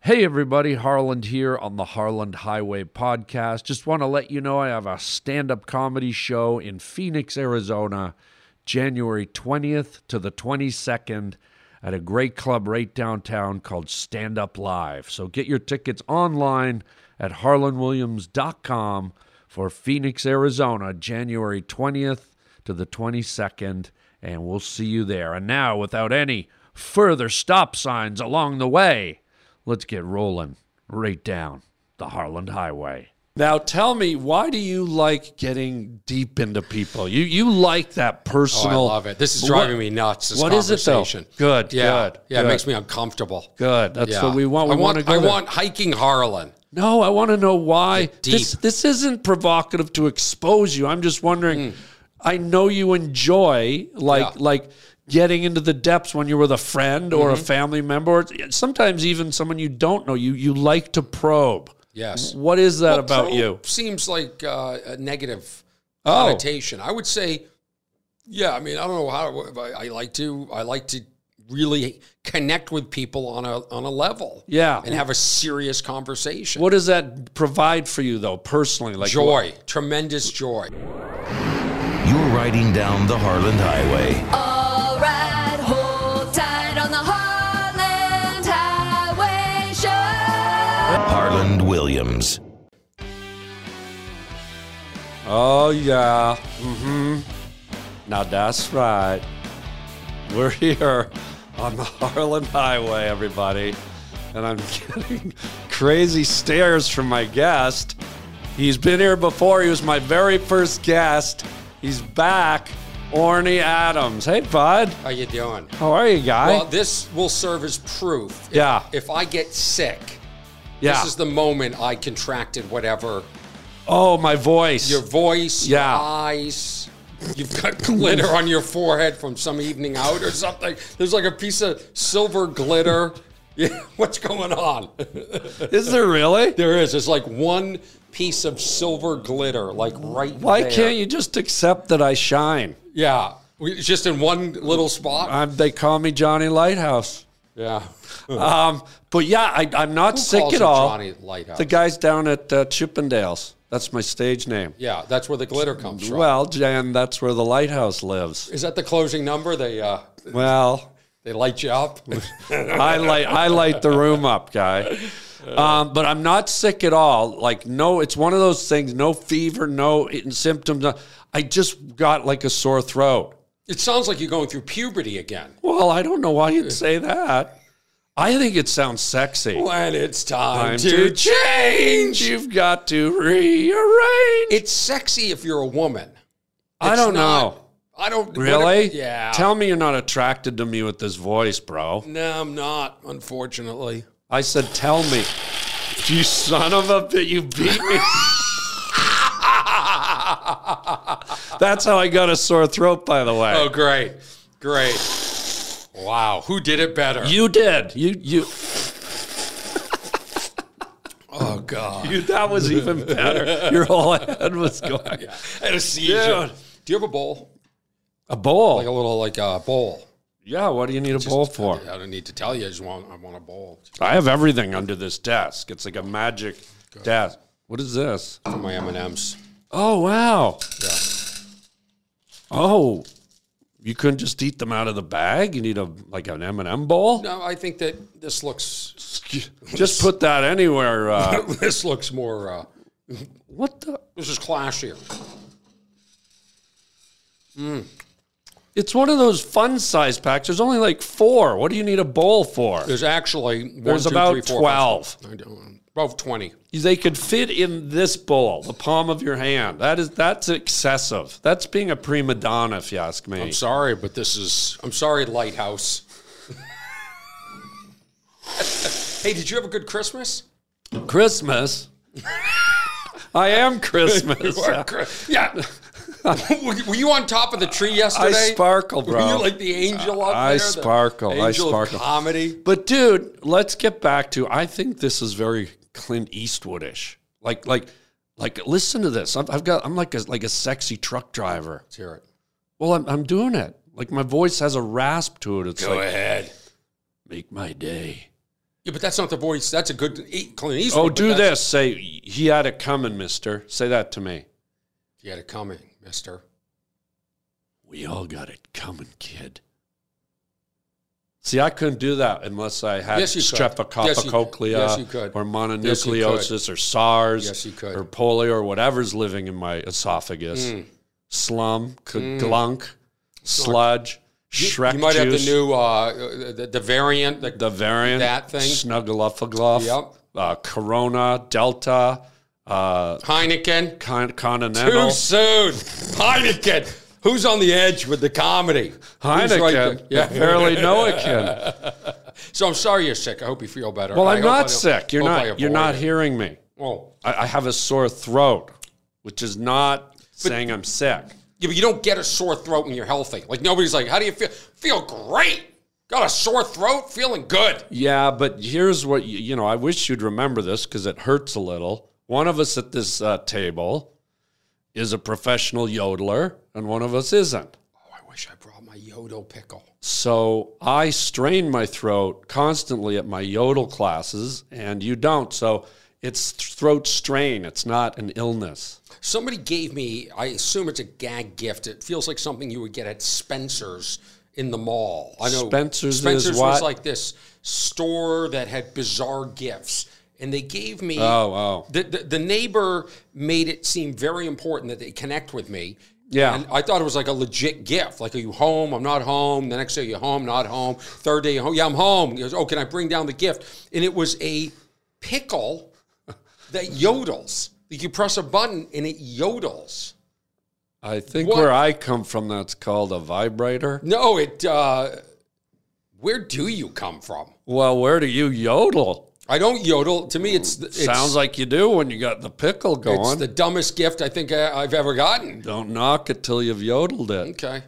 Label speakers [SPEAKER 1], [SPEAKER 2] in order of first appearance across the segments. [SPEAKER 1] Hey, everybody, Harland here on the Harland Highway Podcast. Just want to let you know I have a stand up comedy show in Phoenix, Arizona, January 20th to the 22nd at a great club right downtown called Stand Up Live. So get your tickets online at harlanwilliams.com for Phoenix, Arizona, January 20th to the 22nd, and we'll see you there. And now, without any further stop signs along the way, let's get rolling right down the Harland Highway. Now tell me, why do you like getting deep into people? You you like that
[SPEAKER 2] Oh, I
[SPEAKER 1] personal.
[SPEAKER 2] love it. This is driving
[SPEAKER 1] What-
[SPEAKER 2] me nuts. This
[SPEAKER 1] what is it, though?
[SPEAKER 2] conversation.
[SPEAKER 1] Good,
[SPEAKER 2] Yeah.
[SPEAKER 1] good,
[SPEAKER 2] Yeah.
[SPEAKER 1] good.
[SPEAKER 2] It makes me uncomfortable.
[SPEAKER 1] Good. That's
[SPEAKER 2] yeah.
[SPEAKER 1] what we want. We
[SPEAKER 2] I want.
[SPEAKER 1] want to go.
[SPEAKER 2] I
[SPEAKER 1] there.
[SPEAKER 2] want hiking Harlan.
[SPEAKER 1] No, I want to know why.
[SPEAKER 2] deep.
[SPEAKER 1] This this isn't provocative to expose you. I'm just wondering. I know you enjoy like
[SPEAKER 2] Hmm. Yeah.
[SPEAKER 1] like getting into the depths when you're with a friend or
[SPEAKER 2] Mm-hmm.
[SPEAKER 1] a family member, or sometimes even someone you don't know. You you like to probe.
[SPEAKER 2] Yes.
[SPEAKER 1] What is that
[SPEAKER 2] Well,
[SPEAKER 1] about
[SPEAKER 2] probe
[SPEAKER 1] you?
[SPEAKER 2] Seems like uh, a negative
[SPEAKER 1] Oh.
[SPEAKER 2] connotation. I would say, yeah. I mean, I don't know how. but I like to. I like to really connect with people on a on a level.
[SPEAKER 1] Yeah.
[SPEAKER 2] And have a serious conversation.
[SPEAKER 1] What does that provide for you though, personally? Like
[SPEAKER 2] joy? Tremendous joy.
[SPEAKER 3] You're riding down the Harland Highway.
[SPEAKER 4] All right, hold tight on the Heartland Highway Show.
[SPEAKER 3] Harland Williams.
[SPEAKER 1] Oh yeah. Mm-hmm. Now that's right. We're here on the Harlan Highway, everybody. And I'm getting crazy stares from my guest. He's been here before. He was my very first guest. He's back. Orny Adams. Hey, bud.
[SPEAKER 2] How you doing?
[SPEAKER 1] How are you, guy?
[SPEAKER 2] Well, this will serve as proof. If-
[SPEAKER 1] Yeah.
[SPEAKER 2] If I get sick.
[SPEAKER 1] yeah.
[SPEAKER 2] This is the moment I contracted whatever
[SPEAKER 1] oh, my voice.
[SPEAKER 2] your voice,
[SPEAKER 1] Yeah.
[SPEAKER 2] your eyes. You've got glitter on your forehead from some evening out or something. There's like a piece of silver glitter. Yeah, what's going on?
[SPEAKER 1] is there really?
[SPEAKER 2] there is. It's like one piece of silver glitter, like right.
[SPEAKER 1] Why
[SPEAKER 2] there.
[SPEAKER 1] can't you just accept that I shine?
[SPEAKER 2] Yeah, We- it's just in one little spot.
[SPEAKER 1] I'm, they call me Johnny Lighthouse.
[SPEAKER 2] yeah.
[SPEAKER 1] Um, but yeah, I, I'm not sick
[SPEAKER 2] calls
[SPEAKER 1] at
[SPEAKER 2] you
[SPEAKER 1] all.
[SPEAKER 2] Johnny Lighthouse?
[SPEAKER 1] The guys down at uh, Chippendales. That's my stage name.
[SPEAKER 2] Yeah, that's where the glitter comes from.
[SPEAKER 1] Well, Jan, that's where the lighthouse lives.
[SPEAKER 2] is that the closing number? They uh,
[SPEAKER 1] Well,
[SPEAKER 2] they light you up.
[SPEAKER 1] I light I light the room up, guy. Um, but I'm not sick at all. Like no, it's one of those things. No fever, no it- symptoms. no- I just got like a sore throat.
[SPEAKER 2] it sounds like you're going through puberty again.
[SPEAKER 1] Well, I don't know why you'd say that. I think it sounds sexy.
[SPEAKER 2] When it's time,
[SPEAKER 1] Time to
[SPEAKER 2] to, change.
[SPEAKER 1] You've got to rearrange.
[SPEAKER 2] It's sexy if you're a woman.
[SPEAKER 1] I
[SPEAKER 2] It's
[SPEAKER 1] don't
[SPEAKER 2] not-
[SPEAKER 1] know.
[SPEAKER 2] I don't
[SPEAKER 1] Really?
[SPEAKER 2] what if- yeah.
[SPEAKER 1] Tell me you're not attracted to me with this voice, bro.
[SPEAKER 2] no, I'm not. Unfortunately,
[SPEAKER 1] I said, tell me. You son of a bitch, you beat me. That's how I got a sore throat, by the way.
[SPEAKER 2] oh great, great. Wow, who did it better?
[SPEAKER 1] You did. You you
[SPEAKER 2] oh God,
[SPEAKER 1] you that was even better. Your whole head was going.
[SPEAKER 2] I had a seizure.
[SPEAKER 1] Dude.
[SPEAKER 2] Do you have a bowl?
[SPEAKER 1] A
[SPEAKER 2] Like a
[SPEAKER 1] bowl.
[SPEAKER 2] little like a bowl.
[SPEAKER 1] Yeah, what do you need a bowl for?
[SPEAKER 2] I don't need to tell you. I just want I want a bowl
[SPEAKER 1] I have everything under this desk. It's like a magic desk. What is this?
[SPEAKER 2] for my M and M's.
[SPEAKER 1] Oh wow. Oh, you couldn't just eat them out of the bag. You need a like an M and m bowl.
[SPEAKER 2] No, I think that this looks
[SPEAKER 1] Just put that anywhere. Uh,
[SPEAKER 2] this looks more. Uh,
[SPEAKER 1] what the?
[SPEAKER 2] this is clashier.
[SPEAKER 1] It's one of those fun size packs. There's only like four. What do you need a bowl for?
[SPEAKER 2] There's actually one,
[SPEAKER 1] There's
[SPEAKER 2] two,
[SPEAKER 1] about
[SPEAKER 2] three, four, five,
[SPEAKER 1] 12.
[SPEAKER 2] six, nine, ten, about twenty.
[SPEAKER 1] They could fit in this bowl, the palm of your hand. That is that's excessive. That's being a prima donna, if you ask me.
[SPEAKER 2] I'm sorry, but this is. I'm sorry, Lighthouse. hey, did you have a good Christmas?
[SPEAKER 1] Christmas. I am Christmas.
[SPEAKER 2] You are cri- yeah. Were- Were you on top of the tree yesterday?
[SPEAKER 1] I sparkle, bro.
[SPEAKER 2] Were you like the angel up
[SPEAKER 1] I
[SPEAKER 2] there? The
[SPEAKER 1] sparkle, I
[SPEAKER 2] angel of
[SPEAKER 1] sparkle.
[SPEAKER 2] comedy.
[SPEAKER 1] But dude, let's get back to. I think this is very Clint Eastwoodish. Like, like, like. Listen to this. I've, I've got. I'm like a like a sexy truck driver.
[SPEAKER 2] Let's hear it.
[SPEAKER 1] Well, I'm I'm doing it. Like my voice has a rasp to it. It's like
[SPEAKER 2] ahead.
[SPEAKER 1] make my day.
[SPEAKER 2] Yeah, but that's not the voice. That's a good E- Clint Eastwood.
[SPEAKER 1] Oh,
[SPEAKER 2] but
[SPEAKER 1] do
[SPEAKER 2] that's-
[SPEAKER 1] this. Say, he had it coming, mister. Say that to me.
[SPEAKER 2] You had it coming, mister.
[SPEAKER 1] We all got it coming, kid. See, I couldn't do that unless I had
[SPEAKER 2] Yes, you could. Yes, you-
[SPEAKER 1] streptocochlea
[SPEAKER 2] yes, you could.
[SPEAKER 1] or
[SPEAKER 2] Yes, you could.
[SPEAKER 1] mononucleosis or SARS
[SPEAKER 2] Yes, you could. Hmm.
[SPEAKER 1] or polio or whatever's living in my esophagus. Slum, c- glunk, sludge, Shrek
[SPEAKER 2] you might have the
[SPEAKER 1] juice,
[SPEAKER 2] new, uh, the, the variant. The,
[SPEAKER 1] the variant,
[SPEAKER 2] that thing.
[SPEAKER 1] snuggleupagluff,
[SPEAKER 2] Yep.
[SPEAKER 1] uh, Corona, Delta, uh,
[SPEAKER 2] Heineken.
[SPEAKER 1] con-
[SPEAKER 2] Too
[SPEAKER 1] Continental.
[SPEAKER 2] soon. Heineken. Who's on the edge with the comedy? Who's right
[SPEAKER 1] Heineken.
[SPEAKER 2] there?
[SPEAKER 1] yeah.
[SPEAKER 2] yeah.
[SPEAKER 1] Barely know it, kid.
[SPEAKER 2] So I'm sorry you're sick. I hope you feel better.
[SPEAKER 1] Well,
[SPEAKER 2] I
[SPEAKER 1] I'm
[SPEAKER 2] hope I
[SPEAKER 1] not
[SPEAKER 2] don't-
[SPEAKER 1] sick. You're
[SPEAKER 2] hope I
[SPEAKER 1] not. You're not
[SPEAKER 2] avoid it.
[SPEAKER 1] hearing me.
[SPEAKER 2] Oh,
[SPEAKER 1] I, I have a sore throat, which is not saying I'm sick.
[SPEAKER 2] yeah, but you don't get a sore throat when you're healthy. Like nobody's like, "How do you feel?" Feel great. Got a sore throat. Feeling good.
[SPEAKER 1] Yeah, but here's what you, you know. I wish you'd remember this because it hurts a little. One of us at this uh, table is a professional yodeler, and one of us isn't.
[SPEAKER 2] Oh, I wish I brought my yodel pickle.
[SPEAKER 1] So I strain my throat constantly at my yodel classes, and you don't. So it's throat strain. It's not an illness.
[SPEAKER 2] Somebody gave me, I assume it's a gag gift. It feels like something you would get at Spencer's in the mall. I know
[SPEAKER 1] Spencer's is
[SPEAKER 2] Spencer's was
[SPEAKER 1] what?
[SPEAKER 2] like this store that had bizarre gifts. And they gave me
[SPEAKER 1] Oh, oh.
[SPEAKER 2] the, the the neighbor made it seem very important that they connect with me.
[SPEAKER 1] Yeah.
[SPEAKER 2] And I thought it was like a legit gift. Like, are you home? I'm not home. The next day you're home, not home. Third day you're home. Yeah, I'm home. He goes, Oh, can I bring down the gift? And it was a pickle that yodels. Like you press a button and it yodels.
[SPEAKER 1] I think
[SPEAKER 2] What?
[SPEAKER 1] where I come from, that's called a vibrator.
[SPEAKER 2] No, it uh where do you come from?
[SPEAKER 1] Well, where do you yodel?
[SPEAKER 2] I don't yodel. To me it's, it's
[SPEAKER 1] Sounds like you do when you got the pickle
[SPEAKER 2] it's
[SPEAKER 1] going.
[SPEAKER 2] the dumbest gift I think I, I've ever gotten.
[SPEAKER 1] Don't knock it till you've yodeled it.
[SPEAKER 2] Okay.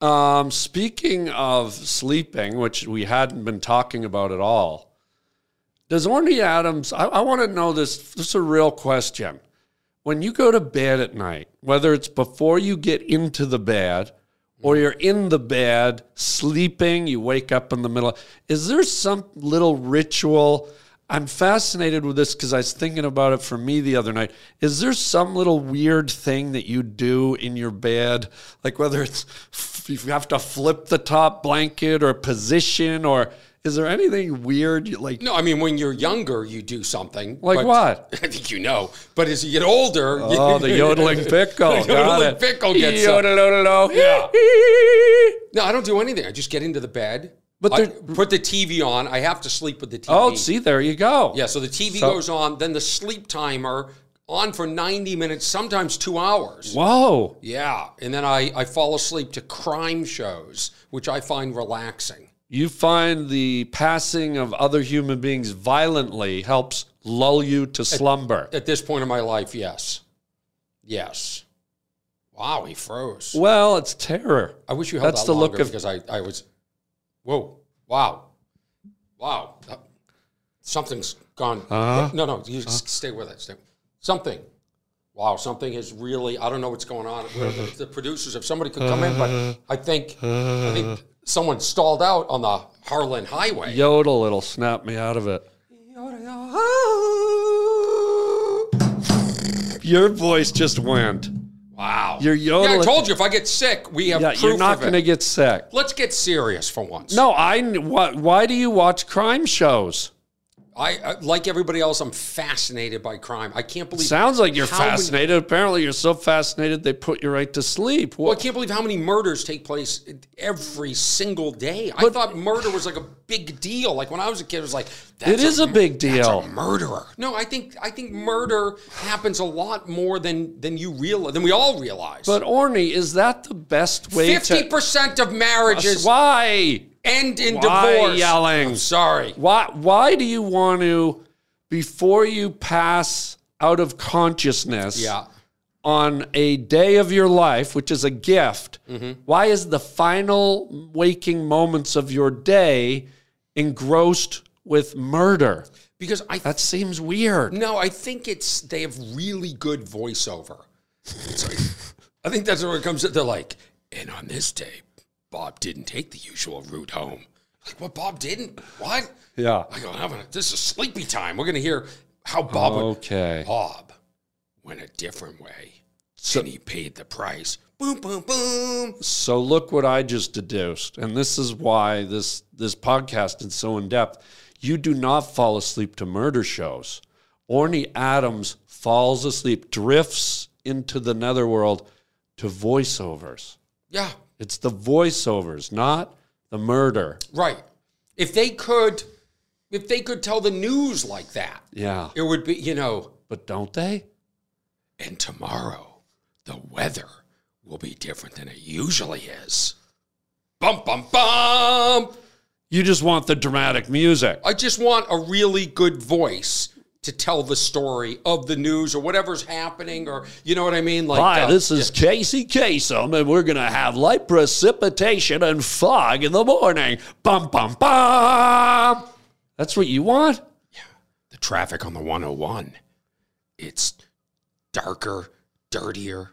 [SPEAKER 1] Um, speaking of sleeping, which we hadn't been talking about at all, does Orny Adams? I, I want to know this. This is a real question. When you go to bed at night, whether it's before you get into the bed or you're in the bed sleeping, you wake up in the middle. Is there some little ritual? I'm fascinated with this because I was thinking about it for me the other night. Is there some little weird thing that you do in your bed? Like whether it's f- you have to flip the top blanket or position, or is there anything weird? you- Like,
[SPEAKER 2] No, I mean when you're younger, you do something.
[SPEAKER 1] Like
[SPEAKER 2] but-
[SPEAKER 1] what?
[SPEAKER 2] I think you know. But as you get older,
[SPEAKER 1] oh, the yodeling pickle. Got
[SPEAKER 2] The yodeling
[SPEAKER 1] it.
[SPEAKER 2] pickle gets up.
[SPEAKER 1] Yodel-odel-odel.
[SPEAKER 2] no, I don't do anything. I just get into the bed.
[SPEAKER 1] But
[SPEAKER 2] I
[SPEAKER 1] there-
[SPEAKER 2] put the TV on. I have to sleep with the TV.
[SPEAKER 1] Oh, see, there you go.
[SPEAKER 2] yeah. So the TV
[SPEAKER 1] So-
[SPEAKER 2] goes on, then the sleep timer on for ninety minutes, sometimes two hours.
[SPEAKER 1] Whoa.
[SPEAKER 2] Yeah, and then I I fall asleep to crime shows, which I find relaxing.
[SPEAKER 1] You find the passing of other human beings violently helps lull you to slumber.
[SPEAKER 2] At this point in my life, yes, yes. Wow, he froze.
[SPEAKER 1] well, it's terror.
[SPEAKER 2] I wish you held
[SPEAKER 1] That's
[SPEAKER 2] out
[SPEAKER 1] the
[SPEAKER 2] longer
[SPEAKER 1] look of-
[SPEAKER 2] because I, I was. Whoa! Wow! Wow! Uh, something's gone.
[SPEAKER 1] Uh-huh.
[SPEAKER 2] No, no, you s- stay with it. Stay. Something. Wow! Something is really. I don't know what's going on. Where the, the producers, if somebody could come in,
[SPEAKER 1] Uh-huh.
[SPEAKER 2] but I think, I think someone stalled out on the Harlan Highway.
[SPEAKER 1] Yodel, it'll snap me out of it. Your voice just went.
[SPEAKER 2] Wow!
[SPEAKER 1] You're
[SPEAKER 2] Yeah, I
[SPEAKER 1] yodeling.
[SPEAKER 2] told you if I get sick, we have
[SPEAKER 1] Yeah,
[SPEAKER 2] proof
[SPEAKER 1] you're not
[SPEAKER 2] of it.
[SPEAKER 1] going to get sick.
[SPEAKER 2] Let's get serious for once.
[SPEAKER 1] No, I. kn- Why, why do you watch crime shows?
[SPEAKER 2] I I- like everybody else. I'm fascinated by crime. I can't believe.
[SPEAKER 1] Sounds like you're
[SPEAKER 2] how many-
[SPEAKER 1] fascinated. Apparently, you're so fascinated they put you right to sleep.
[SPEAKER 2] Well,
[SPEAKER 1] What?
[SPEAKER 2] I can't believe how many murders take place every single day. I thought murder was like a big deal. Like when I was a kid, it was like that's
[SPEAKER 1] It is a big
[SPEAKER 2] that's
[SPEAKER 1] deal.
[SPEAKER 2] a murderer. No, I think I think murder happens a lot more than than you realize than we all realize.
[SPEAKER 1] But Orny, is that the best way
[SPEAKER 2] fifty
[SPEAKER 1] to?
[SPEAKER 2] percent of marriages
[SPEAKER 1] Why?
[SPEAKER 2] end in
[SPEAKER 1] Why
[SPEAKER 2] divorce.
[SPEAKER 1] yelling?
[SPEAKER 2] I'm sorry.
[SPEAKER 1] Why? Why do you want to, before you pass out of consciousness,
[SPEAKER 2] Yeah.
[SPEAKER 1] on a day of your life, which is a gift?
[SPEAKER 2] Mm-hmm.
[SPEAKER 1] Why is the final waking moments of your day engrossed with murder?
[SPEAKER 2] Because I
[SPEAKER 1] That seems weird.
[SPEAKER 2] No, I think it's they have really good voiceover. It's like- I think that's where it comes. They're like, and on this day, Bob didn't take the usual route home. Like what Bob didn't? What?
[SPEAKER 1] Yeah.
[SPEAKER 2] I go, I'm gonna, this is sleepy time. We're going to hear how Bob would-
[SPEAKER 1] Okay.
[SPEAKER 2] Bob went a different way. and he paid the price. Boom, boom, boom.
[SPEAKER 1] So look what I just deduced, and this is why this this podcast is so in depth. You do not fall asleep to murder shows. Orny Adams falls asleep, drifts into the netherworld to voiceovers.
[SPEAKER 2] Yeah,
[SPEAKER 1] It's the voiceovers, not the murder.
[SPEAKER 2] right. If they could, if they could tell the news like that,
[SPEAKER 1] Yeah,
[SPEAKER 2] it would be, you know.
[SPEAKER 1] but don't they?
[SPEAKER 2] And tomorrow, the weather will be different than it usually is. Bum, bum, bum.
[SPEAKER 1] You just want the dramatic music.
[SPEAKER 2] I just want a really good voice to tell the story of the news or whatever's happening, or you know what I mean? Like,
[SPEAKER 1] Hi,
[SPEAKER 2] uh,
[SPEAKER 1] this is Casey Kasem, and we're gonna have light precipitation and fog in the morning. Bum bum bum. That's what you want?
[SPEAKER 2] the traffic on the 101. It's darker, dirtier.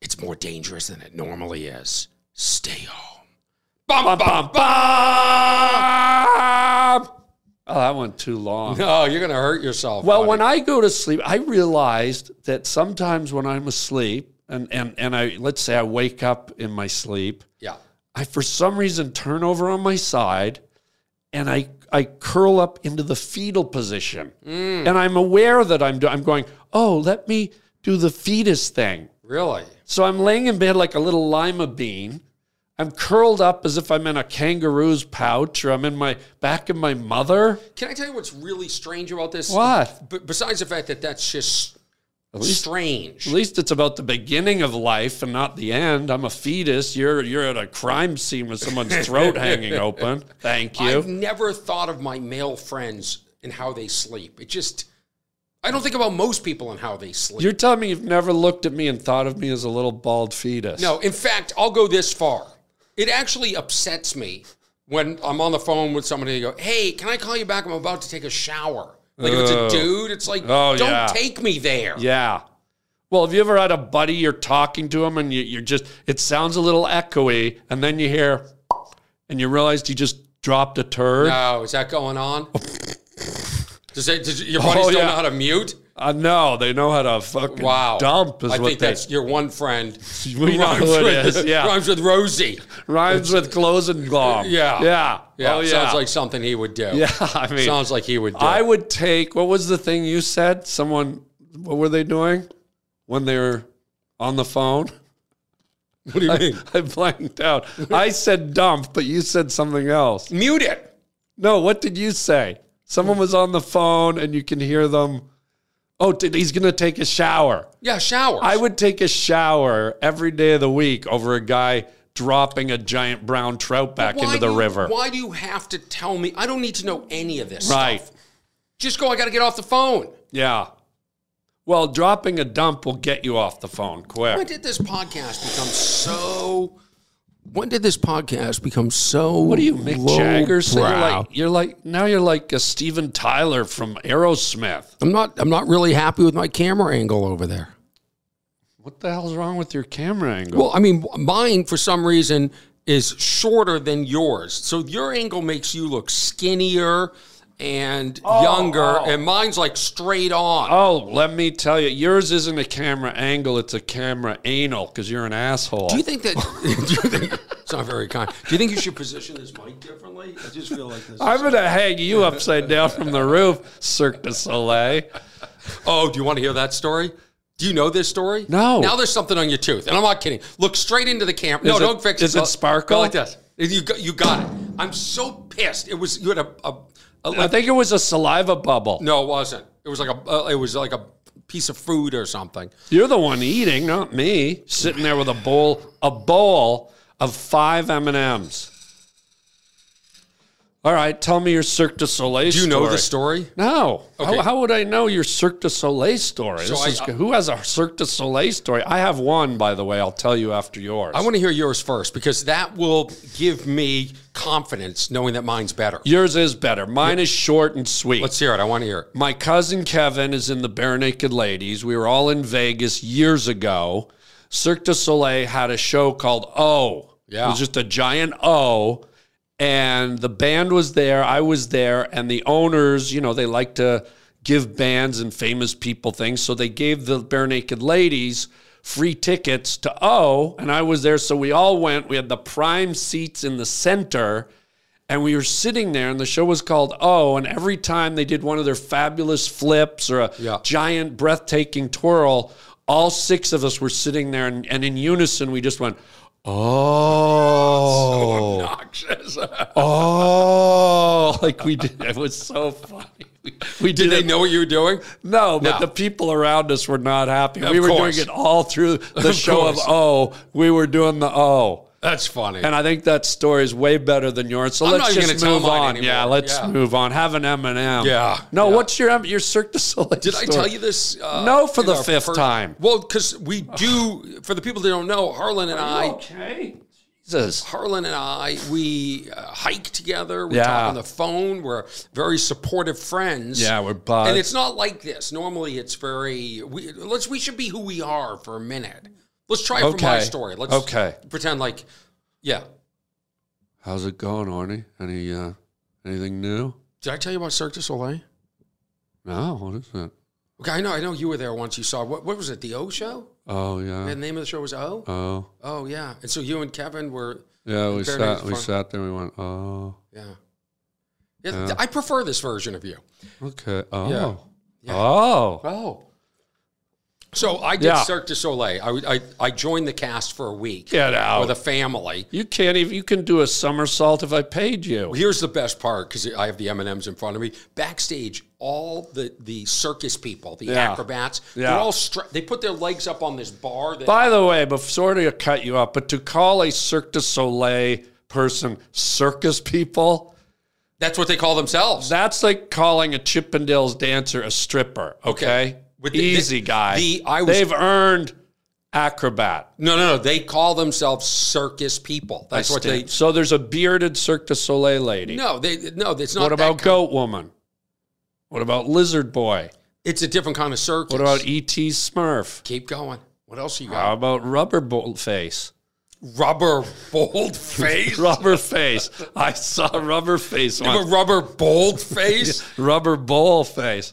[SPEAKER 2] It's more dangerous than it normally is. Stay home. Bum, bum, bum.
[SPEAKER 1] Bum. Oh, that went too long.
[SPEAKER 2] No, you're going to hurt yourself.
[SPEAKER 1] Well,
[SPEAKER 2] buddy.
[SPEAKER 1] when I go to sleep, I realized that sometimes when I'm asleep, and and and I let's say I wake up in my sleep,
[SPEAKER 2] Yeah.
[SPEAKER 1] I for some reason turn over on my side and I I curl up into the fetal position. And I'm aware that I'm do- I'm going, "Oh, let me do the fetus thing."
[SPEAKER 2] Really?
[SPEAKER 1] So I'm laying in bed like a little lima bean. I'm curled up as if I'm in a kangaroo's pouch or I'm in my back of my mother.
[SPEAKER 2] Can I tell you what's really strange about this?
[SPEAKER 1] What?
[SPEAKER 2] B- besides the fact that that's just
[SPEAKER 1] least-
[SPEAKER 2] strange.
[SPEAKER 1] At least it's about the beginning of life and not the end. I'm a fetus. You're you're at a crime scene with someone's throat hanging open. Thank you.
[SPEAKER 2] I've never thought of my male friends and how they sleep. It just, I don't think about most people and how they sleep.
[SPEAKER 1] You're telling me you've never looked at me and thought of me as a little bald fetus?
[SPEAKER 2] No, in fact, I'll go this far. It actually upsets me when I'm on the phone with somebody and they go, Hey, can I call you back? I'm about to take a shower. Like if it's a dude, it's like,
[SPEAKER 1] Oh,
[SPEAKER 2] Don't
[SPEAKER 1] yeah.
[SPEAKER 2] take me there.
[SPEAKER 1] Yeah. Well, have you ever had a buddy you're talking to him and you, you're just it sounds a little echoey, and then you hear, and you realize you just dropped a turd.
[SPEAKER 2] No, Oh, is that going on? Does that, does your buddies
[SPEAKER 1] Oh,
[SPEAKER 2] don't
[SPEAKER 1] yeah.
[SPEAKER 2] know how to mute?
[SPEAKER 1] Uh, no, they know how to fucking
[SPEAKER 2] Wow.
[SPEAKER 1] dump is
[SPEAKER 2] I
[SPEAKER 1] what
[SPEAKER 2] think
[SPEAKER 1] they
[SPEAKER 2] that's your one friend.
[SPEAKER 1] We know who it
[SPEAKER 2] with,
[SPEAKER 1] is, yeah. Oh,
[SPEAKER 2] rhymes with Rosie.
[SPEAKER 1] rhymes with clothes and glom.
[SPEAKER 2] Yeah.
[SPEAKER 1] yeah,
[SPEAKER 2] Yeah,
[SPEAKER 1] Oh,
[SPEAKER 2] it
[SPEAKER 1] yeah.
[SPEAKER 2] sounds like something he would do.
[SPEAKER 1] yeah. I mean,
[SPEAKER 2] sounds like he would do.
[SPEAKER 1] I would take what was the thing you said? Someone, what were they doing when they were on the phone?
[SPEAKER 2] what do you mean?
[SPEAKER 1] I blanked out. I said dump, but you said something else.
[SPEAKER 2] Mute it.
[SPEAKER 1] No, what did you say? Someone was on the phone and you can hear them. Oh, did, he's going to take a shower.
[SPEAKER 2] Yeah, shower.
[SPEAKER 1] I would take a shower every day of the week over a guy dropping a giant brown trout back
[SPEAKER 2] Why
[SPEAKER 1] into the
[SPEAKER 2] do you-
[SPEAKER 1] river.
[SPEAKER 2] Why do you have to tell me? I don't need to know any of this.
[SPEAKER 1] Right.
[SPEAKER 2] Stuff. Just go. I got to get off the phone.
[SPEAKER 1] Yeah. Well, dropping a dump will get you off the phone
[SPEAKER 2] When
[SPEAKER 1] quick.
[SPEAKER 2] did this podcast become so? When did this podcast become so?
[SPEAKER 1] What are you, Mick Jagger? So you're
[SPEAKER 2] lowbrow?
[SPEAKER 1] like, you're like, now you're like a Steven Tyler from Aerosmith.
[SPEAKER 2] I'm not. I'm not really happy with my camera angle over there.
[SPEAKER 1] What the hell's wrong with your camera angle?
[SPEAKER 2] Well, I mean, mine for some reason is shorter than yours, so your angle makes you look skinnier and younger, and mine's like straight on.
[SPEAKER 1] Oh, let me tell you, yours isn't a camera angle; it's a camera anal because you're an asshole.
[SPEAKER 2] Do you think that? do you think, it's not very kind. Do you think you should position this mic differently? I just feel like this.
[SPEAKER 1] I'm gonna hang you upside down from the roof, Cirque du Soleil.
[SPEAKER 2] oh, do you want to hear that story? Do you know this story?
[SPEAKER 1] No.
[SPEAKER 2] Now there's something on your tooth, and I'm not kidding. Look straight into the camera.
[SPEAKER 1] Is
[SPEAKER 2] No,
[SPEAKER 1] it-
[SPEAKER 2] don't fix it.
[SPEAKER 1] is it
[SPEAKER 2] Go-
[SPEAKER 1] sparkle?
[SPEAKER 2] Go like this. You got, you got it. I'm so pissed. It was you had a. a, a
[SPEAKER 1] I think it was a saliva bubble.
[SPEAKER 2] no, it wasn't. It was like a. Uh, it was like a piece of food or something.
[SPEAKER 1] You're the one eating, not me. Sitting there with a bowl, a bowl of five M and M's. All right, tell me your Cirque du Soleil.
[SPEAKER 2] Do you know the story?
[SPEAKER 1] No.
[SPEAKER 2] Okay.
[SPEAKER 1] How, how would I know your Cirque du Soleil story?
[SPEAKER 2] So
[SPEAKER 1] This
[SPEAKER 2] I-
[SPEAKER 1] is- who has a Cirque du Soleil story? I have one, by the way. I'll tell you after yours.
[SPEAKER 2] I want to hear yours first because that will give me confidence knowing that mine's better.
[SPEAKER 1] Yours is better. Mine is short and sweet.
[SPEAKER 2] Let's hear it. I want to hear it.
[SPEAKER 1] My cousin Kevin is in the Bare Naked Ladies. We were all in Vegas years ago. Cirque du Soleil had a show called O.
[SPEAKER 2] Yeah.
[SPEAKER 1] It was just a giant O. and the band was there. I was there, and the owners, you know, they like to give bands and famous people things, so they gave the Bare Naked Ladies free tickets to O, and I was there, so we all went. We had the prime seats in the center. And we were sitting there, and the show was called Oh. And every time they did one of their fabulous flips or a
[SPEAKER 2] Yeah.
[SPEAKER 1] giant, breathtaking twirl, all six of us were sitting there, and, and in unison, we just went, Oh, obnoxious. oh, like we did. It was so funny. We, we did,
[SPEAKER 2] Did they
[SPEAKER 1] it-
[SPEAKER 2] know what you were doing?
[SPEAKER 1] No, but
[SPEAKER 2] No.
[SPEAKER 1] the people around us were not happy. we were
[SPEAKER 2] course.
[SPEAKER 1] doing it all through the show
[SPEAKER 2] course.
[SPEAKER 1] of Oh. We were doing the Oh.
[SPEAKER 2] That's funny.
[SPEAKER 1] And I think that story is way better than yours. So
[SPEAKER 2] I'm
[SPEAKER 1] let's
[SPEAKER 2] not even
[SPEAKER 1] just
[SPEAKER 2] gonna tell
[SPEAKER 1] move
[SPEAKER 2] mine
[SPEAKER 1] on.
[SPEAKER 2] anymore.
[SPEAKER 1] Yeah, let's
[SPEAKER 2] Yeah.
[SPEAKER 1] move on. Have an M and M.
[SPEAKER 2] Yeah,
[SPEAKER 1] No,
[SPEAKER 2] yeah.
[SPEAKER 1] what's your M- your Cirque du Soleil?
[SPEAKER 2] Did I tell you this? Uh,
[SPEAKER 1] No, for
[SPEAKER 2] in
[SPEAKER 1] the
[SPEAKER 2] our
[SPEAKER 1] fifth time.
[SPEAKER 2] Well, because we do. For the people that don't know, Harlan and I,
[SPEAKER 1] Okay. Jesus.
[SPEAKER 2] Harlan and I, we uh, hike together. We
[SPEAKER 1] Yeah.
[SPEAKER 2] talk on the phone. We're very supportive friends.
[SPEAKER 1] Yeah, we're buds.
[SPEAKER 2] And it's not like this. Normally, it's very. We, let's. We should be who we are for a minute. Let's try it from my
[SPEAKER 1] Okay.
[SPEAKER 2] story. Let's
[SPEAKER 1] Okay.
[SPEAKER 2] pretend like, yeah.
[SPEAKER 1] How's it going, Arnie? Any uh, anything new?
[SPEAKER 2] Did I tell you about Cirque du Soleil?
[SPEAKER 1] No, what is it?
[SPEAKER 2] Okay, I know. I know you were there once. You saw what? What was it? The O Show.
[SPEAKER 1] Oh yeah.
[SPEAKER 2] The name of the show was O.
[SPEAKER 1] oh
[SPEAKER 2] Oh yeah. And so you and Kevin were.
[SPEAKER 1] yeah. We
[SPEAKER 2] Bare
[SPEAKER 1] sat
[SPEAKER 2] Naked
[SPEAKER 1] we
[SPEAKER 2] Front.
[SPEAKER 1] sat there. We went oh
[SPEAKER 2] Yeah. Yeah, th- I prefer this version of you.
[SPEAKER 1] okay oh
[SPEAKER 2] Yeah.
[SPEAKER 1] oh
[SPEAKER 2] Oh. So I did
[SPEAKER 1] Yeah.
[SPEAKER 2] Cirque du Soleil. I, I, I joined the cast for a week
[SPEAKER 1] get out.
[SPEAKER 2] with a family.
[SPEAKER 1] you can't even. You can do a somersault if I paid you.
[SPEAKER 2] Here's the best part because I have the M and M's in front of me. Backstage, all the the circus people, the
[SPEAKER 1] Yeah.
[SPEAKER 2] acrobats,
[SPEAKER 1] Yeah.
[SPEAKER 2] they're all stra- they put their legs up on this bar. That,
[SPEAKER 1] By the way, before sorry to cut you up, but to call a Cirque du Soleil person circus people.
[SPEAKER 2] that's what they call themselves.
[SPEAKER 1] That's like calling a Chippendales dancer a stripper. Okay,
[SPEAKER 2] Okay. With the-
[SPEAKER 1] easy
[SPEAKER 2] the-
[SPEAKER 1] guy.
[SPEAKER 2] the- I was-
[SPEAKER 1] They've earned acrobat.
[SPEAKER 2] no, no, no. They call themselves circus people. That's what they.
[SPEAKER 1] so there's a bearded Cirque du Soleil lady.
[SPEAKER 2] No, they no. It's not.
[SPEAKER 1] what
[SPEAKER 2] that
[SPEAKER 1] about
[SPEAKER 2] kind-
[SPEAKER 1] Goat Woman? What about Lizard Boy?
[SPEAKER 2] It's a different kind of circus.
[SPEAKER 1] What about E.T. Smurf?
[SPEAKER 2] Keep going. What else you got?
[SPEAKER 1] How about Rubber Bo- Face?
[SPEAKER 2] rubber bold face.
[SPEAKER 1] Rubber Face. I saw Rubber Face
[SPEAKER 2] You have
[SPEAKER 1] once.
[SPEAKER 2] a rubber bold face.
[SPEAKER 1] Rubber Bowl Face.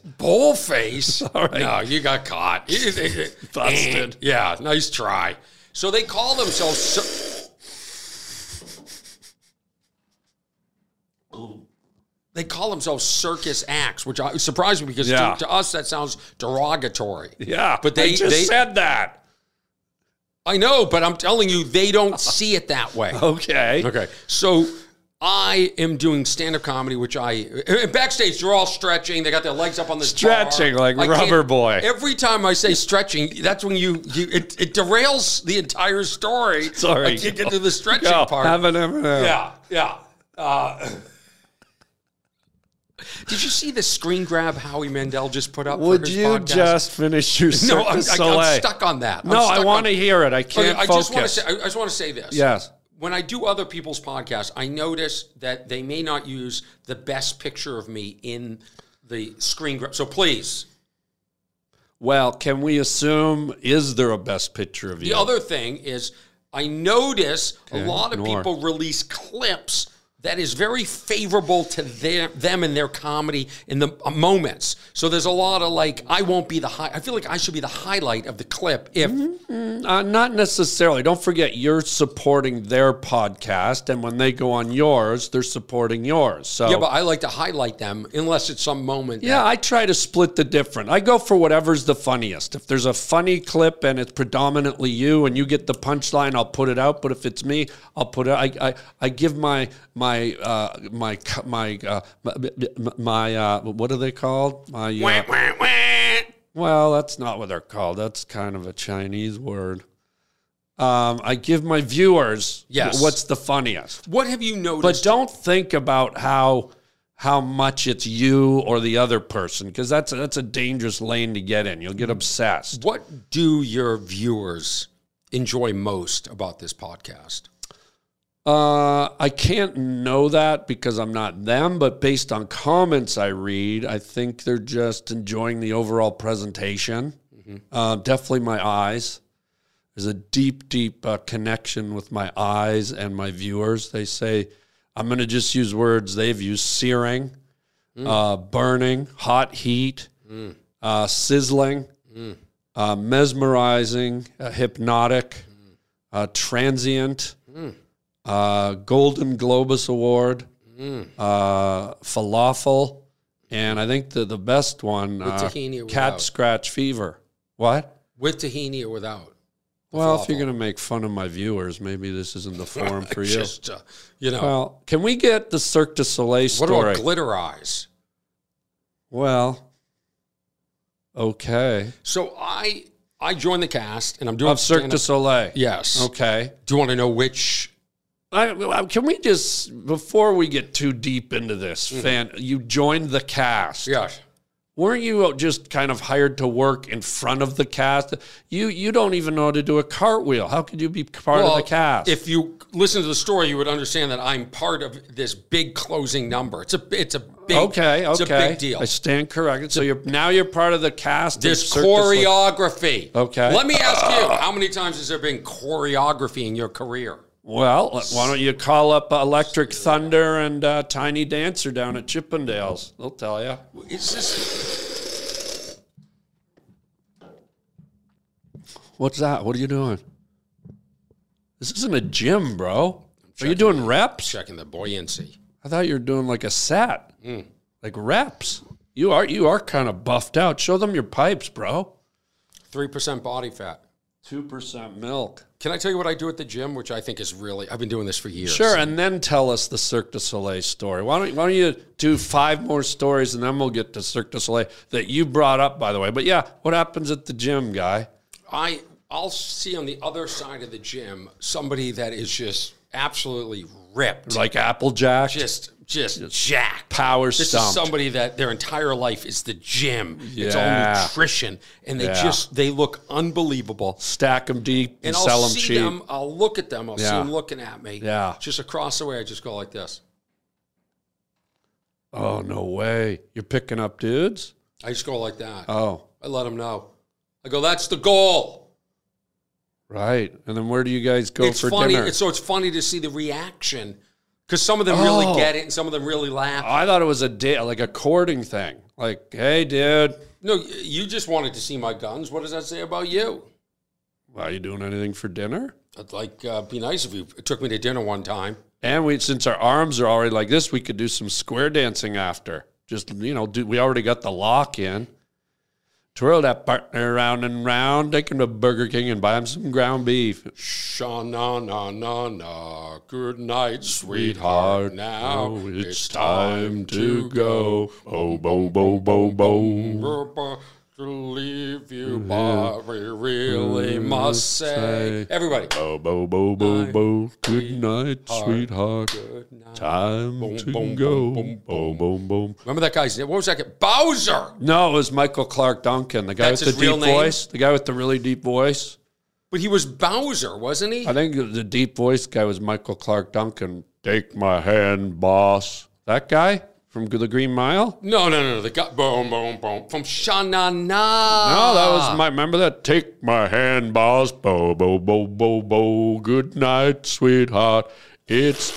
[SPEAKER 2] Bold face.
[SPEAKER 1] All right.
[SPEAKER 2] No, you got caught.
[SPEAKER 1] Busted.
[SPEAKER 2] eh, yeah, nice try. So they call themselves. Cir- they call themselves circus acts, which I, surprised me because
[SPEAKER 1] Yeah.
[SPEAKER 2] to, to us that sounds derogatory.
[SPEAKER 1] Yeah,
[SPEAKER 2] But
[SPEAKER 1] I
[SPEAKER 2] they-
[SPEAKER 1] just
[SPEAKER 2] they-
[SPEAKER 1] said that.
[SPEAKER 2] I know, but I'm telling you, they don't see it that way.
[SPEAKER 1] Oh, Okay.
[SPEAKER 2] Okay. So I am doing stand up comedy, which I and backstage they're all stretching. They got their legs up on the
[SPEAKER 1] Stretching like Rubber Boy.
[SPEAKER 2] Every time I say stretching, that's when you, you it, it derails the entire story.
[SPEAKER 1] Sorry.
[SPEAKER 2] I can't get to the stretching
[SPEAKER 1] Go.
[SPEAKER 2] part.
[SPEAKER 1] Have an M&M.
[SPEAKER 2] yeah, yeah. Uh, did you see the screen grab Howie Mandel just put up? for
[SPEAKER 1] Would
[SPEAKER 2] his
[SPEAKER 1] you
[SPEAKER 2] podcast?
[SPEAKER 1] just finish your Cirque
[SPEAKER 2] No,
[SPEAKER 1] du
[SPEAKER 2] I'm,
[SPEAKER 1] Soleil?
[SPEAKER 2] I, am stuck on that. I'm
[SPEAKER 1] no,
[SPEAKER 2] stuck
[SPEAKER 1] I
[SPEAKER 2] on-
[SPEAKER 1] want to hear it. I
[SPEAKER 2] Okay,
[SPEAKER 1] can't
[SPEAKER 2] I
[SPEAKER 1] focus.
[SPEAKER 2] just want to say. I I just want to say this
[SPEAKER 1] yes.
[SPEAKER 2] when I do other people's podcasts, I notice that they may not use the best picture of me in the screen grab. So please,
[SPEAKER 1] Well, can we assume is there a best picture of
[SPEAKER 2] the
[SPEAKER 1] you?
[SPEAKER 2] other thing is I notice a lot of
[SPEAKER 1] ignore.
[SPEAKER 2] people release clips that is very favorable to their, them and their comedy in the uh, moments. So there's a lot of like, I won't be the high. I feel like I should be the highlight of the clip if
[SPEAKER 1] uh, not necessarily. Don't forget you're supporting their podcast, and when they go on yours, they're supporting yours. So
[SPEAKER 2] yeah, but I like to highlight them unless it's some moment.
[SPEAKER 1] Yeah, I try to split the different. I go for whatever's the funniest. If there's a funny clip and it's predominantly you and you get the punchline, I'll put it out. But if it's me, I'll put it. I I, I give my my uh, my cu- my uh, my, my uh, what are they called? My uh, well, that's not what they're called. That's kind of a Chinese word. Um, I give my viewers
[SPEAKER 2] Yes.
[SPEAKER 1] what's the funniest.
[SPEAKER 2] What have you noticed?
[SPEAKER 1] But don't think about how how much it's you or the other person because that's a, that's a dangerous lane to get in. You'll get obsessed.
[SPEAKER 2] What do your viewers enjoy most about this podcast?
[SPEAKER 1] Uh, I can't know that because I'm not them, but based on comments I read, I think they're just enjoying the overall presentation. Uh, definitely my eyes. There's a deep, deep uh, connection with my eyes and my viewers. They say I'm going to just use words they've used searing,
[SPEAKER 2] Mm.
[SPEAKER 1] uh, burning, hot heat, uh, sizzling,
[SPEAKER 2] Mm.
[SPEAKER 1] uh, mesmerizing, uh, hypnotic,
[SPEAKER 2] Mm.
[SPEAKER 1] uh, transient, uh, Golden Globus Award,
[SPEAKER 2] Mm.
[SPEAKER 1] uh, falafel, and I think the, the best one, uh,
[SPEAKER 2] tahini or
[SPEAKER 1] cat
[SPEAKER 2] without?
[SPEAKER 1] scratch fever. What?
[SPEAKER 2] With tahini or without?
[SPEAKER 1] Well, if you're going to make fun of my viewers, maybe this isn't the forum for you.
[SPEAKER 2] Just, uh, you know,
[SPEAKER 1] Well, can we get the Cirque du Soleil
[SPEAKER 2] what
[SPEAKER 1] story?
[SPEAKER 2] about glitter eyes?
[SPEAKER 1] well, okay.
[SPEAKER 2] So I I joined the cast and I'm doing
[SPEAKER 1] Of Cirque du
[SPEAKER 2] stand-up-
[SPEAKER 1] Soleil.
[SPEAKER 2] Yes.
[SPEAKER 1] Okay.
[SPEAKER 2] Do you want to know which?
[SPEAKER 1] I, well, can we just before we get too deep into this,
[SPEAKER 2] Mm-hmm.
[SPEAKER 1] fan? You joined the cast.
[SPEAKER 2] Yes.
[SPEAKER 1] Weren't you just kind of hired to work in front of the cast? You you don't even know how to do a cartwheel. How could you be part of the cast?
[SPEAKER 2] If you listen to the story, you would understand that I'm part of this big closing number. It's a it's a big
[SPEAKER 1] okay, okay,
[SPEAKER 2] It's a big deal.
[SPEAKER 1] I stand corrected. So you're now you're part of the cast. of
[SPEAKER 2] This
[SPEAKER 1] Cirque du Soleil.
[SPEAKER 2] choreography.
[SPEAKER 1] Okay.
[SPEAKER 2] Let me ask you, how many times has there been choreography in your career?
[SPEAKER 1] Well, why don't you call up Electric Thunder and uh, Tiny Dancer down at Chippendales? They'll tell you.
[SPEAKER 2] Is this
[SPEAKER 1] What's that? What are you doing? This isn't a gym, bro. Are you doing reps?
[SPEAKER 2] checking the buoyancy?
[SPEAKER 1] I thought you were doing like a set, like reps. You are you are kind of buffed out. Show them your pipes, bro.
[SPEAKER 2] Three percent body fat.
[SPEAKER 1] Two percent milk.
[SPEAKER 2] Can I tell you what I do at the gym, which I think is really I've been doing this for years.
[SPEAKER 1] Sure, and then tell us the Cirque du Soleil story. Why don't, why don't you do five more stories and then we'll get to Cirque du Soleil that you brought up, by the way. But yeah, what happens at the gym, guy?
[SPEAKER 2] I I'll see on the other side of the gym somebody that is just absolutely ripped,
[SPEAKER 1] Like Applejack?
[SPEAKER 2] just just jacked,
[SPEAKER 1] power
[SPEAKER 2] This
[SPEAKER 1] stumped.
[SPEAKER 2] is somebody that their entire life is the gym. It's
[SPEAKER 1] Yeah.
[SPEAKER 2] all nutrition, and they
[SPEAKER 1] Yeah.
[SPEAKER 2] just they look unbelievable.
[SPEAKER 1] Stack them deep and,
[SPEAKER 2] And
[SPEAKER 1] sell
[SPEAKER 2] I'll
[SPEAKER 1] them
[SPEAKER 2] see
[SPEAKER 1] cheap.
[SPEAKER 2] them. I'll look at them. I'll see
[SPEAKER 1] Yeah.
[SPEAKER 2] them looking at me.
[SPEAKER 1] Yeah.
[SPEAKER 2] just across the way, I just go like this.
[SPEAKER 1] Oh, no way. You're picking up dudes?
[SPEAKER 2] I just go like that.
[SPEAKER 1] Oh,
[SPEAKER 2] I let them know. I go, that's the goal.
[SPEAKER 1] right. And then where do you guys go
[SPEAKER 2] it's
[SPEAKER 1] Oh, for
[SPEAKER 2] funny.
[SPEAKER 1] dinner?
[SPEAKER 2] It's, so it's funny to see the reaction because some of them really
[SPEAKER 1] Oh.
[SPEAKER 2] get it and some of them really laugh.
[SPEAKER 1] I thought it was a date, like a courting thing. Like, hey, dude,
[SPEAKER 2] No, y- you just wanted to see my guns. What does that say about you?
[SPEAKER 1] are you doing anything for dinner?
[SPEAKER 2] I'd like uh, be nice if you took me to dinner one time.
[SPEAKER 1] And we, since our arms are already like this, we could do some square dancing after. Just you know, do, we already got the lock in. Twirl that partner round and round. Take him to Burger King and buy him some ground beef.
[SPEAKER 2] Sha na na na na. Good night, sweetheart. Now it's time to go.
[SPEAKER 1] Oh, bo, bo, bo, bo.
[SPEAKER 2] To leave you, but we really must say. Everybody.
[SPEAKER 1] Oh, bo, bo, bo, bo. Good night, sweetheart.
[SPEAKER 2] Good night.
[SPEAKER 1] Time to
[SPEAKER 2] boom,
[SPEAKER 1] go.
[SPEAKER 2] boom,
[SPEAKER 1] Boom, boom, boom.
[SPEAKER 2] Remember that guy's name? What was that guy? Bowser.
[SPEAKER 1] No, it was Michael Clark Duncan, the guy
[SPEAKER 2] That's
[SPEAKER 1] with
[SPEAKER 2] his
[SPEAKER 1] the deep
[SPEAKER 2] real name?
[SPEAKER 1] voice. The guy with the really deep voice.
[SPEAKER 2] But he was Bowser, wasn't he?
[SPEAKER 1] I think the deep voice guy was Michael Clark Duncan. Take my hand, boss. That guy from The Green Mile?
[SPEAKER 2] No, no, no, no. The guy, boom, boom, boom, from Shanana.
[SPEAKER 1] No,
[SPEAKER 2] No,
[SPEAKER 1] that was my. Remember that? Take my hand, boss. Bo, bo, bo, bo, bo. Good night, sweetheart. It's.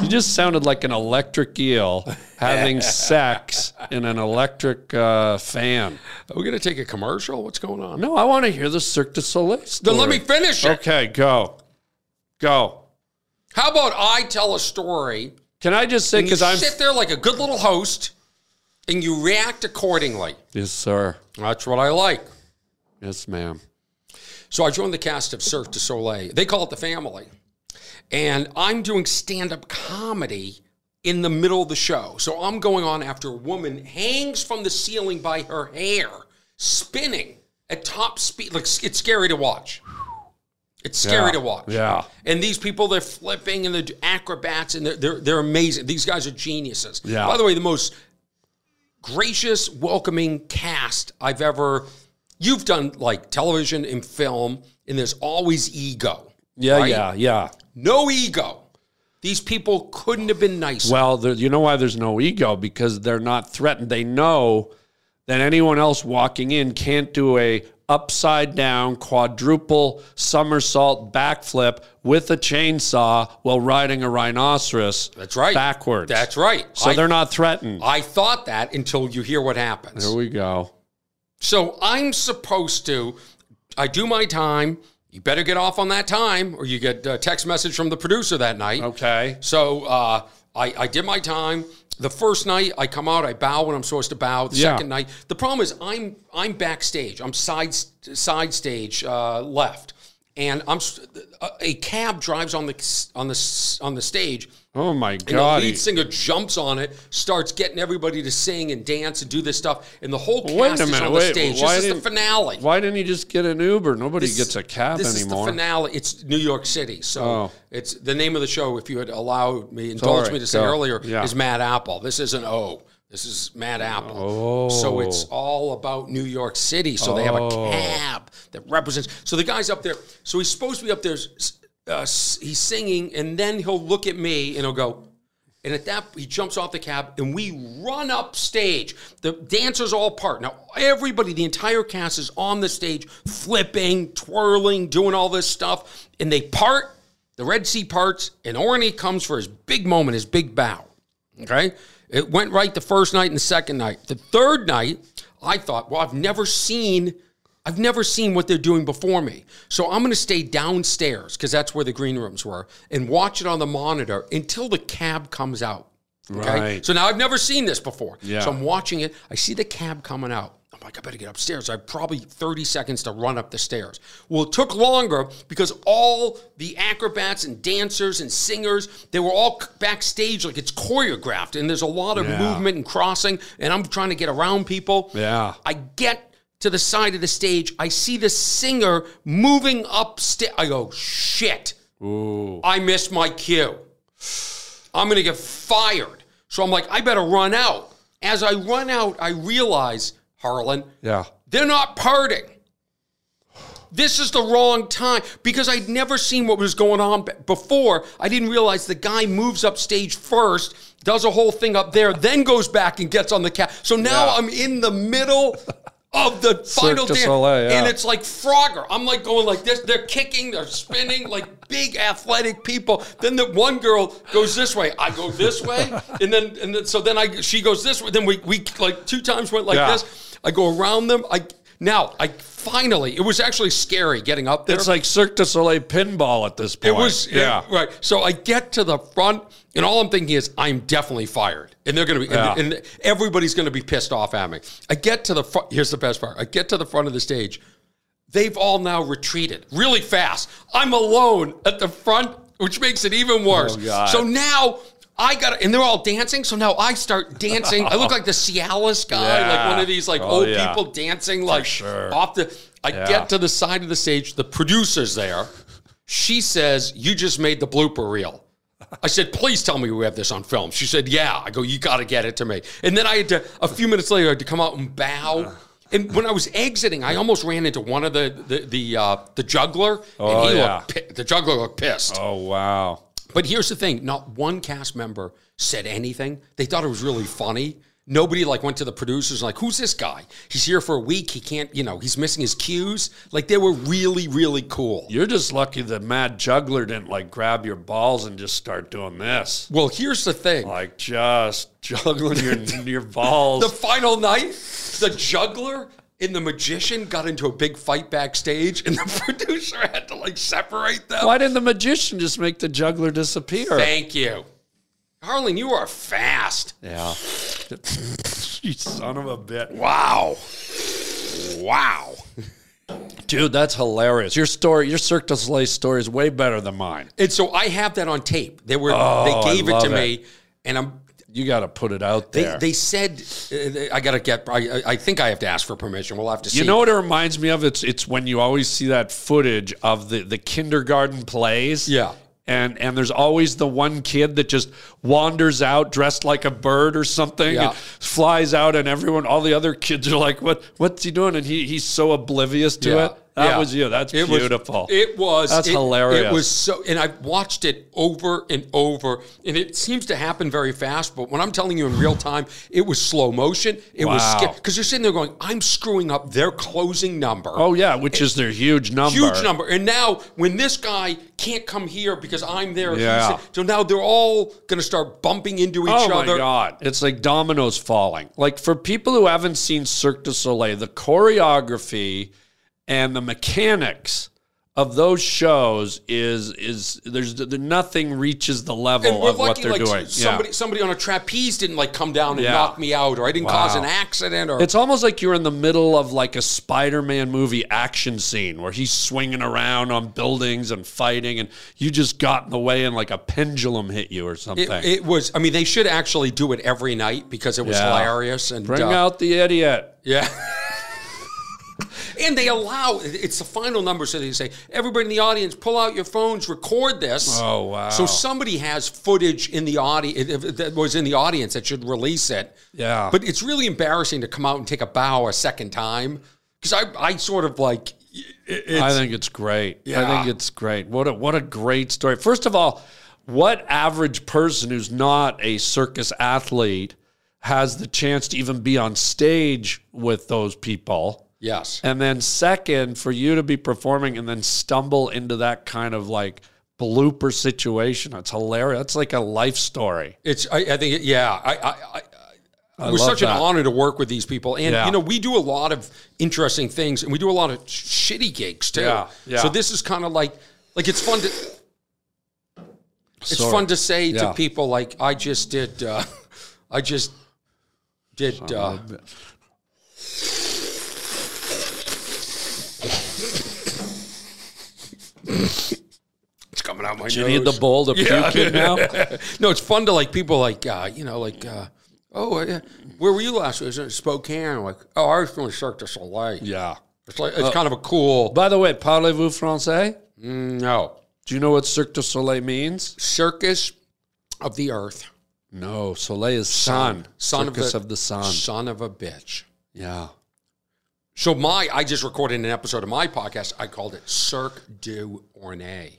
[SPEAKER 1] You just sounded like an electric eel having sex in an electric uh, fan.
[SPEAKER 2] Are we gonna take a commercial? What's going on?
[SPEAKER 1] No, I want to hear the Cirque du Soleil story.
[SPEAKER 2] Then let me finish it.
[SPEAKER 1] Okay, go. Go.
[SPEAKER 2] How about I tell a story?
[SPEAKER 1] Can I just say,
[SPEAKER 2] and You
[SPEAKER 1] because I'm.
[SPEAKER 2] sit there like a good little host, and you react accordingly.
[SPEAKER 1] Yes, sir.
[SPEAKER 2] That's what I like.
[SPEAKER 1] Yes, ma'am.
[SPEAKER 2] So I joined the cast of Cirque du Soleil. They call it the family. And I'm doing stand up comedy in the middle of the show. So I'm going on after a woman hangs from the ceiling by her hair, spinning at top speed. Like, it's scary to watch. It's scary to watch.
[SPEAKER 1] Yeah.
[SPEAKER 2] And these people, they're flipping and they're acrobats and they're, they're, they're amazing. These guys are geniuses.
[SPEAKER 1] Yeah.
[SPEAKER 2] By the way, the most gracious, welcoming cast I've ever. You've done like television and film, and there's always ego.
[SPEAKER 1] Yeah,
[SPEAKER 2] right?
[SPEAKER 1] yeah, yeah.
[SPEAKER 2] No ego. These people couldn't have been nicer.
[SPEAKER 1] Well, there, you know why there's no ego? Because they're not threatened. They know that anyone else walking in can't do a upside down quadruple somersault backflip with a chainsaw while riding a rhinoceros.
[SPEAKER 2] That's right.
[SPEAKER 1] Backwards.
[SPEAKER 2] That's right.
[SPEAKER 1] So
[SPEAKER 2] I-
[SPEAKER 1] they're not threatened.
[SPEAKER 2] I thought that until you hear what happens.
[SPEAKER 1] There we go.
[SPEAKER 2] So I'm supposed to, I do my time. You better get off on that time, or you get a text message from the producer that night.
[SPEAKER 1] Okay.
[SPEAKER 2] So uh, I, I did my time. The first night I come out, I bow when I'm supposed to bow. The
[SPEAKER 1] Yeah.
[SPEAKER 2] second night, the problem is I'm I'm backstage. I'm side side stage uh, left, and I'm s- a, a cab drives on the s- on the s- on the stage.
[SPEAKER 1] Oh my
[SPEAKER 2] And
[SPEAKER 1] god.
[SPEAKER 2] the lead singer jumps on it, starts getting everybody to sing and dance and do this stuff, and the whole cast
[SPEAKER 1] Wait a
[SPEAKER 2] is
[SPEAKER 1] minute,
[SPEAKER 2] on
[SPEAKER 1] wait,
[SPEAKER 2] the stage.
[SPEAKER 1] why
[SPEAKER 2] This is the
[SPEAKER 1] didn't-
[SPEAKER 2] finale.
[SPEAKER 1] Why didn't he just get an Uber? Nobody
[SPEAKER 2] This-
[SPEAKER 1] gets a cab
[SPEAKER 2] this
[SPEAKER 1] anymore.
[SPEAKER 2] is the finale. It's New York City, so
[SPEAKER 1] Oh.
[SPEAKER 2] it's the name of the show. If you had allowed me, indulged
[SPEAKER 1] Sorry,
[SPEAKER 2] me to say
[SPEAKER 1] go.
[SPEAKER 2] earlier,
[SPEAKER 1] Yeah.
[SPEAKER 2] is Mad Apple. This isn't O. This is Mad Apple.
[SPEAKER 1] Oh.
[SPEAKER 2] So it's all about New York City. So they have a cab that represents. So the guy's up there. So he's supposed to be up there. s- Uh, s- he's singing, and then he'll look at me and he'll go. And at that, he jumps off the cab, and we run up stage. The dancers all part. Now, everybody, the entire cast is on the stage, flipping, twirling, doing all this stuff. And they part, the Red Sea parts, and Orny comes for his big moment, his big bow. Okay? It went right the first night and the second night. The third night, I thought, well, I've never seen. I've never seen what they're doing before me. So I'm going to stay downstairs because that's where the green rooms were and watch it on the monitor until the cab comes out. Okay.
[SPEAKER 1] Right.
[SPEAKER 2] So now I've never seen this before.
[SPEAKER 1] Yeah.
[SPEAKER 2] So I'm watching it. I see the cab coming out. I'm like, I better get upstairs. I have probably 30 seconds to run up the stairs. Well, it took longer because all the acrobats and dancers and singers, they were all c- backstage, like it's choreographed, and there's a lot of
[SPEAKER 1] Yeah.
[SPEAKER 2] movement and crossing, and I'm trying to get around people.
[SPEAKER 1] Yeah.
[SPEAKER 2] I get to the side of the stage. I see the singer moving upstairs. I go, shit. I missed my cue. I'm going to get fired. So I'm like, I better run out. As I run out, I realize, Harlan,
[SPEAKER 1] yeah.
[SPEAKER 2] they're not parting. This is the wrong time because I'd never seen what was going on be- before. I didn't realize the guy moves up stage first, does a whole thing up there, then goes back and gets on the cat. So now
[SPEAKER 1] Yeah.
[SPEAKER 2] I'm in the middle of the final
[SPEAKER 1] du
[SPEAKER 2] dance,
[SPEAKER 1] Soleil, yeah.
[SPEAKER 2] and it's like Frogger. I'm like going like this. They're kicking, they're spinning like big athletic people. Then the one girl goes this way, I go this way, and then and then, so then I she goes this way. Then we we like two times went like
[SPEAKER 1] Yeah.
[SPEAKER 2] this. I go around them. I now I finally it was actually scary getting up there.
[SPEAKER 1] It's like Cirque du Soleil pinball at this
[SPEAKER 2] it
[SPEAKER 1] point.
[SPEAKER 2] was
[SPEAKER 1] yeah.
[SPEAKER 2] right. So I get to the front, and all I'm thinking is I'm definitely fired, and they're going to be
[SPEAKER 1] Yeah.
[SPEAKER 2] and, and everybody's going to be pissed off at me. I get to the front. Here's the best part. I get to the front of the stage. They've all now retreated really fast. I'm alone at the front, which makes it even worse.
[SPEAKER 1] Oh, God.
[SPEAKER 2] So now. I got and they're all dancing, so now I start dancing. I look like the Cialis guy, like
[SPEAKER 1] Yeah.
[SPEAKER 2] one of these like
[SPEAKER 1] Oh,
[SPEAKER 2] old
[SPEAKER 1] yeah.
[SPEAKER 2] people dancing, like
[SPEAKER 1] sure.
[SPEAKER 2] off the. I
[SPEAKER 1] Yeah.
[SPEAKER 2] get to the side of the stage. The producer's there. She says, You just made the blooper reel. I said, Please tell me we have this on film. She said, Yeah. I go, You got to get it to me. And then I had to, a few minutes later, I had to come out and bow. And when I was exiting, I almost ran into one of the the the, uh, the juggler, and
[SPEAKER 1] Oh,
[SPEAKER 2] he
[SPEAKER 1] yeah.
[SPEAKER 2] looked pi- the juggler looked pissed.
[SPEAKER 1] Oh wow.
[SPEAKER 2] But here's the thing: not one cast member said anything. They thought it was really funny. Nobody like went to the producers like, "Who's this guy? He's here for a week. He can't, you know, he's missing his cues." Like they were really, really cool.
[SPEAKER 1] You're just lucky the mad juggler didn't like grab your balls and just start doing this.
[SPEAKER 2] Well, here's the thing:
[SPEAKER 1] Like just juggling your your balls.
[SPEAKER 2] the final night, the juggler and the magician got into a big fight backstage, and the producer had to like separate them.
[SPEAKER 1] Why didn't the magician just make the juggler disappear?
[SPEAKER 2] Thank you, Harlan. You are fast.
[SPEAKER 1] yeah. you son of a bitch.
[SPEAKER 2] Wow, wow.
[SPEAKER 1] Dude, that's hilarious. Your story, your Cirque du Soleil story is way better than mine.
[SPEAKER 2] And so I have that on tape. They were
[SPEAKER 1] Oh,
[SPEAKER 2] they gave
[SPEAKER 1] I
[SPEAKER 2] it to
[SPEAKER 1] love
[SPEAKER 2] me, and I'm
[SPEAKER 1] You got to put it out
[SPEAKER 2] they,
[SPEAKER 1] there.
[SPEAKER 2] they said uh, they- I gotta get. I, I- I think I have to ask for permission. We'll have to see.
[SPEAKER 1] You know what it reminds me of? It's it's when you always see that footage of the the kindergarten plays.
[SPEAKER 2] Yeah.
[SPEAKER 1] And and there's always the one kid that just wanders out dressed like a bird or something
[SPEAKER 2] Yeah.
[SPEAKER 1] and flies out and everyone all the other kids are like, What what's he doing? And he he's so oblivious to
[SPEAKER 2] Yeah.
[SPEAKER 1] it. That
[SPEAKER 2] Yeah.
[SPEAKER 1] was you. That's
[SPEAKER 2] It was-
[SPEAKER 1] beautiful.
[SPEAKER 2] it was.
[SPEAKER 1] That's
[SPEAKER 2] it-
[SPEAKER 1] hilarious.
[SPEAKER 2] It was so, and I've watched it over and over, and it seems to happen very fast. But when I'm telling you in real time, it was slow motion. It
[SPEAKER 1] Wow.
[SPEAKER 2] was because you're sitting there going, "I'm screwing up their closing number."
[SPEAKER 1] oh yeah, which is their huge number.
[SPEAKER 2] Huge number. And now when this guy can't come here because I'm there, he's
[SPEAKER 1] Yeah.
[SPEAKER 2] there. so now they're all going to start bumping into each
[SPEAKER 1] Oh my
[SPEAKER 2] other.
[SPEAKER 1] god, it's like dominoes falling. Like for people who haven't seen Cirque du Soleil, the choreography and the mechanics of those shows is is there's the, nothing reaches the level
[SPEAKER 2] And we're
[SPEAKER 1] of what
[SPEAKER 2] lucky,
[SPEAKER 1] they're
[SPEAKER 2] like
[SPEAKER 1] doing.
[SPEAKER 2] somebody, somebody on a trapeze didn't like come down and
[SPEAKER 1] Yeah.
[SPEAKER 2] knock me out, or I didn't cause
[SPEAKER 1] Wow.
[SPEAKER 2] an accident, or
[SPEAKER 1] It's almost like you're in the middle of like a Spider-Man movie action scene where he's swinging around on buildings and fighting, and you just got in the way and like a pendulum hit you or something.
[SPEAKER 2] It, it was. I mean, they should actually do it every night because it was
[SPEAKER 1] Yeah.
[SPEAKER 2] hilarious. And
[SPEAKER 1] Bring
[SPEAKER 2] uh,
[SPEAKER 1] out the idiot.
[SPEAKER 2] yeah. and they allow. It's the final number, so they say, "Everybody in the audience, pull out your phones, record this."
[SPEAKER 1] Oh, wow.
[SPEAKER 2] So somebody has footage in the audience that was in the audience that should release it.
[SPEAKER 1] Yeah.
[SPEAKER 2] But it's really embarrassing to come out and take a bow a second time because I, I sort of like. it- it's-
[SPEAKER 1] I think it's great. I
[SPEAKER 2] Yeah.
[SPEAKER 1] think it's great. What a what a great story. First of all, what average person who's not a circus athlete has the chance to even be on stage with those people?
[SPEAKER 2] yes.
[SPEAKER 1] And then second, for you to be performing and then stumble into that kind of like blooper situation. That's hilarious. That's like a life story.
[SPEAKER 2] It's. I, I think. It, yeah. I. I, I
[SPEAKER 1] I
[SPEAKER 2] it was
[SPEAKER 1] love
[SPEAKER 2] such
[SPEAKER 1] that.
[SPEAKER 2] an honor to work with these people, and
[SPEAKER 1] Yeah.
[SPEAKER 2] you know we do a lot of interesting things, and we do a lot of sh- shitty gigs too.
[SPEAKER 1] Yeah, yeah.
[SPEAKER 2] So this is kind of like, like it's fun to, it's fun to say
[SPEAKER 1] Yeah.
[SPEAKER 2] to people like I just did, uh, I just did. Uh, it's coming out my
[SPEAKER 1] You
[SPEAKER 2] nose.
[SPEAKER 1] need the bowl to
[SPEAKER 2] Yeah.
[SPEAKER 1] puke in now?
[SPEAKER 2] no, it's fun to like people like uh, you know like uh, oh uh, where were you last week? I was in Spokane. I'm like oh, I was from Cirque du Soleil.
[SPEAKER 1] yeah. Uh,
[SPEAKER 2] It's like it's kind of a cool
[SPEAKER 1] By the way, parlez-vous français?
[SPEAKER 2] Mm, no
[SPEAKER 1] Do you know what Cirque du Soleil means?
[SPEAKER 2] circus of the earth,
[SPEAKER 1] No, Soleil is sun.
[SPEAKER 2] Son of
[SPEAKER 1] Circus
[SPEAKER 2] the-
[SPEAKER 1] of the sun.
[SPEAKER 2] son of a bitch.
[SPEAKER 1] Yeah.
[SPEAKER 2] So my I just recorded an episode of my podcast. I called it Cirque du Ornay.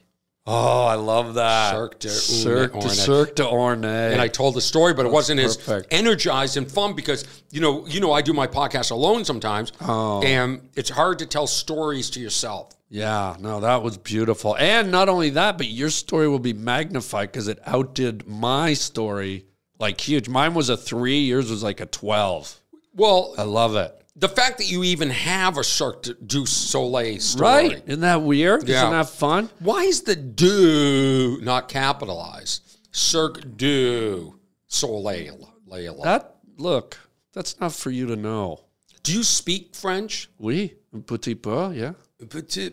[SPEAKER 1] Oh, I love that.
[SPEAKER 2] Cirque du
[SPEAKER 1] Cirque du
[SPEAKER 2] Ornay.
[SPEAKER 1] Cirque du Ornay.
[SPEAKER 2] and I told the story, but it wasn't
[SPEAKER 1] perfect.
[SPEAKER 2] as energized and fun because you know, you know, I do my podcast alone sometimes,
[SPEAKER 1] Oh.
[SPEAKER 2] and it's hard to tell stories to yourself.
[SPEAKER 1] yeah, no, that was beautiful. And not only that, but your story will be magnified because it outdid my story like huge. Mine was a three, yours was like a 12.
[SPEAKER 2] Well,
[SPEAKER 1] I love it.
[SPEAKER 2] the fact that you even have a Cirque du Soleil story,
[SPEAKER 1] Right. Isn't that weird?
[SPEAKER 2] Yeah.
[SPEAKER 1] Isn't that fun?
[SPEAKER 2] Why is the "du" not capitalized? Cirque du Soleil. Leila.
[SPEAKER 1] That, look, that's not for you to know.
[SPEAKER 2] Do you speak French?
[SPEAKER 1] Oui, un petit peu, yeah.
[SPEAKER 2] Petit-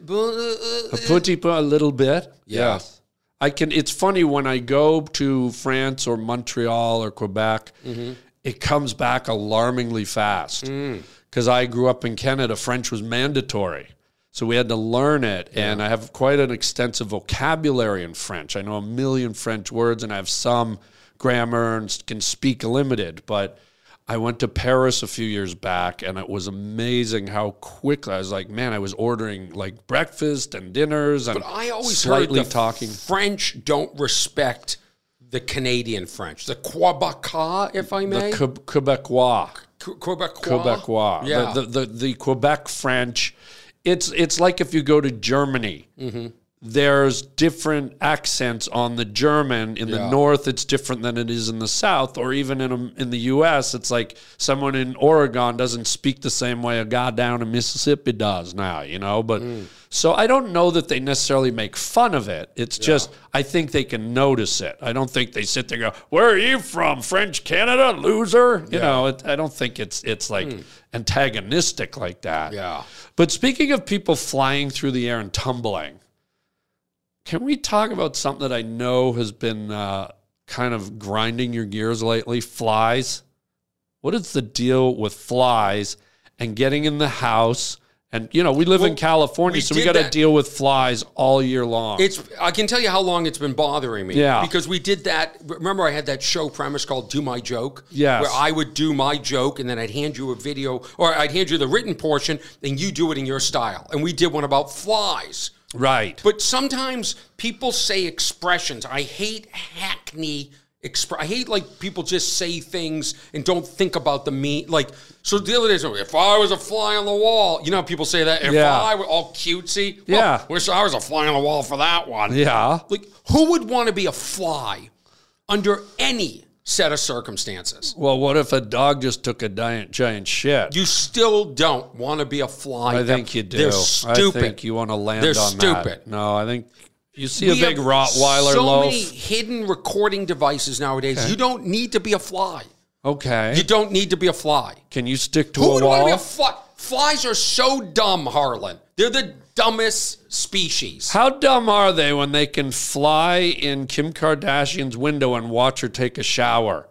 [SPEAKER 1] A petit peu, a little bit.
[SPEAKER 2] uh, Yeah.
[SPEAKER 1] Yes. I can. It's funny when I go to France or Montreal or Quebec,
[SPEAKER 2] Mm-hmm.
[SPEAKER 1] it comes back alarmingly fast.
[SPEAKER 2] Mm.
[SPEAKER 1] Because I grew up in Canada, French was mandatory. So we had to learn it. And I have quite an extensive vocabulary in French. I know a million French words and I have some grammar and s- can speak limited. But I went to Paris a few years back and it was amazing how quickly I was like, man, I was ordering like breakfast and dinners. And
[SPEAKER 2] But I always
[SPEAKER 1] slightly
[SPEAKER 2] heard the
[SPEAKER 1] talking.
[SPEAKER 2] French don't respect the Canadian French, the Quebecois, if I may,
[SPEAKER 1] The Que- Quebecois.
[SPEAKER 2] Que- Quebecois.
[SPEAKER 1] Quebecois.
[SPEAKER 2] Yeah.
[SPEAKER 1] The, the, the, the Quebec French. It's, it's like if you go to Germany. There's different accents on the German. In the
[SPEAKER 2] Yeah.
[SPEAKER 1] North, it's different than it is in the South, or even in, um, in the US. It's like someone in Oregon doesn't speak the same way a guy down in Mississippi does now, you know? But
[SPEAKER 2] Mm.
[SPEAKER 1] so I don't know that they necessarily make fun of it. It's just, I think they can notice it. I don't think they sit there and go, Where are you from? French Canada, loser? You know, it, I don't think it's, it's like antagonistic like that.
[SPEAKER 2] Hmm. yeah.
[SPEAKER 1] But speaking of people flying through the air and tumbling, can we talk about something that I know has been uh, kind of grinding your gears lately? Flies. What is the deal with flies and getting in the house And you know, we live
[SPEAKER 2] Well,
[SPEAKER 1] in California,
[SPEAKER 2] we
[SPEAKER 1] so we
[SPEAKER 2] did
[SPEAKER 1] got to
[SPEAKER 2] that.
[SPEAKER 1] deal with flies all year long.
[SPEAKER 2] It's. I can tell you how long it's been bothering me.
[SPEAKER 1] Yeah.
[SPEAKER 2] Because we did that. Remember, I had that show premise called "Do My Joke."
[SPEAKER 1] Yes.
[SPEAKER 2] Where I would do my joke, and then I'd hand you a video, or I'd hand you the written portion, and you do it in your style. And we did one about flies.
[SPEAKER 1] right.
[SPEAKER 2] But sometimes people say expressions. I hate hackney. Exp- I hate like people just say things and don't think about the mean. Like so, the other day, so, if I was a fly on the wall, you know, how people say that. If
[SPEAKER 1] Yeah.
[SPEAKER 2] I were all cutesy, well,
[SPEAKER 1] Yeah.
[SPEAKER 2] Wish I was a fly on the wall for that one.
[SPEAKER 1] yeah.
[SPEAKER 2] Like, who would want to be a fly under any set of circumstances?
[SPEAKER 1] Well, what if a dog just took a giant, giant shit?
[SPEAKER 2] You still don't want to be a fly.
[SPEAKER 1] I think you do.
[SPEAKER 2] They're stupid.
[SPEAKER 1] I think you want to land
[SPEAKER 2] They're
[SPEAKER 1] on that.
[SPEAKER 2] stupid.
[SPEAKER 1] No, I think you see a
[SPEAKER 2] We
[SPEAKER 1] big
[SPEAKER 2] have
[SPEAKER 1] Rottweiler
[SPEAKER 2] so
[SPEAKER 1] loaf.
[SPEAKER 2] many hidden recording devices nowadays. You don't need to be a fly.
[SPEAKER 1] Okay.
[SPEAKER 2] You don't need to be a fly.
[SPEAKER 1] Can you stick to
[SPEAKER 2] Who
[SPEAKER 1] a
[SPEAKER 2] would want
[SPEAKER 1] wall?
[SPEAKER 2] to be a fly? Flies are so dumb, Harlan. They're the dumbest species.
[SPEAKER 1] How dumb are they when they can fly in Kim Kardashian's window and watch her take a shower?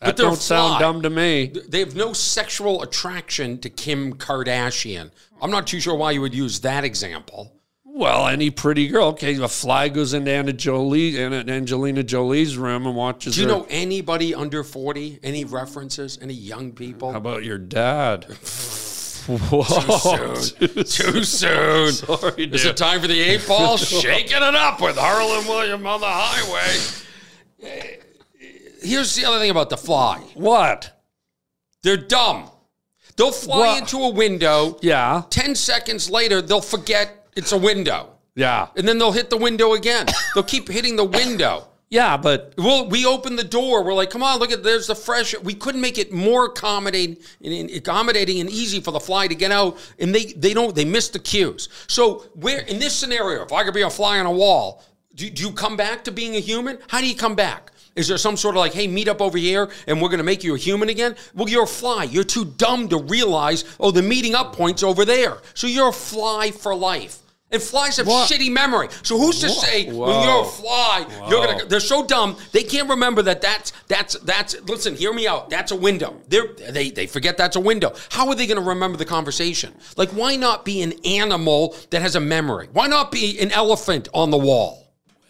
[SPEAKER 1] That
[SPEAKER 2] But they're
[SPEAKER 1] don't sound
[SPEAKER 2] fly.
[SPEAKER 1] dumb to me.
[SPEAKER 2] They have no sexual attraction to Kim Kardashian. I'm not too sure why you would use that example.
[SPEAKER 1] Well, any pretty girl. Okay, a fly goes into Anna Jolie, Anna- Angelina Jolie's room and watches
[SPEAKER 2] Do you
[SPEAKER 1] her.
[SPEAKER 2] know anybody under 40? Any references? Any young people?
[SPEAKER 1] How about your dad? Whoa.
[SPEAKER 2] Too soon.
[SPEAKER 1] Sorry,
[SPEAKER 2] Is it
[SPEAKER 1] dude.
[SPEAKER 2] time for the eight ball? Shaking it up with Harlan William on the highway. Here's the other thing about the fly.
[SPEAKER 1] What?
[SPEAKER 2] They're dumb. They'll fly
[SPEAKER 1] Well-
[SPEAKER 2] into a window.
[SPEAKER 1] Yeah.
[SPEAKER 2] Ten seconds later, they'll forget it's a window,
[SPEAKER 1] Yeah.
[SPEAKER 2] and then they'll hit the window again. they'll keep hitting the window.
[SPEAKER 1] Yeah, but
[SPEAKER 2] Well, we opened the door. We're like, come on, look at there's the fresh. We couldn't make it more accommodating, and accommodating and easy for the fly to get out, and they they don't they miss the cues. So where in this scenario, if I could be a fly on a wall, do, do you come back to being a human? How do you come back? Is there some sort of like, hey, meet up over here, and we're gonna make you a human again? Well, you're a fly. You're too dumb to realize. Oh, the meeting up point's over there. So you're a fly for life. And flies have
[SPEAKER 1] What?
[SPEAKER 2] shitty memory. So who's to say when
[SPEAKER 1] Whoa.
[SPEAKER 2] you're a fly, you're gonna? They're so dumb they can't remember that. That's that's that's. Listen, hear me out. That's a window. They're, they they forget that's a window. How are they gonna remember the conversation? Like, why not be an animal that has a memory? Why not be an elephant on the wall?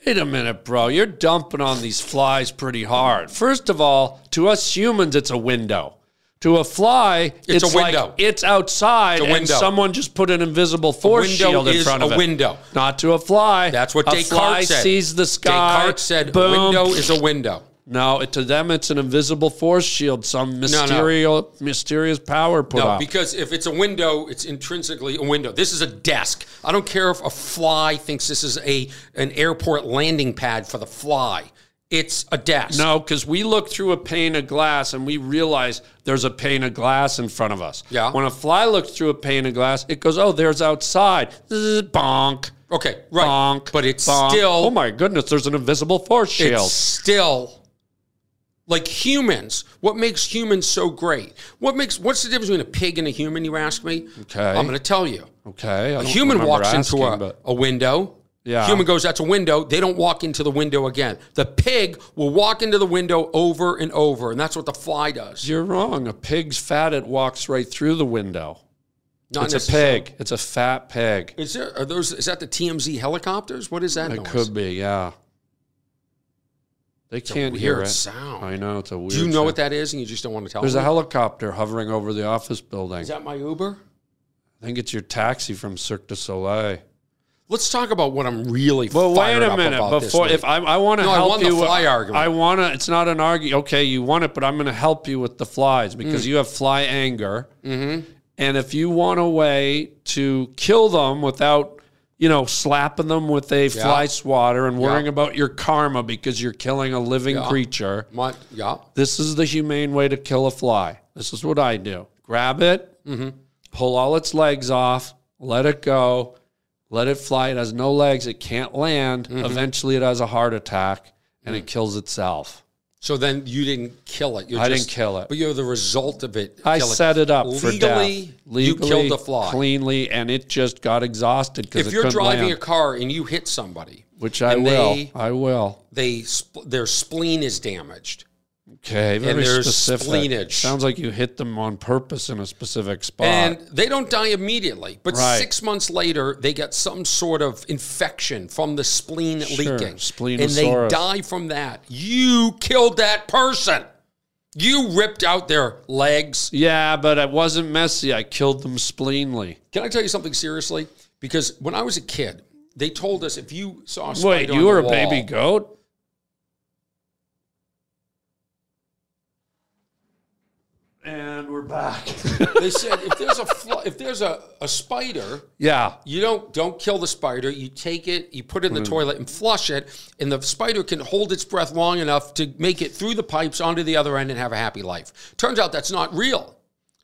[SPEAKER 1] wait a minute, bro. You're dumping on these flies pretty hard. First of all, to us humans, it's a window. To a fly, it's,
[SPEAKER 2] It's a
[SPEAKER 1] like
[SPEAKER 2] window.
[SPEAKER 1] it's outside,
[SPEAKER 2] It's a
[SPEAKER 1] and
[SPEAKER 2] window.
[SPEAKER 1] someone just put an invisible force
[SPEAKER 2] window
[SPEAKER 1] shield in
[SPEAKER 2] is
[SPEAKER 1] front
[SPEAKER 2] a
[SPEAKER 1] of it.
[SPEAKER 2] window.
[SPEAKER 1] Not to a fly.
[SPEAKER 2] That's what
[SPEAKER 1] a
[SPEAKER 2] Descartes
[SPEAKER 1] fly
[SPEAKER 2] said.
[SPEAKER 1] sees the sky.
[SPEAKER 2] Descartes said,
[SPEAKER 1] boom.
[SPEAKER 2] "Window is a window."
[SPEAKER 1] No, it, to them it's an invisible force shield. Some
[SPEAKER 2] no.
[SPEAKER 1] mysterious, mysterious power put
[SPEAKER 2] No,
[SPEAKER 1] up.
[SPEAKER 2] because if it's a window, it's intrinsically a window. This is a desk. I don't care if a fly thinks this is a an airport landing pad for the fly. It's a desk.
[SPEAKER 1] No, because we look through a pane of glass and we realize there's a pane of glass in front of us.
[SPEAKER 2] Yeah.
[SPEAKER 1] When a fly looks through a pane of glass, it goes, "Oh, there's outside." Zzz, Bonk.
[SPEAKER 2] Okay, right.
[SPEAKER 1] Bonk.
[SPEAKER 2] But it's
[SPEAKER 1] bonk.
[SPEAKER 2] still
[SPEAKER 1] Oh my goodness! There's an invisible force shield.
[SPEAKER 2] It's still like humans. What makes humans so great? What makes what's the difference between a pig and a human? You ask me.
[SPEAKER 1] Okay.
[SPEAKER 2] I'm going to tell you.
[SPEAKER 1] okay. I
[SPEAKER 2] A
[SPEAKER 1] don't
[SPEAKER 2] human
[SPEAKER 1] remember
[SPEAKER 2] walks
[SPEAKER 1] asking,
[SPEAKER 2] into a,
[SPEAKER 1] but-
[SPEAKER 2] a window.
[SPEAKER 1] Yeah.
[SPEAKER 2] Human goes, that's a window. They don't walk into the window again. The pig will walk into the window over and over, and that's what the fly does.
[SPEAKER 1] You're wrong. A pig's fat. It walks right through the window.
[SPEAKER 2] Not
[SPEAKER 1] it's a
[SPEAKER 2] necessarily-
[SPEAKER 1] pig. It's a fat pig.
[SPEAKER 2] Is there are those? Is that the TMZ helicopters? What is that?
[SPEAKER 1] It
[SPEAKER 2] noise?
[SPEAKER 1] could be. Yeah. They
[SPEAKER 2] a
[SPEAKER 1] can't hear
[SPEAKER 2] weird
[SPEAKER 1] it.
[SPEAKER 2] sound.
[SPEAKER 1] I know it's a weird.
[SPEAKER 2] Do you know
[SPEAKER 1] sound.
[SPEAKER 2] what that is, and you just don't want to tell
[SPEAKER 1] There's
[SPEAKER 2] me?
[SPEAKER 1] a helicopter hovering over the office building.
[SPEAKER 2] is that my Uber?
[SPEAKER 1] I think it's your taxi from Cirque du Soleil.
[SPEAKER 2] Let's talk about what I'm really.
[SPEAKER 1] Well,
[SPEAKER 2] fired
[SPEAKER 1] wait a
[SPEAKER 2] up
[SPEAKER 1] minute.
[SPEAKER 2] about this
[SPEAKER 1] Before,
[SPEAKER 2] week.
[SPEAKER 1] if I, I want to
[SPEAKER 2] No, I
[SPEAKER 1] help
[SPEAKER 2] won the
[SPEAKER 1] you, with-
[SPEAKER 2] fly argument.
[SPEAKER 1] I want to. It's not an argument. Okay, you won it, but I'm going to help you with the flies because you have fly anger, Hmm. mm-hmm. and if you want a way to kill them without, you know, slapping them with a fly swatter and worrying about your karma because you're killing a living creature,
[SPEAKER 2] My, yeah.
[SPEAKER 1] this is the humane way to kill a fly. This is what I do grab it,
[SPEAKER 2] Mm-hmm.
[SPEAKER 1] pull all its legs off, let it go, let it fly. It has no legs, it can't land.
[SPEAKER 2] Mm-hmm.
[SPEAKER 1] Eventually, it has a heart attack and
[SPEAKER 2] Mm.
[SPEAKER 1] it kills itself.
[SPEAKER 2] So then you didn't kill it. You're
[SPEAKER 1] I
[SPEAKER 2] just-
[SPEAKER 1] didn't kill it.
[SPEAKER 2] But you're the result of it.
[SPEAKER 1] I
[SPEAKER 2] killing.
[SPEAKER 1] set it up for
[SPEAKER 2] legally.
[SPEAKER 1] death.
[SPEAKER 2] you killed the fly.
[SPEAKER 1] cleanly, and it just got exhausted because
[SPEAKER 2] If you're driving a car and you hit somebody,
[SPEAKER 1] which I
[SPEAKER 2] and
[SPEAKER 1] will,
[SPEAKER 2] they-
[SPEAKER 1] I will.
[SPEAKER 2] they sp- their spleen is damaged.
[SPEAKER 1] Okay, very
[SPEAKER 2] there's
[SPEAKER 1] specific.
[SPEAKER 2] spleenage.
[SPEAKER 1] Sounds like you hit them on purpose in a specific spot.
[SPEAKER 2] And they don't die immediately, but
[SPEAKER 1] Right.
[SPEAKER 2] six months later, they get some sort of infection from the spleen leaking. And they
[SPEAKER 1] splenosaurus.
[SPEAKER 2] die from that. You killed that person. You ripped out their legs.
[SPEAKER 1] yeah, but it wasn't messy. I killed them spleenly.
[SPEAKER 2] Can I tell you something seriously? Because when I was a kid, they told us if you saw a
[SPEAKER 1] Wait,
[SPEAKER 2] spider on
[SPEAKER 1] you were a
[SPEAKER 2] the wall-
[SPEAKER 1] baby goat? And we're back.
[SPEAKER 2] They said if there's a fl- if there's a, a spider,
[SPEAKER 1] yeah.
[SPEAKER 2] you don't don't kill the spider. You take it, you put it
[SPEAKER 1] Hmm.
[SPEAKER 2] in the toilet, and flush it. And the spider can hold its breath long enough to make it through the pipes onto the other end and have a happy life. Turns out that's not real,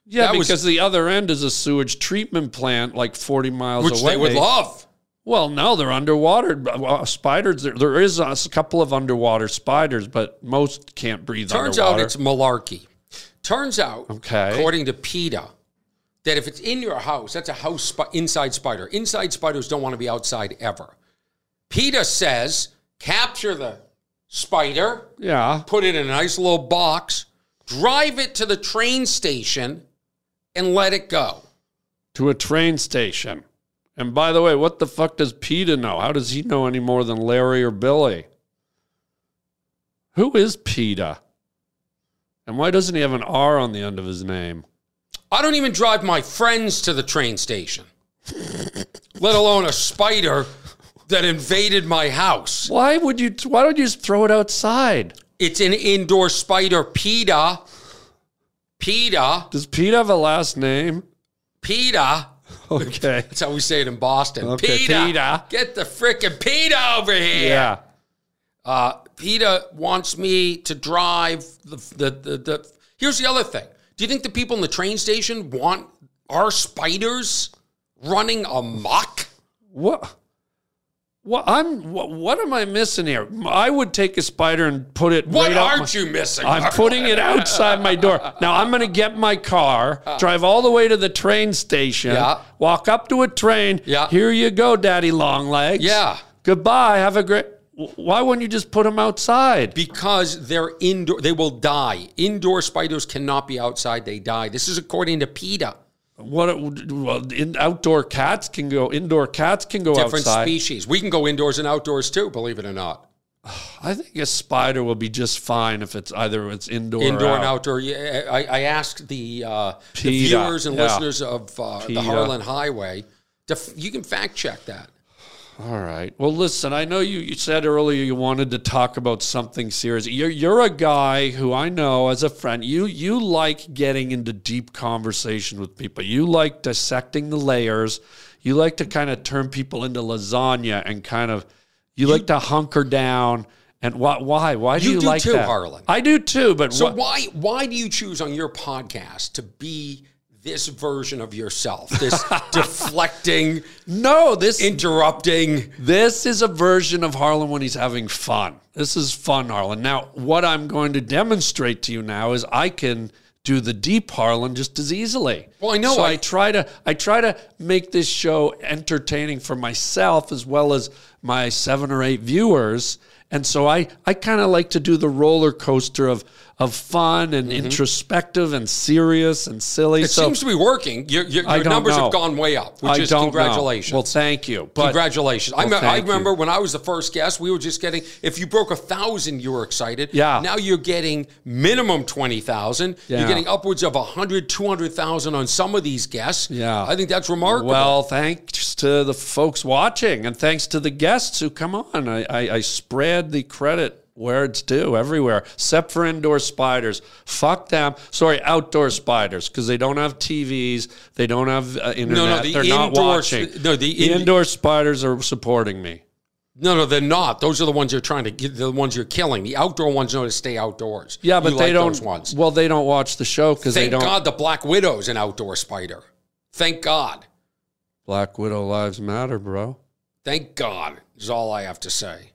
[SPEAKER 1] Yeah,
[SPEAKER 2] That was-
[SPEAKER 1] because the other end is a sewage treatment plant like 40 miles
[SPEAKER 2] which
[SPEAKER 1] away.
[SPEAKER 2] they would love.
[SPEAKER 1] Well, no, they're underwater. Well, Spiders, there, there is a couple of underwater spiders, but most can't breathe
[SPEAKER 2] Turns
[SPEAKER 1] underwater.
[SPEAKER 2] out it's malarkey. Turns out,
[SPEAKER 1] Okay.
[SPEAKER 2] according to PETA, that if it's in your house, that's a house spi- inside spider. Inside spiders don't want to be outside ever. PETA says capture the spider,
[SPEAKER 1] yeah.
[SPEAKER 2] put it in a nice little box, drive it to the train station, and let it go.
[SPEAKER 1] to a train station. And by the way, what the fuck does PETA know? How does he know any more than Larry or Billy? Who is PETA? And why doesn't he have an R on the end of his name?
[SPEAKER 2] I don't even drive my friends to the train station, let alone a spider that invaded my house.
[SPEAKER 1] Why would you? Why don't you just throw it outside?
[SPEAKER 2] It's an indoor spider, PETA. PETA.
[SPEAKER 1] Does PETA have a last name?
[SPEAKER 2] PETA.
[SPEAKER 1] Okay.
[SPEAKER 2] That's how we say it in Boston.
[SPEAKER 1] Okay,
[SPEAKER 2] PETA.
[SPEAKER 1] PETA.
[SPEAKER 2] Get the frickin' PETA over here.
[SPEAKER 1] Yeah.
[SPEAKER 2] Uh, PETA wants me to drive the, the, the, the. Here's the other thing. Do you think the people in the train station want our spiders running amok?
[SPEAKER 1] What? What I'm? What, what am I missing here? I would take a spider and put it.
[SPEAKER 2] What
[SPEAKER 1] right out my-
[SPEAKER 2] aren't you missing?
[SPEAKER 1] I'm putting it outside my door. Now I'm going to get my car, drive all the way to the train station,
[SPEAKER 2] Yeah.
[SPEAKER 1] walk up to a train.
[SPEAKER 2] Yeah.
[SPEAKER 1] Here you go, Daddy Longlegs.
[SPEAKER 2] Yeah.
[SPEAKER 1] Goodbye. Have a great. Wh- Why wouldn't you just put them outside?
[SPEAKER 2] because they're indoor. They will die. Indoor spiders cannot be outside. They die. This is according to PETA.
[SPEAKER 1] What? It, would- well, in, outdoor cats can go. Indoor cats can go
[SPEAKER 2] Different
[SPEAKER 1] outside.
[SPEAKER 2] species. We can go indoors and outdoors too. Believe it or not.
[SPEAKER 1] I think a spider will be just fine if it's either it's indoor,
[SPEAKER 2] indoor
[SPEAKER 1] or
[SPEAKER 2] and
[SPEAKER 1] out.
[SPEAKER 2] outdoor. Yeah, I, I asked the, uh, the
[SPEAKER 1] PETA,
[SPEAKER 2] viewers and
[SPEAKER 1] yeah.
[SPEAKER 2] listeners of uh, the
[SPEAKER 1] PETA.
[SPEAKER 2] Harlan Highway. To, f- you can fact check that.
[SPEAKER 1] All right. Well, listen, I know you, you said earlier you wanted to talk about something serious. You're, you're a guy who I know as a friend, you, you like getting into deep conversation with people. You like dissecting the layers. You like to kind of turn people into lasagna and kind of, you, like to hunker down. And why? Why, why do
[SPEAKER 2] You
[SPEAKER 1] you,
[SPEAKER 2] do
[SPEAKER 1] like
[SPEAKER 2] too,
[SPEAKER 1] that?
[SPEAKER 2] Harlan.
[SPEAKER 1] I do too, but
[SPEAKER 2] So
[SPEAKER 1] what-
[SPEAKER 2] why why do you choose on your podcast to be this version of yourself? This deflecting,
[SPEAKER 1] no, this
[SPEAKER 2] interrupting.
[SPEAKER 1] This is a version of Harlan when he's having fun. This is fun, Harlan. Now, what I'm going to demonstrate to you now is I can do the deep Harlan just as easily.
[SPEAKER 2] Well, I know
[SPEAKER 1] So I,
[SPEAKER 2] I-
[SPEAKER 1] try to I try to make this show entertaining for myself as well as my seven or eight viewers. And so I, I kind of like to do the roller coaster of of fun and introspective and serious and silly.
[SPEAKER 2] Mm-hmm. It
[SPEAKER 1] so
[SPEAKER 2] seems to be working. Your, your,
[SPEAKER 1] I
[SPEAKER 2] your
[SPEAKER 1] don't
[SPEAKER 2] numbers
[SPEAKER 1] know.
[SPEAKER 2] have gone way up, which
[SPEAKER 1] I
[SPEAKER 2] is
[SPEAKER 1] don't know.
[SPEAKER 2] congratulations.
[SPEAKER 1] Well, thank you. But
[SPEAKER 2] Congratulations! I,
[SPEAKER 1] Well,
[SPEAKER 2] me- I
[SPEAKER 1] thank you.
[SPEAKER 2] remember when I was the first guest, we were just getting. If you broke a thousand, you were excited.
[SPEAKER 1] Yeah.
[SPEAKER 2] Now you're getting minimum twenty thousand.
[SPEAKER 1] Yeah.
[SPEAKER 2] You're getting upwards of 100, 200,000 on some of these guests.
[SPEAKER 1] Yeah.
[SPEAKER 2] I think that's remarkable.
[SPEAKER 1] Well, thanks to the folks watching and thanks to the guests who come on. I, I, I spread the credit where it's due everywhere, except for indoor spiders. Fuck them. Sorry, outdoor spiders because they don't have TVs, they don't have uh, internet,
[SPEAKER 2] the
[SPEAKER 1] they're not
[SPEAKER 2] indoor-
[SPEAKER 1] watching.
[SPEAKER 2] no, the in-
[SPEAKER 1] indoor spiders are supporting me.
[SPEAKER 2] no, no, they're not. Those are the ones you're trying to get. The ones you're killing. The outdoor ones know to stay outdoors.
[SPEAKER 1] Yeah, but
[SPEAKER 2] You
[SPEAKER 1] they
[SPEAKER 2] like
[SPEAKER 1] don't.
[SPEAKER 2] Those ones.
[SPEAKER 1] Well, they don't watch the show because they
[SPEAKER 2] Thank
[SPEAKER 1] don't.
[SPEAKER 2] God the black widow's an outdoor spider. Thank God.
[SPEAKER 1] Black Widow lives matter, bro.
[SPEAKER 2] Thank God is all I have to say.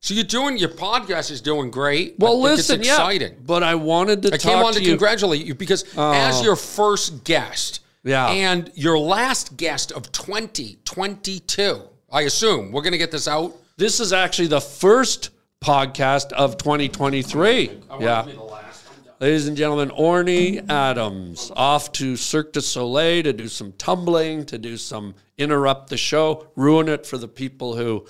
[SPEAKER 2] So you're doing your podcast is doing great. I
[SPEAKER 1] Well,
[SPEAKER 2] think
[SPEAKER 1] listen,
[SPEAKER 2] it's
[SPEAKER 1] yeah,
[SPEAKER 2] exciting.
[SPEAKER 1] but I wanted to
[SPEAKER 2] I
[SPEAKER 1] talk
[SPEAKER 2] came on to,
[SPEAKER 1] to you. Oh.
[SPEAKER 2] congratulate you because as your first guest,
[SPEAKER 1] Yeah.
[SPEAKER 2] and your last guest of 2022, I assume we're going to get this out.
[SPEAKER 1] This is actually the first podcast of 2023. Yeah. Ladies and gentlemen, Orny Adams off to Cirque du Soleil to do some tumbling, to do some interrupt the show, ruin it for the people who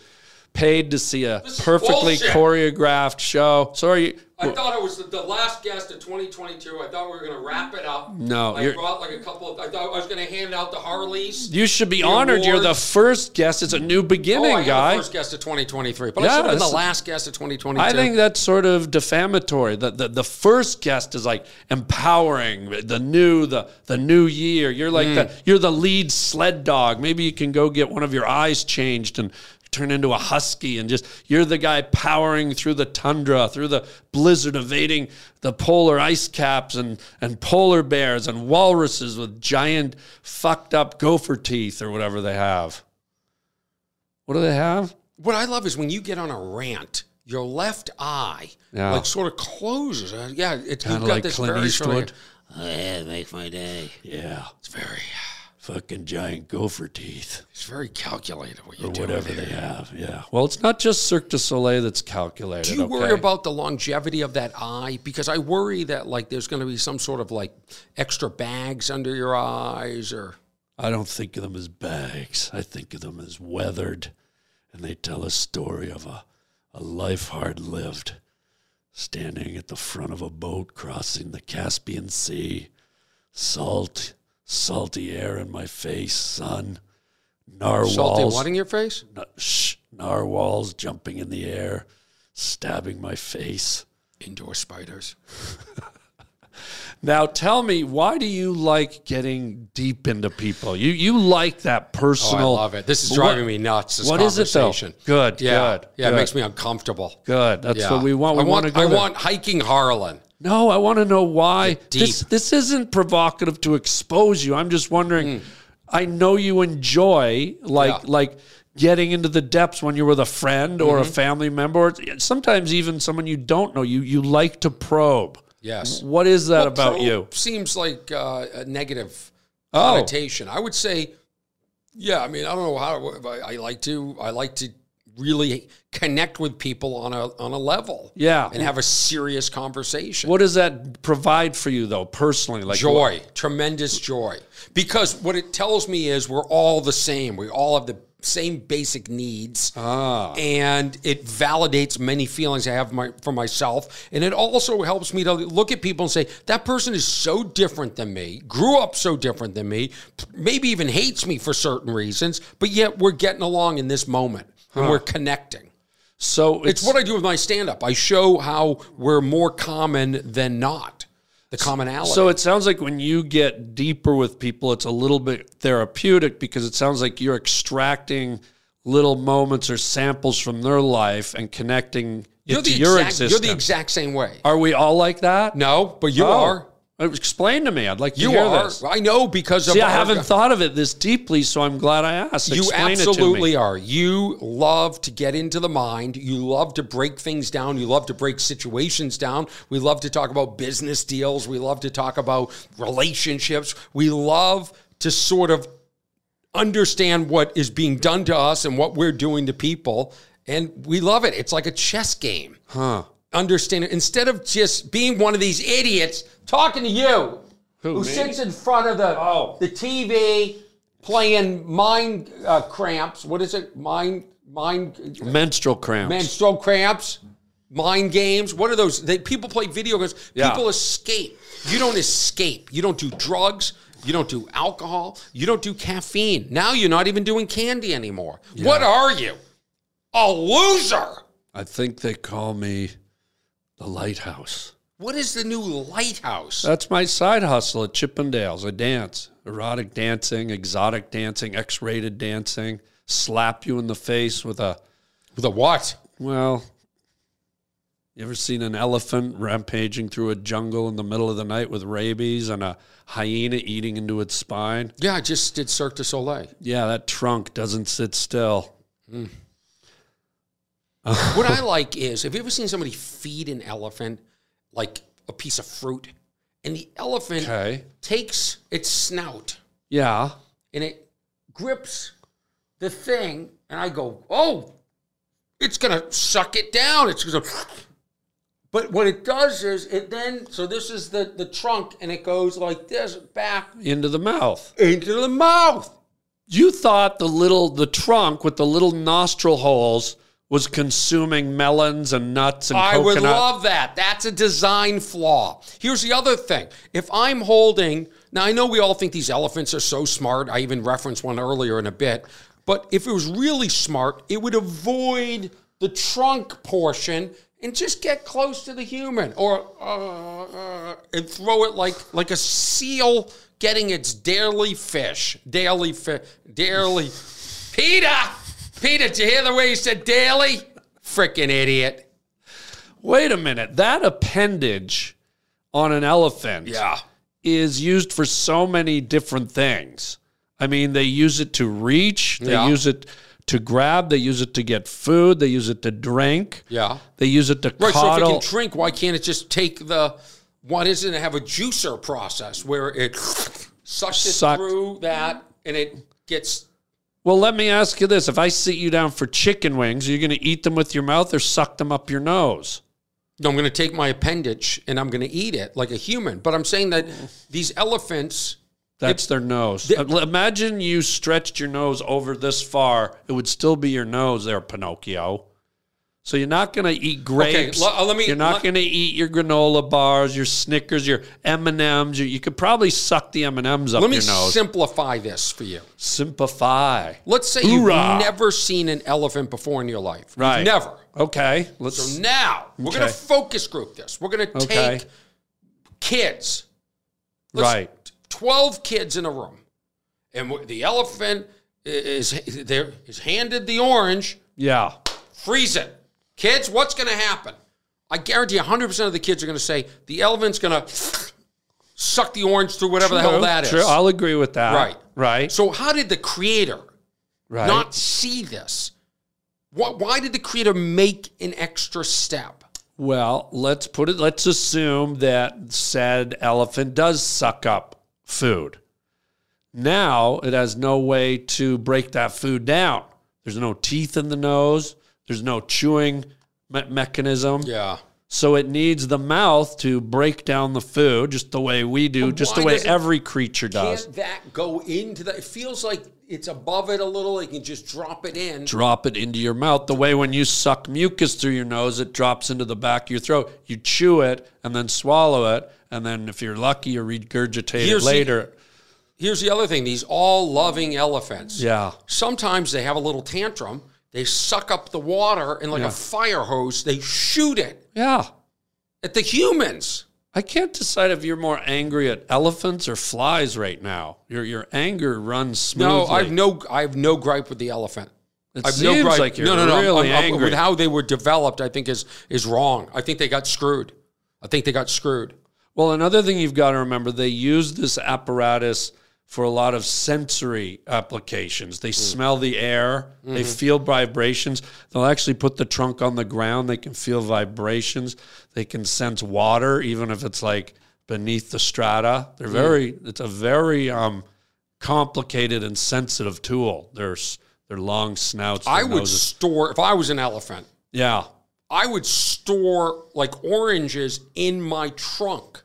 [SPEAKER 1] paid to see a
[SPEAKER 2] is
[SPEAKER 1] perfectly
[SPEAKER 2] bullshit.
[SPEAKER 1] choreographed show. Sorry,
[SPEAKER 2] I thought it was the, the last guest of 2022. I thought we were going to wrap it up.
[SPEAKER 1] No,
[SPEAKER 2] I
[SPEAKER 1] you're-
[SPEAKER 2] brought like a couple of. I thought I was going to hand out the Harleys.
[SPEAKER 1] you should be honored. You're the
[SPEAKER 2] awards.
[SPEAKER 1] first guest. It's a new
[SPEAKER 2] Oh,
[SPEAKER 1] beginning,
[SPEAKER 2] I am
[SPEAKER 1] guy.
[SPEAKER 2] the first guest of 2023, but
[SPEAKER 1] Yeah,
[SPEAKER 2] I should have been the
[SPEAKER 1] that's-
[SPEAKER 2] last guest of 2022.
[SPEAKER 1] I think that's sort of defamatory. The, the the first guest is like empowering the new the the new year. You're like the you're the lead sled dog. Maybe you can go get one of your eyes changed and turn into a husky and just you're the guy powering through the tundra, through the blizzard, evading the polar ice caps and and polar bears and walruses with giant fucked up gopher teeth or whatever they have. What do they have?
[SPEAKER 2] what I love is when you get on a rant, your left eye
[SPEAKER 1] Yeah.
[SPEAKER 2] like sort of closes. Uh, Yeah, it's
[SPEAKER 1] Kinda
[SPEAKER 2] you've got
[SPEAKER 1] like
[SPEAKER 2] this
[SPEAKER 1] Clint
[SPEAKER 2] very sort of-
[SPEAKER 1] Eastwood.
[SPEAKER 2] "Oh, yeah, make my day.
[SPEAKER 1] Yeah.
[SPEAKER 2] It's very,
[SPEAKER 1] fucking giant gopher teeth
[SPEAKER 2] it's very calculated what you
[SPEAKER 1] or
[SPEAKER 2] do.
[SPEAKER 1] whatever they have. Yeah. Well, it's not just Cirque du Soleil that's calculated.
[SPEAKER 2] Do you
[SPEAKER 1] okay?
[SPEAKER 2] worry about the longevity of that eye? Because I worry that like there's going to be some sort of like extra bags under your eyes or.
[SPEAKER 1] I don't think of them as bags. I think of them as weathered, and they tell a story of a, a life hard lived, standing at the front of a boat crossing the Caspian Sea. Salt, salty air in my face, sun. Narwhals.
[SPEAKER 2] Salty what in your face?
[SPEAKER 1] Na- shh, narwhals jumping in the air, stabbing my face.
[SPEAKER 2] Indoor spiders.
[SPEAKER 1] Now tell me, why do you like getting deep into people? You you like that
[SPEAKER 2] Oh, I
[SPEAKER 1] personal.
[SPEAKER 2] love it. This is
[SPEAKER 1] What-
[SPEAKER 2] driving me nuts. This
[SPEAKER 1] what is it, though?
[SPEAKER 2] conversation.
[SPEAKER 1] Good,
[SPEAKER 2] Yeah.
[SPEAKER 1] good,
[SPEAKER 2] Yeah.
[SPEAKER 1] good.
[SPEAKER 2] It makes me uncomfortable.
[SPEAKER 1] Good. That's
[SPEAKER 2] yeah.
[SPEAKER 1] what we want. We
[SPEAKER 2] I want.
[SPEAKER 1] to go.
[SPEAKER 2] I
[SPEAKER 1] there.
[SPEAKER 2] want hiking Harlan.
[SPEAKER 1] No, I want to know why.
[SPEAKER 2] deep.
[SPEAKER 1] This this isn't provocative to expose you. I'm just wondering. I know you enjoy like
[SPEAKER 2] Hmm. Yeah.
[SPEAKER 1] like getting into the depths when you're with a friend or
[SPEAKER 2] Mm-hmm.
[SPEAKER 1] a family member, or sometimes even someone you don't know. You you like to probe.
[SPEAKER 2] Yes.
[SPEAKER 1] What is that
[SPEAKER 2] Well,
[SPEAKER 1] about
[SPEAKER 2] probe
[SPEAKER 1] you?
[SPEAKER 2] Seems like uh, a negative
[SPEAKER 1] Oh.
[SPEAKER 2] connotation. I would say, yeah. I mean, I don't know how. but I like to. I like to really connect with people on a on a level.
[SPEAKER 1] Yeah.
[SPEAKER 2] and have a serious conversation.
[SPEAKER 1] What does that provide for you though, personally? Like
[SPEAKER 2] joy, tremendous joy, because what it tells me is we're all the same. We all have the same basic needs, and it validates many feelings I have my, for myself. And it also helps me to look at people and say that person is so different than me, grew up so different than me, maybe even hates me for certain reasons, but yet we're getting along in this moment and we're connecting.
[SPEAKER 1] So
[SPEAKER 2] It's what I do with my stand up. I show how we're more common than not. The commonality.
[SPEAKER 1] So it sounds like when you get deeper with people, it's a little bit therapeutic because it sounds like you're extracting little moments or samples from their life and connecting it
[SPEAKER 2] You're
[SPEAKER 1] to
[SPEAKER 2] the,
[SPEAKER 1] your
[SPEAKER 2] exact, you're
[SPEAKER 1] existence.
[SPEAKER 2] the exact same way.
[SPEAKER 1] are we all like that?
[SPEAKER 2] No, but you
[SPEAKER 1] Oh.
[SPEAKER 2] are.
[SPEAKER 1] Explain to me. I'd like to
[SPEAKER 2] You
[SPEAKER 1] hear
[SPEAKER 2] are.
[SPEAKER 1] this.
[SPEAKER 2] I know because of
[SPEAKER 1] See, I
[SPEAKER 2] our-
[SPEAKER 1] haven't thought of it this deeply, so I'm glad I asked.
[SPEAKER 2] You
[SPEAKER 1] Explain it to
[SPEAKER 2] absolutely
[SPEAKER 1] me.
[SPEAKER 2] are. You love to get into the mind. You love to break things down. You love to break situations down. We love to talk about business deals. We love to talk about relationships. We love to sort of understand what is being done to us and what we're doing to people. And we love it. It's like a chess game. Huh. Understand it. Instead of just being one of these idiots talking to you who,
[SPEAKER 1] me?
[SPEAKER 2] sits in front of the,
[SPEAKER 1] Oh.
[SPEAKER 2] the TV playing mind uh, cramps. What is it? Mind, mind,
[SPEAKER 1] Menstrual cramps.
[SPEAKER 2] menstrual cramps, mind games. What are those? They, people play video games.
[SPEAKER 1] Yeah.
[SPEAKER 2] People escape. You don't escape. You don't do drugs. You don't do alcohol. You don't do caffeine. Now you're not even doing candy anymore. What are you? A loser.
[SPEAKER 1] I think they call me the lighthouse.
[SPEAKER 2] What is the new lighthouse?
[SPEAKER 1] That's my side hustle at Chippendales. I dance, erotic dancing, exotic dancing, X rated dancing, slap you in the face with a,
[SPEAKER 2] the what?
[SPEAKER 1] well, you ever seen an elephant rampaging through a jungle in the middle of the night with rabies and a hyena eating into its spine?
[SPEAKER 2] Yeah, I just did Cirque du Soleil.
[SPEAKER 1] Yeah, that trunk doesn't sit still.
[SPEAKER 2] what I like is have you ever seen somebody feed an elephant like a piece of fruit? And the elephant
[SPEAKER 1] Okay.
[SPEAKER 2] takes its snout
[SPEAKER 1] Yeah.
[SPEAKER 2] and it grips the thing, and I go, "Oh, it's going to suck it down. It's going to. But what it does is it then, so this is the, the trunk and it goes like this back
[SPEAKER 1] into the mouth.
[SPEAKER 2] into the mouth.
[SPEAKER 1] You thought the little the trunk with the little nostril holes was consuming melons and nuts and
[SPEAKER 2] I
[SPEAKER 1] coconut.
[SPEAKER 2] would love that. That's a design flaw. Here's the other thing. If I'm holding, now I know we all think these elephants are so smart. I even referenced one earlier in a bit. But if it was really smart, it would avoid the trunk portion and just get close to the human or uh, uh, and throw it like like a seal getting its daily fish. Daily fish. Daily. Peter! Peter, did you hear the way you said daily? Freaking idiot.
[SPEAKER 1] Wait a minute. That appendage on an elephant
[SPEAKER 2] Yeah.
[SPEAKER 1] is used for so many different things. I mean, they use it to reach, they
[SPEAKER 2] Yeah.
[SPEAKER 1] use it to grab, they use it to get food, they use it to drink.
[SPEAKER 2] Yeah.
[SPEAKER 1] They use it to
[SPEAKER 2] Right. So if it
[SPEAKER 1] coddle.
[SPEAKER 2] can drink, why can't it just take the? Why doesn't it have a juicer process where it sucks it
[SPEAKER 1] Suck.
[SPEAKER 2] through that and it gets?
[SPEAKER 1] well, let me ask you this. If I sit you down for chicken wings, are you going to eat them with your mouth or suck them up your nose?
[SPEAKER 2] No, I'm going to take my appendage and I'm going to eat it like a human. But I'm saying that these elephants.
[SPEAKER 1] That's their nose.
[SPEAKER 2] They-
[SPEAKER 1] Uh, Imagine you stretched your nose over this far. It would still be your nose there, Pinocchio. So you're not going to eat grapes.
[SPEAKER 2] le- uh, let me-
[SPEAKER 1] you're not
[SPEAKER 2] let-
[SPEAKER 1] going to eat your granola bars, your Snickers, your M&Ms. You, you could probably suck the M&Ms up
[SPEAKER 2] Let me
[SPEAKER 1] your nose.
[SPEAKER 2] simplify this for you.
[SPEAKER 1] Simplify.
[SPEAKER 2] Let's say you've
[SPEAKER 1] Hoorah.
[SPEAKER 2] never seen an elephant before in your life. You've
[SPEAKER 1] Right.
[SPEAKER 2] never.
[SPEAKER 1] Okay. Let's
[SPEAKER 2] So now we're going
[SPEAKER 1] Okay.
[SPEAKER 2] to focus group this. We're going to
[SPEAKER 1] Okay.
[SPEAKER 2] take kids.
[SPEAKER 1] Right.
[SPEAKER 2] 12 kids in a room. And wh- the elephant i- is there is handed the orange,
[SPEAKER 1] Yeah.
[SPEAKER 2] freeze it. Kids, what's going to happen? I guarantee 100% of the kids are going to say the elephant's going to suck the orange through whatever the hell
[SPEAKER 1] True,
[SPEAKER 2] that is.
[SPEAKER 1] true. I'll agree with that.
[SPEAKER 2] right.
[SPEAKER 1] Right.
[SPEAKER 2] So how did the creator
[SPEAKER 1] right.
[SPEAKER 2] not see this? Why, why did the creator make an extra step?
[SPEAKER 1] Well, let's put it, let's assume that said elephant does suck up food. Now it has no way to break that food down. There's no teeth in the nose, there's no chewing me- mechanism.
[SPEAKER 2] Yeah.
[SPEAKER 1] So it needs the mouth to break down the food just the way we do, just the
[SPEAKER 2] why
[SPEAKER 1] way
[SPEAKER 2] doesn't-
[SPEAKER 1] every creature does.
[SPEAKER 2] Can't that go into that? It feels like it's above it a little. You can just drop it in.
[SPEAKER 1] Drop it into your mouth the way when you suck mucus through your nose, it drops into the back of your throat. You chew it and then swallow it. And then if you're lucky, you regurgitate
[SPEAKER 2] Here's
[SPEAKER 1] it
[SPEAKER 2] the-
[SPEAKER 1] later.
[SPEAKER 2] Here's the other thing these all loving elephants.
[SPEAKER 1] Yeah.
[SPEAKER 2] Sometimes they have a little tantrum. They suck up the water and, like
[SPEAKER 1] Yeah.
[SPEAKER 2] a fire hose, they shoot it
[SPEAKER 1] Yeah.
[SPEAKER 2] at the humans.
[SPEAKER 1] I can't decide if you're more angry at elephants or flies right now. Your your anger runs smoothly.
[SPEAKER 2] No, I've no, I have no gripe with the elephant.
[SPEAKER 1] It
[SPEAKER 2] I've
[SPEAKER 1] seems
[SPEAKER 2] gripe-
[SPEAKER 1] like you're really
[SPEAKER 2] I'm- I'm-
[SPEAKER 1] angry.
[SPEAKER 2] With how they were developed, I think is is wrong. I think they got screwed. I think they got screwed.
[SPEAKER 1] well, another thing you've got to remember, they use this apparatus for a lot of sensory applications. They
[SPEAKER 2] Hmm.
[SPEAKER 1] smell the air,
[SPEAKER 2] Mm-hmm.
[SPEAKER 1] they feel vibrations. They'll actually put the trunk on the ground. They can feel vibrations. They can sense water, even if it's like beneath the strata.
[SPEAKER 2] Hmm.
[SPEAKER 1] They're very. It's a very um, complicated and sensitive tool. Their s- their long snouts. Their
[SPEAKER 2] I would
[SPEAKER 1] noses.
[SPEAKER 2] store if I was an elephant.
[SPEAKER 1] Yeah.
[SPEAKER 2] I would store like oranges in my trunk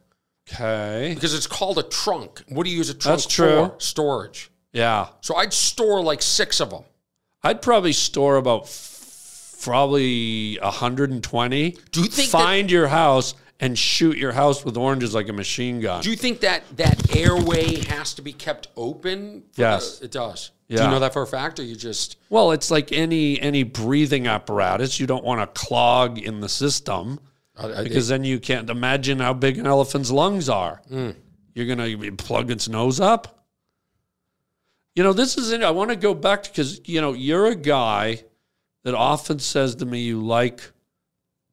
[SPEAKER 1] Okay.
[SPEAKER 2] because it's called a trunk. What do you use a trunk
[SPEAKER 1] That's true.
[SPEAKER 2] for? Storage.
[SPEAKER 1] Yeah.
[SPEAKER 2] So I'd store like six of them.
[SPEAKER 1] I'd probably store about f- probably 120.
[SPEAKER 2] Do you think that-
[SPEAKER 1] find your house and shoot your house with oranges like a machine gun?
[SPEAKER 2] Do you think that that airway has to be kept open? for
[SPEAKER 1] Yes.
[SPEAKER 2] the- it does. Do
[SPEAKER 1] Yeah.
[SPEAKER 2] you know that for a fact, or you just
[SPEAKER 1] well, it's like any any breathing apparatus. You don't want to clog in the system because then you can't imagine how big an elephant's lungs are.
[SPEAKER 2] Hmm.
[SPEAKER 1] You're gonna be- plug its nose up. You know, this is it. I want to go back because you know you're a guy that often says to me you like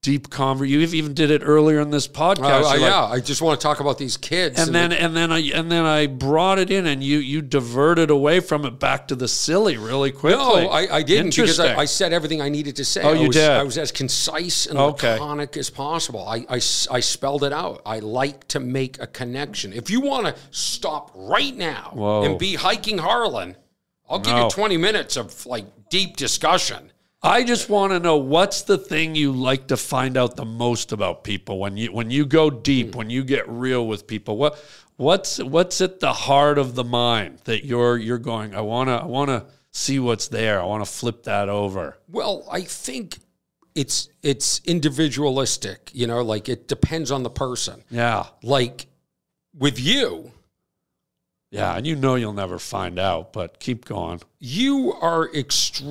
[SPEAKER 1] deep conver. You even did it earlier in this podcast.
[SPEAKER 2] Uh, uh,
[SPEAKER 1] You're like,
[SPEAKER 2] yeah, I just want to talk about these kids.
[SPEAKER 1] and then and then I and then I brought it in, and you you diverted away from it back to the silly really quickly.
[SPEAKER 2] no, I, I didn't because I, I
[SPEAKER 1] Interesting.
[SPEAKER 2] said everything I needed to say.
[SPEAKER 1] Oh,
[SPEAKER 2] I
[SPEAKER 1] you
[SPEAKER 2] was,
[SPEAKER 1] did.
[SPEAKER 2] I was as concise and
[SPEAKER 1] Okay.
[SPEAKER 2] laconic as possible. I, I s- I spelled it out. I like to make a connection. If you want to stop right now
[SPEAKER 1] Whoa.
[SPEAKER 2] and be hiking Harlan, I'll give
[SPEAKER 1] No.
[SPEAKER 2] you twenty minutes of like deep discussion.
[SPEAKER 1] I just want to know what's the thing you like to find out the most about people when you when you go deep, when you get real with people. What what's what's at the heart of the mind that you're you're going, I wanna I wanna see what's there. I wanna flip that over.
[SPEAKER 2] Well, I think it's it's individualistic, you know, like it depends on the person.
[SPEAKER 1] Yeah.
[SPEAKER 2] Like with you,
[SPEAKER 1] Yeah. And you know you'll never find out, but keep going.
[SPEAKER 2] you are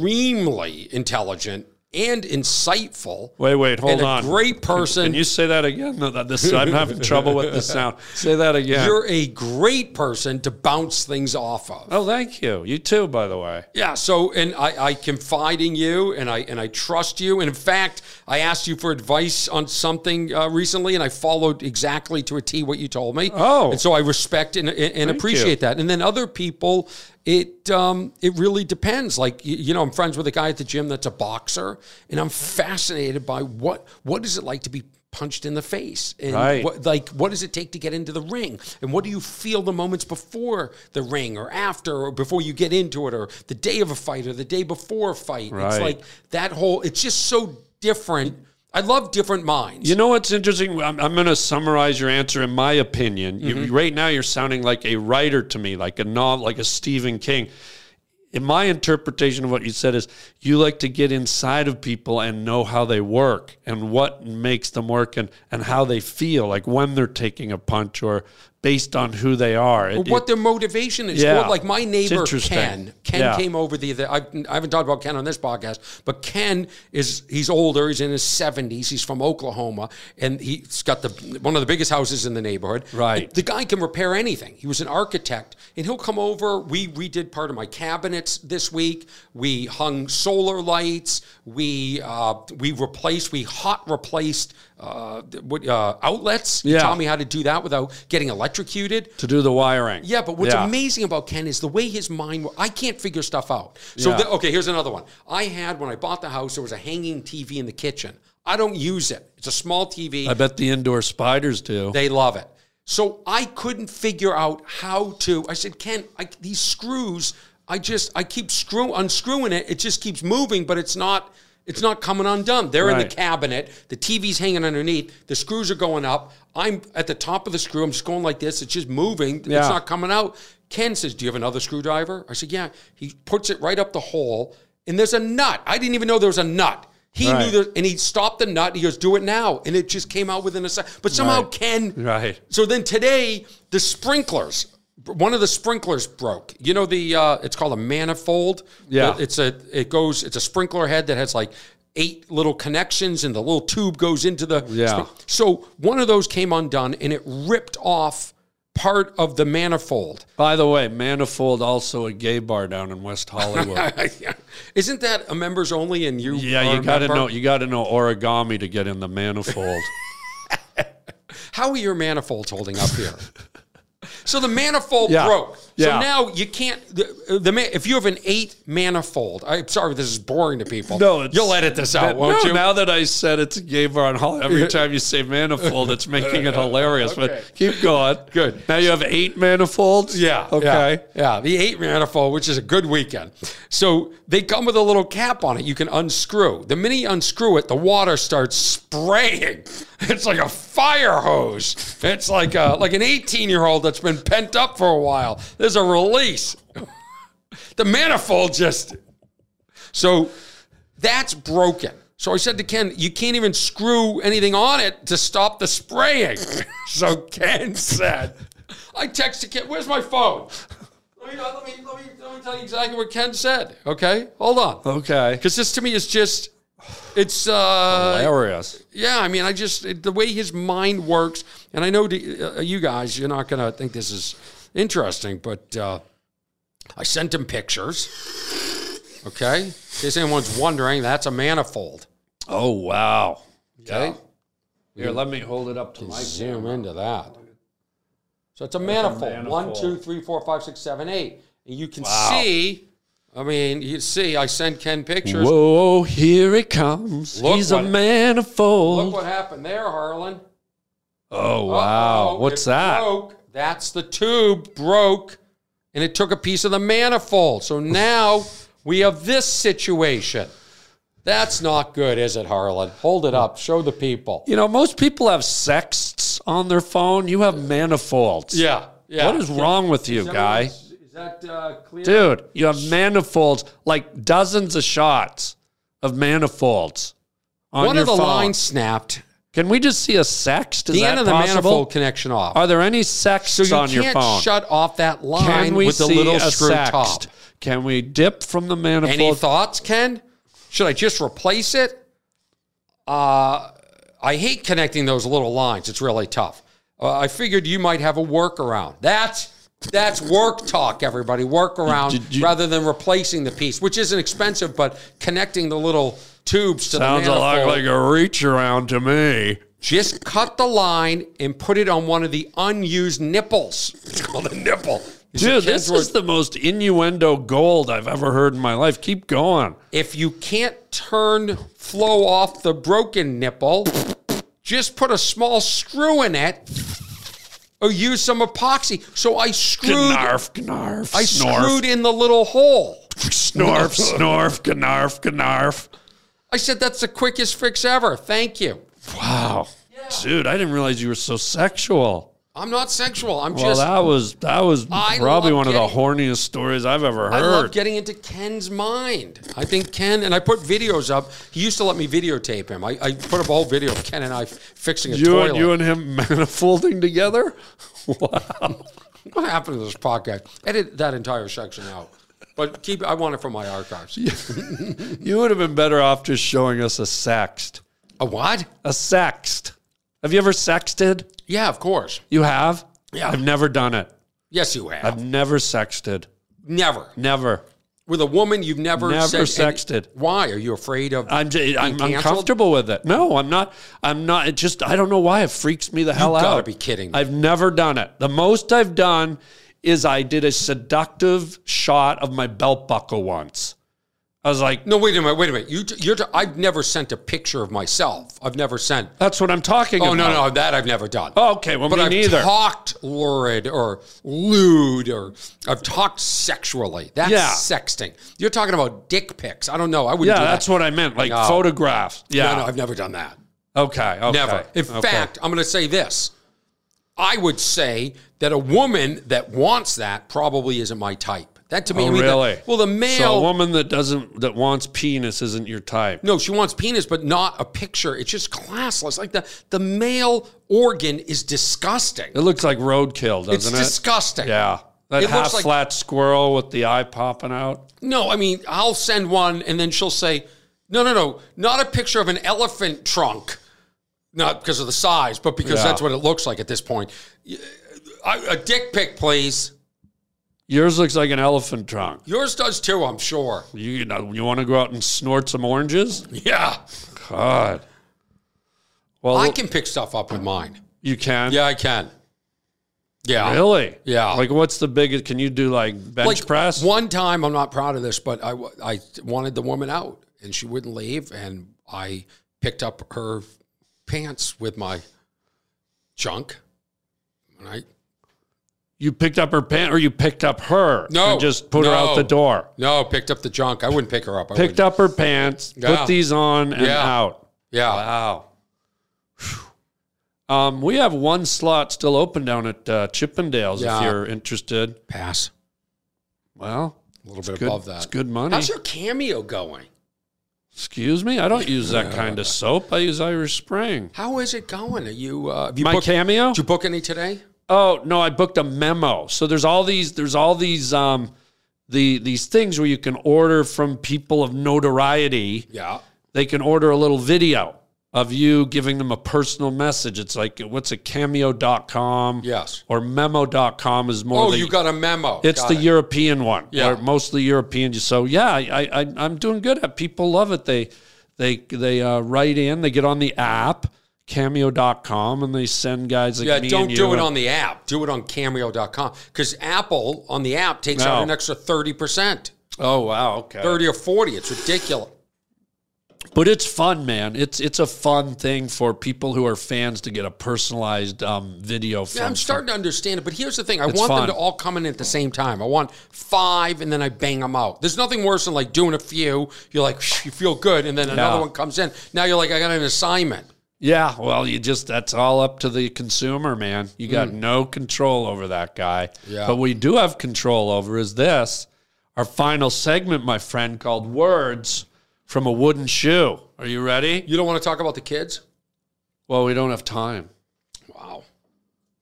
[SPEAKER 2] extremely intelligent and insightful.
[SPEAKER 1] Wait, wait, hold
[SPEAKER 2] And a
[SPEAKER 1] on.
[SPEAKER 2] great
[SPEAKER 1] Can-
[SPEAKER 2] person.
[SPEAKER 1] Can you say that again? No, that this I'm having trouble with the sound. Say that again.
[SPEAKER 2] You're a great person to bounce things off of.
[SPEAKER 1] oh, thank you. You too, by the way.
[SPEAKER 2] Yeah. So, and I, I confide in you, and I and I trust you. And in fact, I asked you for advice on something uh, recently, and I followed exactly to a T what you told me.
[SPEAKER 1] Oh.
[SPEAKER 2] and so I respect and, and, and appreciate that. And then other people, it um, it really depends. Like you, you know, I'm friends with a guy at the gym that's a boxer, and I'm fascinated by what what is it like to be punched in the face and
[SPEAKER 1] Right.
[SPEAKER 2] what, like what does it take to get into the ring and what do you feel the moments before the ring or after or before you get into it or the day of a fight or the day before a fight it's
[SPEAKER 1] Right.
[SPEAKER 2] like that whole it's just so different i love different minds
[SPEAKER 1] You know what's interesting? I'm, I'm going to summarize your answer. In my opinion,
[SPEAKER 2] Mm-hmm.
[SPEAKER 1] you, right now you're sounding like a writer to me, like a novel, like a Stephen King. In my interpretation of what you said is, you like to get inside of people and know how they work and what makes them work and and how they feel, like when they're taking a punch or based on who they are. It-
[SPEAKER 2] Or what their motivation is.
[SPEAKER 1] Yeah.
[SPEAKER 2] Or like my
[SPEAKER 1] It's
[SPEAKER 2] neighbor
[SPEAKER 1] interesting.
[SPEAKER 2] Ken. Ken
[SPEAKER 1] Yeah.
[SPEAKER 2] came over the other. I, I haven't talked about Ken on this podcast, but Ken is he's older. He's in his seventies. He's from Oklahoma, and he's got the one of the biggest houses in the neighborhood.
[SPEAKER 1] Right.
[SPEAKER 2] The guy can repair anything. He was an architect, and he'll come over. We redid part of my cabinets this week. We hung solar lights. We uh, we replaced. We hot replaced. Uh, what, uh, outlets. He
[SPEAKER 1] Yeah.
[SPEAKER 2] taught me how to do that without getting electrocuted.
[SPEAKER 1] to do the wiring.
[SPEAKER 2] Yeah, but what's
[SPEAKER 1] Yeah.
[SPEAKER 2] amazing about Ken is the way his mind. wo- I can't figure stuff out. So
[SPEAKER 1] Yeah.
[SPEAKER 2] the- okay, here's another one. I had when I bought the house, there was a hanging TV in the kitchen. I don't use it. It's a small TV.
[SPEAKER 1] I bet the indoor spiders do.
[SPEAKER 2] They love it. So I couldn't figure out how to. I said, Ken, I, these screws. I just I keep screw unscrewing it. It just keeps moving, but it's not. It's not coming undone. They're in the
[SPEAKER 1] Right.
[SPEAKER 2] cabinet. The TV's hanging underneath. The screws are going up. I'm at the top of the screw. I'm just going like this. It's just moving. It's
[SPEAKER 1] Yeah.
[SPEAKER 2] not coming out. Ken says, "Do you have another screwdriver?" I said, "Yeah." He puts it right up the hole, and there's a nut. I didn't even know there was a nut. He
[SPEAKER 1] Right.
[SPEAKER 2] knew there, and he stopped the nut. He goes, "Do it now," and it just came out within a second. But somehow
[SPEAKER 1] Right.
[SPEAKER 2] Ken
[SPEAKER 1] Right.
[SPEAKER 2] so then today, the sprinklers, one of the sprinklers broke. You know the uh, it's called a manifold.
[SPEAKER 1] Yeah.
[SPEAKER 2] it's a it goes. It's a sprinkler head that has like eight little connections, and the little tube goes into the.
[SPEAKER 1] Yeah.
[SPEAKER 2] So one of those came undone, and it ripped off part of the manifold.
[SPEAKER 1] By the way, Manifold also a gay bar down in West Hollywood.
[SPEAKER 2] Isn't that a members only? And you,
[SPEAKER 1] Yeah,
[SPEAKER 2] are
[SPEAKER 1] you
[SPEAKER 2] a
[SPEAKER 1] got to
[SPEAKER 2] member?
[SPEAKER 1] know you got to know origami to get in the manifold.
[SPEAKER 2] How are your manifolds holding up here? so the manifold
[SPEAKER 1] Yeah.
[SPEAKER 2] broke. So
[SPEAKER 1] Yeah.
[SPEAKER 2] now you can't. The, the ma- if you have an eight manifold, I'm sorry, this is boring to people. you'll edit this out,
[SPEAKER 1] No,
[SPEAKER 2] won't you?
[SPEAKER 1] Now that I said it's a gay bar on Hollywood, every time you say manifold, it's making it hilarious. But keep going.
[SPEAKER 2] Good.
[SPEAKER 1] Now you have eight manifolds.
[SPEAKER 2] yeah.
[SPEAKER 1] Okay.
[SPEAKER 2] Yeah, yeah, the eight manifold, which is a good weekend. So they come with a little cap on it. You can unscrew. The minute you unscrew it, the water starts spraying. It's like a fire hose. It's like a, like an 18 year old that's been pent up for a while. There's a release. the manifold just so that's broken. So I said to Ken, you can't even screw anything on it to stop the spraying. so Ken said, I texted Ken, where's my phone? Let me, let, me, let, me, let me tell you exactly what Ken said, okay? Hold on.
[SPEAKER 1] Okay.
[SPEAKER 2] Because this to me is just, it's, uh,
[SPEAKER 1] Hilarious.
[SPEAKER 2] yeah, I mean, I just it- the way his mind works, and I know to, uh, you guys, you're not gonna think this is interesting, but uh, I sent him pictures. Okay, in case anyone's wondering, that's a manifold.
[SPEAKER 1] Oh wow.
[SPEAKER 2] Okay,
[SPEAKER 1] Here, let me hold it up to my.
[SPEAKER 2] zoom into that. So it's a manifold. One, two, three, four, five, six, seven, eight. And you can see. I mean, you see, I sent Ken pictures.
[SPEAKER 1] Whoa! Here it comes.
[SPEAKER 2] Look
[SPEAKER 1] He's a
[SPEAKER 2] what- Look
[SPEAKER 1] manifold.
[SPEAKER 2] what happened there, Harlan.
[SPEAKER 1] oh wow!
[SPEAKER 2] Uh-oh,
[SPEAKER 1] What's
[SPEAKER 2] it
[SPEAKER 1] that?
[SPEAKER 2] Broke. That's the tube broke, and it took a piece of the manifold. So now we have this situation. That's not good, is it, Harlan? Hold it up. Show the people.
[SPEAKER 1] You know, most people have sexts on their phone. You have manifolds.
[SPEAKER 2] Yeah. Yeah.
[SPEAKER 1] What is wrong with you, guy?
[SPEAKER 2] Is that uh, clear?
[SPEAKER 1] Dude, you have manifolds, like dozens of shots of manifolds on
[SPEAKER 2] One
[SPEAKER 1] your
[SPEAKER 2] of the
[SPEAKER 1] phone.
[SPEAKER 2] lines snapped.
[SPEAKER 1] Can we just see a sext? Is
[SPEAKER 2] The
[SPEAKER 1] that
[SPEAKER 2] end of the
[SPEAKER 1] possible?
[SPEAKER 2] manifold connection off.
[SPEAKER 1] Are there any sexts
[SPEAKER 2] so you
[SPEAKER 1] on
[SPEAKER 2] can't
[SPEAKER 1] your phone?
[SPEAKER 2] shut off that line
[SPEAKER 1] Can we
[SPEAKER 2] with the
[SPEAKER 1] see
[SPEAKER 2] little
[SPEAKER 1] a
[SPEAKER 2] screw
[SPEAKER 1] sext?
[SPEAKER 2] top.
[SPEAKER 1] Can we dip from the manifold?
[SPEAKER 2] Any thoughts, Ken? Should I just replace it? Uh, I hate connecting those little lines. It's really tough. Uh, I figured you might have a workaround. That's that's work talk, everybody. Workaround
[SPEAKER 1] Did you-
[SPEAKER 2] rather than replacing the piece, which isn't expensive, but connecting the little tubes to
[SPEAKER 1] Sounds
[SPEAKER 2] the
[SPEAKER 1] a
[SPEAKER 2] manifold.
[SPEAKER 1] lot like a reach around to me.
[SPEAKER 2] Just cut the line and put it on one of the unused nipples. It's called a nipple. It's a
[SPEAKER 1] Dude, this
[SPEAKER 2] Ken's
[SPEAKER 1] is the most innuendo gold I've ever heard in my life. Keep going.
[SPEAKER 2] If you can't turn flow off the broken nipple, just put a small screw in it or use some epoxy. So I screwed
[SPEAKER 1] Gnarf, gnarf,
[SPEAKER 2] I
[SPEAKER 1] snorf,
[SPEAKER 2] screwed in the little hole.
[SPEAKER 1] snorf, snorf, gnarf, gnarf.
[SPEAKER 2] I said that's the quickest fix ever. Thank you.
[SPEAKER 1] Wow. Dude, I didn't realize you were so sexual.
[SPEAKER 2] I'm not sexual. I'm
[SPEAKER 1] Well,
[SPEAKER 2] just
[SPEAKER 1] that was that was
[SPEAKER 2] I
[SPEAKER 1] probably
[SPEAKER 2] love
[SPEAKER 1] one of the
[SPEAKER 2] getting-
[SPEAKER 1] horniest stories I've ever
[SPEAKER 2] I love
[SPEAKER 1] heard.
[SPEAKER 2] getting into Ken's mind. I think Ken and I put videos up. He used to let me videotape him. I, I put up a whole video of Ken and I fixing a
[SPEAKER 1] you
[SPEAKER 2] toilet.
[SPEAKER 1] and you and him manifolding together.
[SPEAKER 2] What happened to this podcast? Edit that entire section out. But keep I want it for my archives.
[SPEAKER 1] You would have been better off just showing us a sext.
[SPEAKER 2] A what?
[SPEAKER 1] A sext. Have you ever sexted?
[SPEAKER 2] Yeah, of course.
[SPEAKER 1] You have?
[SPEAKER 2] Yeah.
[SPEAKER 1] I've never done it.
[SPEAKER 2] Yes, you have.
[SPEAKER 1] I've never sexted.
[SPEAKER 2] never.
[SPEAKER 1] Never.
[SPEAKER 2] With a woman you've never
[SPEAKER 1] Never
[SPEAKER 2] sexed- and
[SPEAKER 1] sexted.
[SPEAKER 2] Why? Are you afraid of
[SPEAKER 1] I'm just, I'm
[SPEAKER 2] canceled?
[SPEAKER 1] uncomfortable with it. No, I'm not. I'm not. It just I don't know why it freaks me the hell out.
[SPEAKER 2] gotta be kidding me.
[SPEAKER 1] I've never done it. The most I've done is I did a seductive shot of my belt buckle once. I was like,
[SPEAKER 2] No, wait a minute, wait a minute. You you're I've never sent a picture of myself. I've never sent
[SPEAKER 1] that's what I'm talking
[SPEAKER 2] Oh
[SPEAKER 1] about.
[SPEAKER 2] no, no, that I've never done.
[SPEAKER 1] Oh, okay, well,
[SPEAKER 2] but
[SPEAKER 1] me
[SPEAKER 2] I've
[SPEAKER 1] neither.
[SPEAKER 2] talked lurid or lewd or I've talked sexually. That's
[SPEAKER 1] Yeah.
[SPEAKER 2] sexting. You're talking about dick pics. I don't know. I wouldn't.
[SPEAKER 1] Yeah,
[SPEAKER 2] do that.
[SPEAKER 1] that's what I meant. Like
[SPEAKER 2] No.
[SPEAKER 1] photographs. Yeah.
[SPEAKER 2] No, no, I've never done that.
[SPEAKER 1] okay, okay.
[SPEAKER 2] Never. In
[SPEAKER 1] okay.
[SPEAKER 2] fact, I'm going to say this. I would say that a woman that wants that probably isn't my type. That to me,
[SPEAKER 1] Oh,
[SPEAKER 2] I mean, that-
[SPEAKER 1] really?
[SPEAKER 2] well, the
[SPEAKER 1] So a
[SPEAKER 2] male.
[SPEAKER 1] woman that doesn't that wants penis isn't your type.
[SPEAKER 2] no, she wants penis, but not a picture. It's just classless. Like the the male organ is disgusting.
[SPEAKER 1] It looks like roadkill, doesn't
[SPEAKER 2] It's
[SPEAKER 1] it?
[SPEAKER 2] disgusting.
[SPEAKER 1] Yeah. That
[SPEAKER 2] It looks
[SPEAKER 1] half
[SPEAKER 2] like-
[SPEAKER 1] flat squirrel with the eye popping out.
[SPEAKER 2] No, I mean, I'll send one and then she'll say, no, no, no, not a picture of an elephant trunk. Not because of the size, but because
[SPEAKER 1] Yeah.
[SPEAKER 2] that's what it looks like at this point. Y- I- A dick pic, please.
[SPEAKER 1] Yours looks like an elephant trunk.
[SPEAKER 2] Yours does too, I'm sure.
[SPEAKER 1] You you, know, you want to go out and snort some oranges?
[SPEAKER 2] Yeah.
[SPEAKER 1] God. Well,
[SPEAKER 2] I can pick stuff up with mine.
[SPEAKER 1] you can.
[SPEAKER 2] Yeah, I can. Yeah.
[SPEAKER 1] Really?
[SPEAKER 2] Yeah.
[SPEAKER 1] Like, what's the biggest? Can you do like bench
[SPEAKER 2] Like
[SPEAKER 1] press?
[SPEAKER 2] one time, I'm not proud of this, but I, wa- I wanted the woman out and she wouldn't leave. And I picked up her pants with my junk. And I
[SPEAKER 1] You picked up her pant, or you picked up her?
[SPEAKER 2] No,
[SPEAKER 1] and just put her out
[SPEAKER 2] no.
[SPEAKER 1] the door.
[SPEAKER 2] No, picked up the junk. I wouldn't pick her up. I
[SPEAKER 1] Picked
[SPEAKER 2] wouldn't.
[SPEAKER 1] up her pants,
[SPEAKER 2] Yeah.
[SPEAKER 1] put these on, and
[SPEAKER 2] Yeah.
[SPEAKER 1] out.
[SPEAKER 2] Yeah.
[SPEAKER 1] Wow. Whew. Um, we have one slot still open down at uh, Chippendales
[SPEAKER 2] Yeah.
[SPEAKER 1] if you're interested.
[SPEAKER 2] Pass.
[SPEAKER 1] Well,
[SPEAKER 2] A little bit
[SPEAKER 1] good,
[SPEAKER 2] above that.
[SPEAKER 1] it's good money.
[SPEAKER 2] How's your cameo going?
[SPEAKER 1] Excuse me, I don't use that kind of soap. I use Irish Spring.
[SPEAKER 2] How is it going? Are you, uh, have you
[SPEAKER 1] My
[SPEAKER 2] booked,
[SPEAKER 1] cameo?
[SPEAKER 2] Did you book any today?
[SPEAKER 1] Oh no, I booked a memo. So there's all these there's all these um the these things where you can order from people of notoriety.
[SPEAKER 2] Yeah.
[SPEAKER 1] They can order a little video of you giving them a personal message. It's like what's it cameo.com
[SPEAKER 2] Yes.
[SPEAKER 1] or memo.com is more
[SPEAKER 2] Oh,
[SPEAKER 1] the-
[SPEAKER 2] you got a memo.
[SPEAKER 1] it's
[SPEAKER 2] Got
[SPEAKER 1] the
[SPEAKER 2] it.
[SPEAKER 1] European one.
[SPEAKER 2] Yeah.
[SPEAKER 1] where mostly Europeans. So yeah, I, I I'm doing good. at People love it. They they they uh, write in. They get on the app cameo.com and they send guys like
[SPEAKER 2] Yeah,
[SPEAKER 1] me
[SPEAKER 2] don't
[SPEAKER 1] and you
[SPEAKER 2] do it
[SPEAKER 1] and-
[SPEAKER 2] on the app. Do it on cameo.com because Apple on the app takes out
[SPEAKER 1] No.
[SPEAKER 2] an extra 30%,
[SPEAKER 1] Oh wow, okay.
[SPEAKER 2] 30 or 40. It's ridiculous.
[SPEAKER 1] But it's fun, man. It's it's a fun thing for people who are fans to get a personalized um, video from.
[SPEAKER 2] Yeah, I'm starting to understand it, but here's the thing: I want
[SPEAKER 1] fun.
[SPEAKER 2] them to all come in at the same time. I want five, and then I bang them out. There's nothing worse than like doing a few. You're like, you feel good, and then another
[SPEAKER 1] Yeah.
[SPEAKER 2] one comes in. Now you're like, I got an assignment.
[SPEAKER 1] Yeah, well, you just that's all up to the consumer, man. You got no control over that guy.
[SPEAKER 2] Mm. Yeah.
[SPEAKER 1] But we do have control over is this our final segment, my friend, called Words from a Wooden Shoe. Are you ready?
[SPEAKER 2] You don't want to talk about the kids?
[SPEAKER 1] Well, we don't have time.
[SPEAKER 2] Wow.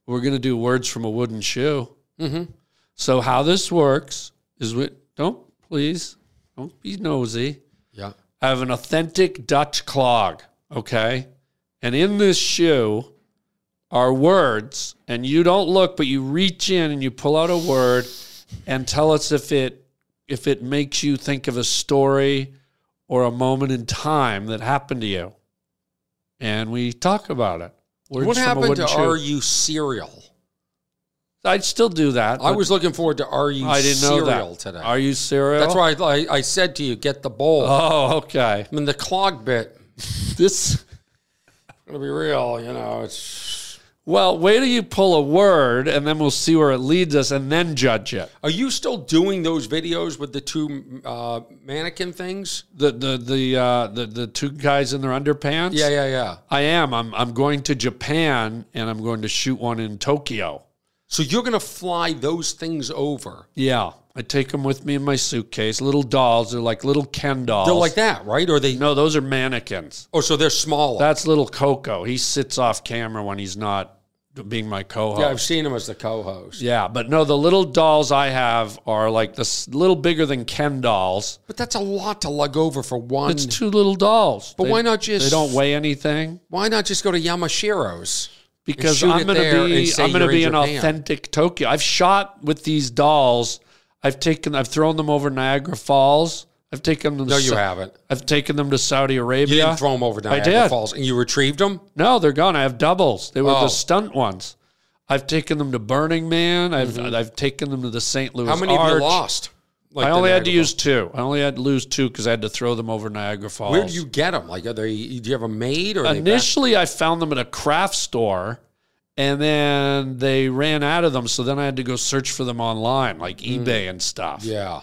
[SPEAKER 1] We're going to do Words from a Wooden Shoe. Mm-hmm. So, how this works is we don't, please, don't be nosy.
[SPEAKER 2] Yeah.
[SPEAKER 1] I have an authentic Dutch clog, okay? And in this shoe are words, and you don't look, but you reach in and you pull out a word and tell us if it if it makes you think of a story or a moment in time that happened to you. And we talk about it. Words
[SPEAKER 2] what
[SPEAKER 1] from a
[SPEAKER 2] happened to
[SPEAKER 1] wooden shoe.
[SPEAKER 2] Are You Cereal?
[SPEAKER 1] I'd still do that.
[SPEAKER 2] I
[SPEAKER 1] but
[SPEAKER 2] was looking forward to Are You
[SPEAKER 1] I didn't know
[SPEAKER 2] Cereal
[SPEAKER 1] that.
[SPEAKER 2] today.
[SPEAKER 1] Are you cereal?
[SPEAKER 2] That's why I, I, I said to you, get the bowl.
[SPEAKER 1] Oh, okay.
[SPEAKER 2] I mean, the clog bit.
[SPEAKER 1] This
[SPEAKER 2] I'm gonna be real, you know. It's
[SPEAKER 1] Well, wait till you pull a word, and then we'll see where it leads us, and then judge it.
[SPEAKER 2] Are you still doing those videos with the two uh, mannequin things?
[SPEAKER 1] The the the uh, the the two guys in their underpants.
[SPEAKER 2] Yeah, yeah, yeah.
[SPEAKER 1] I am. I'm I'm going to Japan, and I'm going to shoot one in Tokyo.
[SPEAKER 2] So you're gonna fly those things over.
[SPEAKER 1] Yeah, I take them with me in my suitcase. Little dolls. They're like little Ken dolls.
[SPEAKER 2] They're like that, right? Or they?
[SPEAKER 1] No, those are mannequins.
[SPEAKER 2] Oh, so they're smaller.
[SPEAKER 1] That's little Coco. He sits off camera when he's not being my co-host.
[SPEAKER 2] yeah, I've seen them as the co-host.
[SPEAKER 1] yeah, but no, the little dolls I have are like this little bigger than Ken dolls.
[SPEAKER 2] But that's a lot to lug over for one.
[SPEAKER 1] It's two little dolls.
[SPEAKER 2] Mm. But
[SPEAKER 1] They-
[SPEAKER 2] why not just-
[SPEAKER 1] They don't weigh anything
[SPEAKER 2] Why not just go to Yamashiro's?
[SPEAKER 1] because
[SPEAKER 2] shoot
[SPEAKER 1] I'm
[SPEAKER 2] it
[SPEAKER 1] going to
[SPEAKER 2] there and
[SPEAKER 1] be
[SPEAKER 2] say
[SPEAKER 1] I'm going to
[SPEAKER 2] you're in
[SPEAKER 1] be an
[SPEAKER 2] Japan.
[SPEAKER 1] authentic Tokyo. I've shot with these dolls. I've taken I've thrown them over Niagara Falls. I've taken them.
[SPEAKER 2] No,
[SPEAKER 1] to
[SPEAKER 2] you
[SPEAKER 1] Sa-
[SPEAKER 2] haven't.
[SPEAKER 1] I've taken them to Saudi Arabia.
[SPEAKER 2] You didn't throw them over
[SPEAKER 1] I
[SPEAKER 2] Niagara
[SPEAKER 1] did.
[SPEAKER 2] Falls, and you retrieved them.
[SPEAKER 1] No, they're gone. I have doubles. They were
[SPEAKER 2] Oh.
[SPEAKER 1] the stunt ones. I've taken them to Burning Man. I've I've taken them to the St. Louis.
[SPEAKER 2] Mm-hmm. How many have you
[SPEAKER 1] Arch.
[SPEAKER 2] lost? Like
[SPEAKER 1] I
[SPEAKER 2] the
[SPEAKER 1] only had to
[SPEAKER 2] Niagara
[SPEAKER 1] use two. I only had to lose two because I had to throw them over Niagara Falls.
[SPEAKER 2] Falls? Where do you get them? Like, are they? Do you have a maid or? Are they back-
[SPEAKER 1] Initially, I found them at a craft store, and then they ran out of them. So then I had to go search for them online, like eBay and stuff.
[SPEAKER 2] Mm. yeah,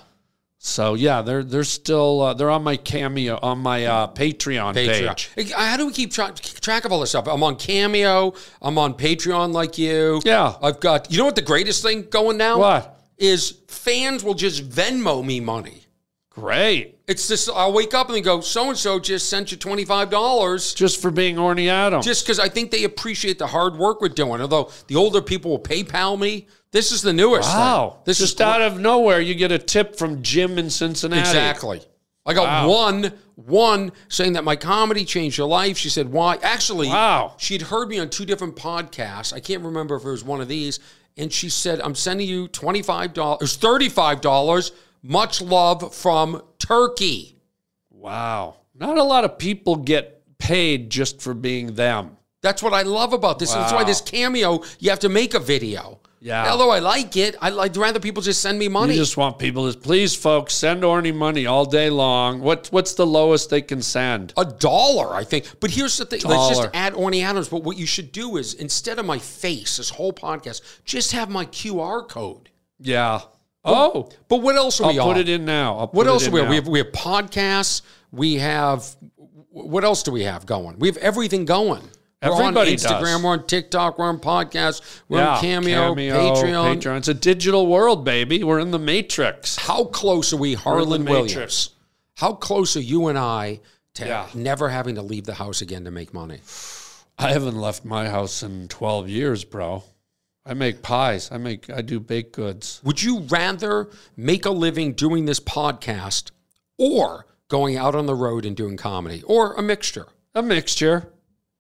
[SPEAKER 1] So yeah, they're they're still uh, they're on my cameo on my uh, Patreon,
[SPEAKER 2] Patreon.
[SPEAKER 1] page.
[SPEAKER 2] Hey, How do we keep tra- keep track of all this stuff? I'm on Cameo. I'm on Patreon, like you.
[SPEAKER 1] Yeah.
[SPEAKER 2] I've got. You know what the greatest thing going now?
[SPEAKER 1] What?
[SPEAKER 2] is fans will just Venmo me money.
[SPEAKER 1] Great,
[SPEAKER 2] It's just I'll wake up and they go, so and so just sent you twenty five dollars.
[SPEAKER 1] just for being Orny Adams.
[SPEAKER 2] Just because I think they appreciate the hard work we're doing. Although the older people will PayPal me. This is the newest. thing.
[SPEAKER 1] wow,
[SPEAKER 2] This
[SPEAKER 1] just
[SPEAKER 2] is cool.
[SPEAKER 1] out of nowhere, you get a tip from Jim in Cincinnati.
[SPEAKER 2] Exactly. I got
[SPEAKER 1] Wow.
[SPEAKER 2] one, one saying that my comedy changed her life. She said, why? Actually,
[SPEAKER 1] Wow.
[SPEAKER 2] she'd heard me on two different podcasts. I can't remember if it was one of these. And she said, I'm sending you $25, it was $35. Much love from Turkey.
[SPEAKER 1] Wow, not a lot of people get paid just for being them.
[SPEAKER 2] That's what I love about this. That's why
[SPEAKER 1] Wow.
[SPEAKER 2] this cameo, you have to make a video.
[SPEAKER 1] Yeah.
[SPEAKER 2] Although I like it, I, I'd rather people just send me money.
[SPEAKER 1] You just want people to please, folks, send Orny money all day long. What what's the lowest they can send?
[SPEAKER 2] a dollar, I think. But here's the thing: let's
[SPEAKER 1] Dollar.
[SPEAKER 2] just add Orny Adams. But what you should do is instead of my face, this whole podcast, just have my QR code.
[SPEAKER 1] Yeah. Oh,
[SPEAKER 2] But what else are
[SPEAKER 1] I'll
[SPEAKER 2] we
[SPEAKER 1] put
[SPEAKER 2] on?
[SPEAKER 1] it in now. I'll
[SPEAKER 2] What
[SPEAKER 1] put it
[SPEAKER 2] else are
[SPEAKER 1] in
[SPEAKER 2] we on?
[SPEAKER 1] now.
[SPEAKER 2] We have we have podcasts. We have what else do we have going? We have everything going.
[SPEAKER 1] Everybody
[SPEAKER 2] we're on Instagram.
[SPEAKER 1] does.
[SPEAKER 2] We're on TikTok. We're on podcasts. We're
[SPEAKER 1] Yeah,
[SPEAKER 2] on Cameo, Patreon.
[SPEAKER 1] It's a digital world, baby. We're in the matrix.
[SPEAKER 2] How close are we,
[SPEAKER 1] We're in
[SPEAKER 2] Harlan
[SPEAKER 1] the
[SPEAKER 2] Williams?
[SPEAKER 1] matrix.
[SPEAKER 2] How close are you and I to
[SPEAKER 1] Yeah.
[SPEAKER 2] never having to leave the house again to make money?
[SPEAKER 1] I haven't left my house in 12 years, bro. I make pies. I make I do baked goods.
[SPEAKER 2] Would you rather make a living doing this podcast or going out on the road and doing comedy or a mixture?
[SPEAKER 1] A mixture.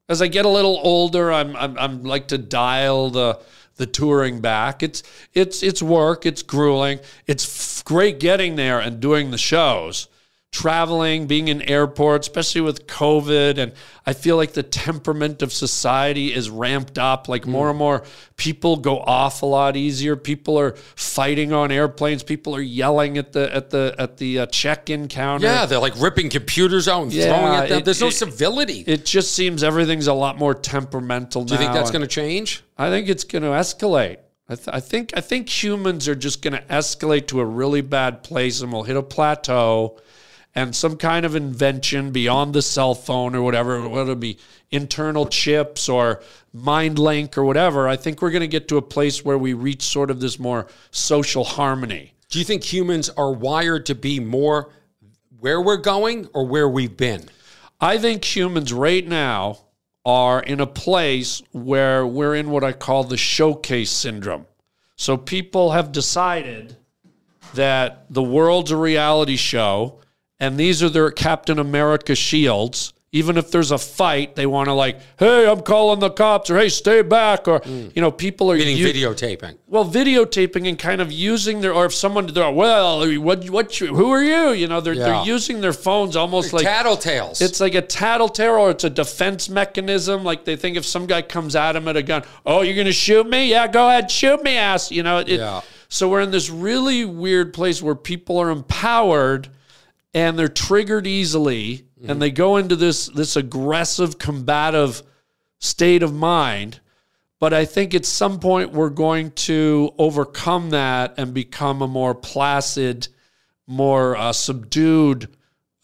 [SPEAKER 1] As I get a little older, I'm I'm I'm like to dial the the touring back. It's it's it's work. It's grueling. It's f- great getting there and doing the shows. traveling, being in airports, especially with COVID. And I feel like the temperament of society is ramped up. Like more and more people go off a lot easier. People are fighting on airplanes. People are yelling at the at the at the uh, check-in counter.
[SPEAKER 2] Yeah, they're like ripping computers out and
[SPEAKER 1] Yeah,
[SPEAKER 2] throwing at them.
[SPEAKER 1] it-
[SPEAKER 2] There's no
[SPEAKER 1] it-
[SPEAKER 2] civility.
[SPEAKER 1] It just seems everything's a lot more temperamental
[SPEAKER 2] Do you think that's
[SPEAKER 1] going
[SPEAKER 2] going to change?
[SPEAKER 1] I think it's going to escalate. I, th- I think I think humans are just going to escalate to a really bad place, and we'll hit a plateau, and some kind of invention beyond the cell phone or whatever, whether it be internal chips or mind link or whatever. I think we're going to get to a place where we reach sort of this more social harmony.
[SPEAKER 2] Do you think humans are wired to be more where we're going or where we've been?
[SPEAKER 1] I think humans right now are in a place where we're in what I call the showcase syndrome. So people have decided that the world's a reality show and these are their Captain America shields. Even if there's a fight, they want to like, hey, I'm calling the cops or hey, stay back or you know, people are
[SPEAKER 2] Hmm. Meaning
[SPEAKER 1] u-
[SPEAKER 2] videotaping.
[SPEAKER 1] well, videotaping and kind of using their, or if someone, they're well, what, what, you, who are you? You know, they're,
[SPEAKER 2] Yeah.
[SPEAKER 1] they're using their phones almost like
[SPEAKER 2] Tattletales.
[SPEAKER 1] it's like a tattletale or it's a defense mechanism. Like they think if some guy comes at him at a gun, oh, you're going to shoot me? Yeah, go ahead, shoot me, ass. You know, it,
[SPEAKER 2] Yeah.
[SPEAKER 1] so we're in this really weird place where people are empowered and they're triggered easily and they go into this this aggressive combative state of mind but i think at some point we're going to overcome that and become a more placid more uh, subdued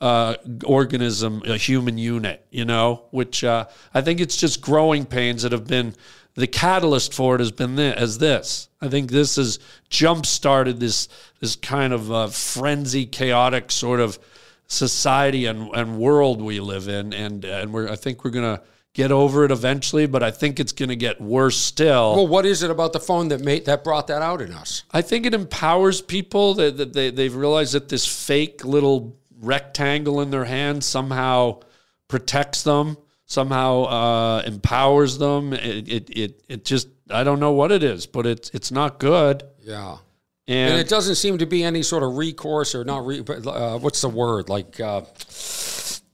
[SPEAKER 1] uh, organism, a human unit, you know, which uh, I think it's just growing pains that have been the catalyst for it has been this, as this. I think this has jump started this this kind of uh, frenzy, chaotic sort of society and, and world we live in, and and we're I think we're gonna get over it eventually, but I think it's gonna get worse still.
[SPEAKER 2] well, what is it about the phone that made that brought that out in us?
[SPEAKER 1] I think it empowers people that, that they, they've realized that this fake little rectangle in their hand somehow protects them, somehow uh, empowers them. It, it, it, it just, I don't know what it is, but it's, it's not good.
[SPEAKER 2] Yeah.
[SPEAKER 1] And,
[SPEAKER 2] And it doesn't seem to be any sort of recourse or not. Re, but, uh, what's the word? Like, uh,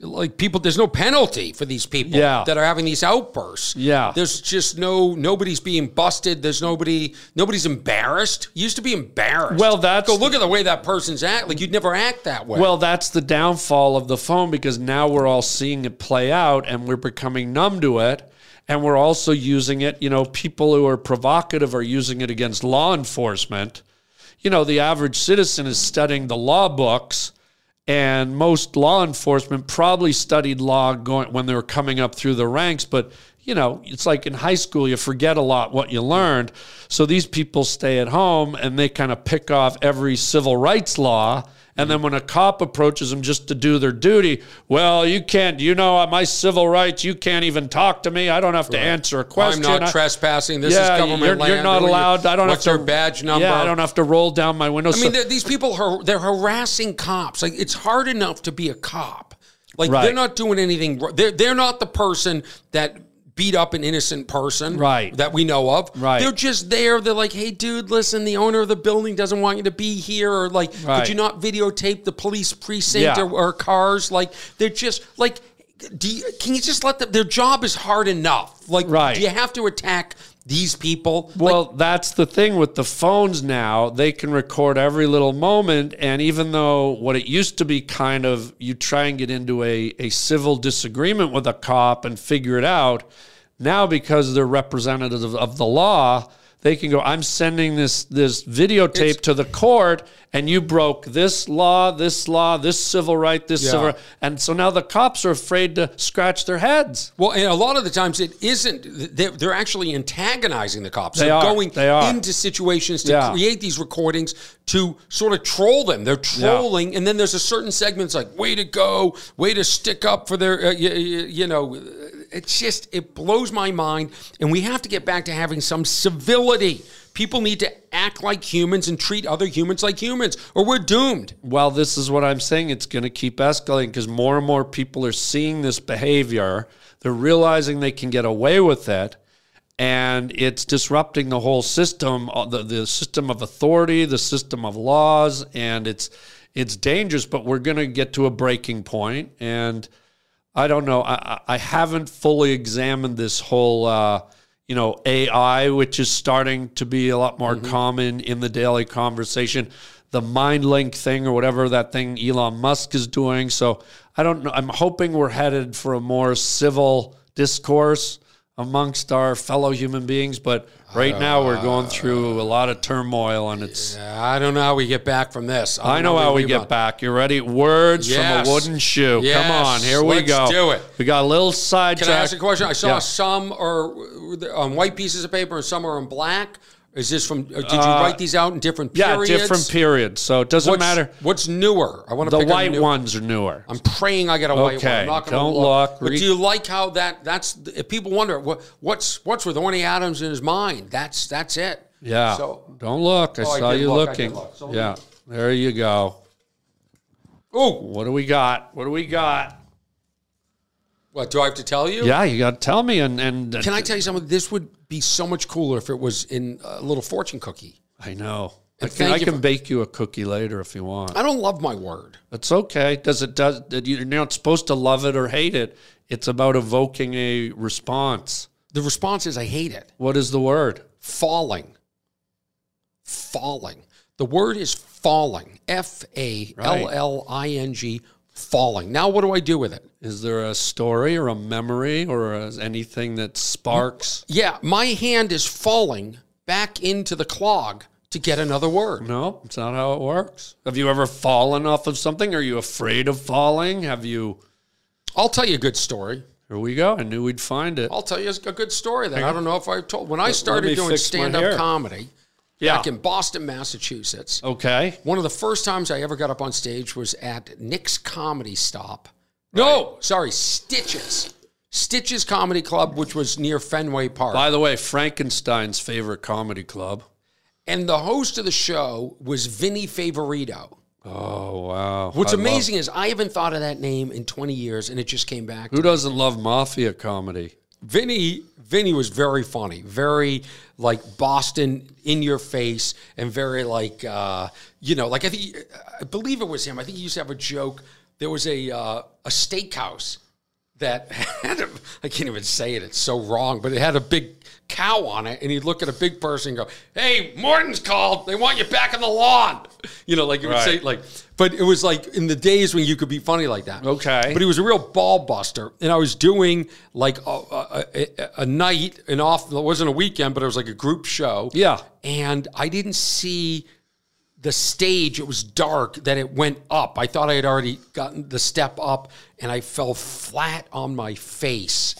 [SPEAKER 2] like people. There's no penalty for these people
[SPEAKER 1] Yeah.
[SPEAKER 2] that are having these outbursts.
[SPEAKER 1] Yeah.
[SPEAKER 2] There's just no. Nobody's being busted. There's nobody. Nobody's embarrassed. You used to be embarrassed.
[SPEAKER 1] Well, that's
[SPEAKER 2] go
[SPEAKER 1] the-
[SPEAKER 2] look at the way that person's act. Like you'd never act that way.
[SPEAKER 1] well, that's the downfall of the phone because now we're all seeing it play out and we're becoming numb to it. And we're also using it, you know, people who are provocative are using it against law enforcement. You know, the average citizen is studying the law books, and most law enforcement probably studied law going, when they were coming up through the ranks. But, you know, it's like in high school, you forget a lot what you learned. So these people stay at home and they kind of pick off every civil rights law. And then when a cop approaches them just to do their duty, well, you can't, you know, my civil rights, you can't even talk to me. I don't have to answer a
[SPEAKER 2] I'm
[SPEAKER 1] question.
[SPEAKER 2] not
[SPEAKER 1] I-
[SPEAKER 2] trespassing. This
[SPEAKER 1] yeah,
[SPEAKER 2] is government
[SPEAKER 1] you're,
[SPEAKER 2] land.
[SPEAKER 1] you're not
[SPEAKER 2] Who are you?
[SPEAKER 1] allowed. I don't
[SPEAKER 2] What's
[SPEAKER 1] have to
[SPEAKER 2] your badge number.
[SPEAKER 1] Yeah, I don't have to roll down my window.
[SPEAKER 2] I mean, they're- these people are they're harassing cops. Like it's hard enough to be a cop. Like
[SPEAKER 1] Right.
[SPEAKER 2] they're not doing anything. wr- They're they're not the person that beat up an innocent person,
[SPEAKER 1] Right.
[SPEAKER 2] That we know of,
[SPEAKER 1] Right.
[SPEAKER 2] They're just there. They're like, hey, dude, listen. The owner of the building doesn't want you to be here, or like,
[SPEAKER 1] Right.
[SPEAKER 2] could you not videotape the police precinct
[SPEAKER 1] Yeah.
[SPEAKER 2] or, or cars? Like they're just like. Do you, can you just let them? Their job is hard enough. Like,
[SPEAKER 1] Right.
[SPEAKER 2] do you have to attack these people?
[SPEAKER 1] well, that's the thing with the phones now. They can record every little moment, and even though what it used to be kind of you try and get into a, a civil disagreement with a cop and figure it out, now because they're representatives of, of the law, they can go, I'm sending this this videotape to the court, and you broke this law, this law, this civil right, this civil right. And so now the cops are afraid to scratch their heads.
[SPEAKER 2] Well, and a lot of the times it isn't. They're, they're actually antagonizing the cops.
[SPEAKER 1] They
[SPEAKER 2] are
[SPEAKER 1] are.
[SPEAKER 2] going
[SPEAKER 1] They are.
[SPEAKER 2] into situations to
[SPEAKER 1] Yeah.
[SPEAKER 2] create these recordings to sort of troll them. They're trolling, and then there's a certain segment that's like, "Way to go! Way to stick up for their," uh, you, you know. It's just it blows my mind, and we have to get back to having some civility. People need to act like humans and treat other humans like humans, or we're doomed.
[SPEAKER 1] well, this is what I'm saying. It's going to keep escalating because more and more people are seeing this behavior. They're realizing they can get away with it. And it's disrupting the whole system, uh, the, the system of authority, the system of laws. And it's, it's dangerous, but we're going to get to a breaking point. And I don't know. I, I- I haven't fully examined this whole, uh, you know, AI, which is starting to be a lot more common in the daily conversation. The mind link thing or whatever that thing Elon Musk is doing. So I don't know. I'm hoping we're headed for a more civil discourse amongst our fellow human beings. But right now we're going through a lot of turmoil and it's
[SPEAKER 2] I don't know how we get back from this.
[SPEAKER 1] I know how we get back. You ready? Words
[SPEAKER 2] Yes.
[SPEAKER 1] from a wooden shoe. Come on,
[SPEAKER 2] Yes.
[SPEAKER 1] here we
[SPEAKER 2] Let's
[SPEAKER 1] go.
[SPEAKER 2] do it.
[SPEAKER 1] We got a little
[SPEAKER 2] Can
[SPEAKER 1] sidetrack.
[SPEAKER 2] I ask a question? I saw
[SPEAKER 1] Yeah.
[SPEAKER 2] some are on white pieces of paper and some are on black. Is this from? uh, Did you write these out in different
[SPEAKER 1] Uh, Yeah,
[SPEAKER 2] periods?
[SPEAKER 1] different periods. So it doesn't
[SPEAKER 2] What's,
[SPEAKER 1] matter.
[SPEAKER 2] What's newer? I want to
[SPEAKER 1] The
[SPEAKER 2] pick
[SPEAKER 1] white
[SPEAKER 2] one.
[SPEAKER 1] ones are newer.
[SPEAKER 2] I'm praying I get a white one.
[SPEAKER 1] Okay,
[SPEAKER 2] I'm not gonna
[SPEAKER 1] don't
[SPEAKER 2] look.
[SPEAKER 1] look.
[SPEAKER 2] But
[SPEAKER 1] Re-
[SPEAKER 2] do you like how that? That's if people wonder what what's what's with Orny Adams in his mind. That's that's it.
[SPEAKER 1] yeah.
[SPEAKER 2] So
[SPEAKER 1] Don't look. I
[SPEAKER 2] Oh, I
[SPEAKER 1] saw
[SPEAKER 2] did
[SPEAKER 1] you
[SPEAKER 2] look, I did
[SPEAKER 1] looking.
[SPEAKER 2] look. So-
[SPEAKER 1] yeah. There you go.
[SPEAKER 2] oh,
[SPEAKER 1] What do we got? What do we got?
[SPEAKER 2] what do I have to tell you?
[SPEAKER 1] Yeah, you got to tell me. And, and
[SPEAKER 2] Can I tell you something? This would be so much cooler if it was in a little fortune cookie.
[SPEAKER 1] I know. I
[SPEAKER 2] And
[SPEAKER 1] can,
[SPEAKER 2] thank
[SPEAKER 1] I
[SPEAKER 2] you
[SPEAKER 1] can
[SPEAKER 2] for-
[SPEAKER 1] bake you a cookie later if you want.
[SPEAKER 2] I don't love my word.
[SPEAKER 1] It's okay. Does it does that you're not supposed to love it or hate it? It's about evoking a response.
[SPEAKER 2] The response is I hate it.
[SPEAKER 1] What is the word?
[SPEAKER 2] Falling. Falling. The word is falling. F A L L I N G. Falling. Now what do I do with it?
[SPEAKER 1] Is there a story or a memory or a, anything that sparks?
[SPEAKER 2] Yeah, my hand is falling back into the clog to get another word.
[SPEAKER 1] No, it's not how it works. Have you ever fallen off of something? Are you afraid of falling? Have you?
[SPEAKER 2] I'll tell you a good story.
[SPEAKER 1] Here we go. I knew we'd find it.
[SPEAKER 2] I'll tell you a good story that I don't know if I've told. When I
[SPEAKER 1] me
[SPEAKER 2] started doing
[SPEAKER 1] fix my
[SPEAKER 2] stand up
[SPEAKER 1] hair. Ah.
[SPEAKER 2] comedy
[SPEAKER 1] Yeah.
[SPEAKER 2] back in Boston, Massachusetts,
[SPEAKER 1] Okay.
[SPEAKER 2] one of the first times I ever got up on stage was at Nick's Comedy Stop. No, sorry, Stitches. Stitches Comedy Club, which was near Fenway Park.
[SPEAKER 1] By the way, Frankenstein's favorite comedy club.
[SPEAKER 2] and the host of the show was Vinny Favorito.
[SPEAKER 1] Oh wow!
[SPEAKER 2] What's
[SPEAKER 1] I love-
[SPEAKER 2] amazing is I haven't thought of that name in 20 years, and it just came back.
[SPEAKER 1] who doesn't love mafia comedy?
[SPEAKER 2] Vinny Vinny was very funny, very like Boston in your face, and very like uh, you know, like I think I believe it was him. I think he used to have a joke. There was a uh, a steakhouse that had a, I can't even say it; it's so wrong, but it had a big cow on it, and he'd look at a big person and go, "Hey, Morton's called. They want you back on the lawn." You know, like you would
[SPEAKER 1] Right.
[SPEAKER 2] say, like, but it was like in the days when you could be funny like that.
[SPEAKER 1] Okay.
[SPEAKER 2] But he was a real ball buster. And I was doing like a, a, a, a night and off, it wasn't a weekend, but it was like a group show.
[SPEAKER 1] Yeah.
[SPEAKER 2] And I didn't see the stage. It was dark that it went up. I thought I had already gotten the step up and I fell flat on my face.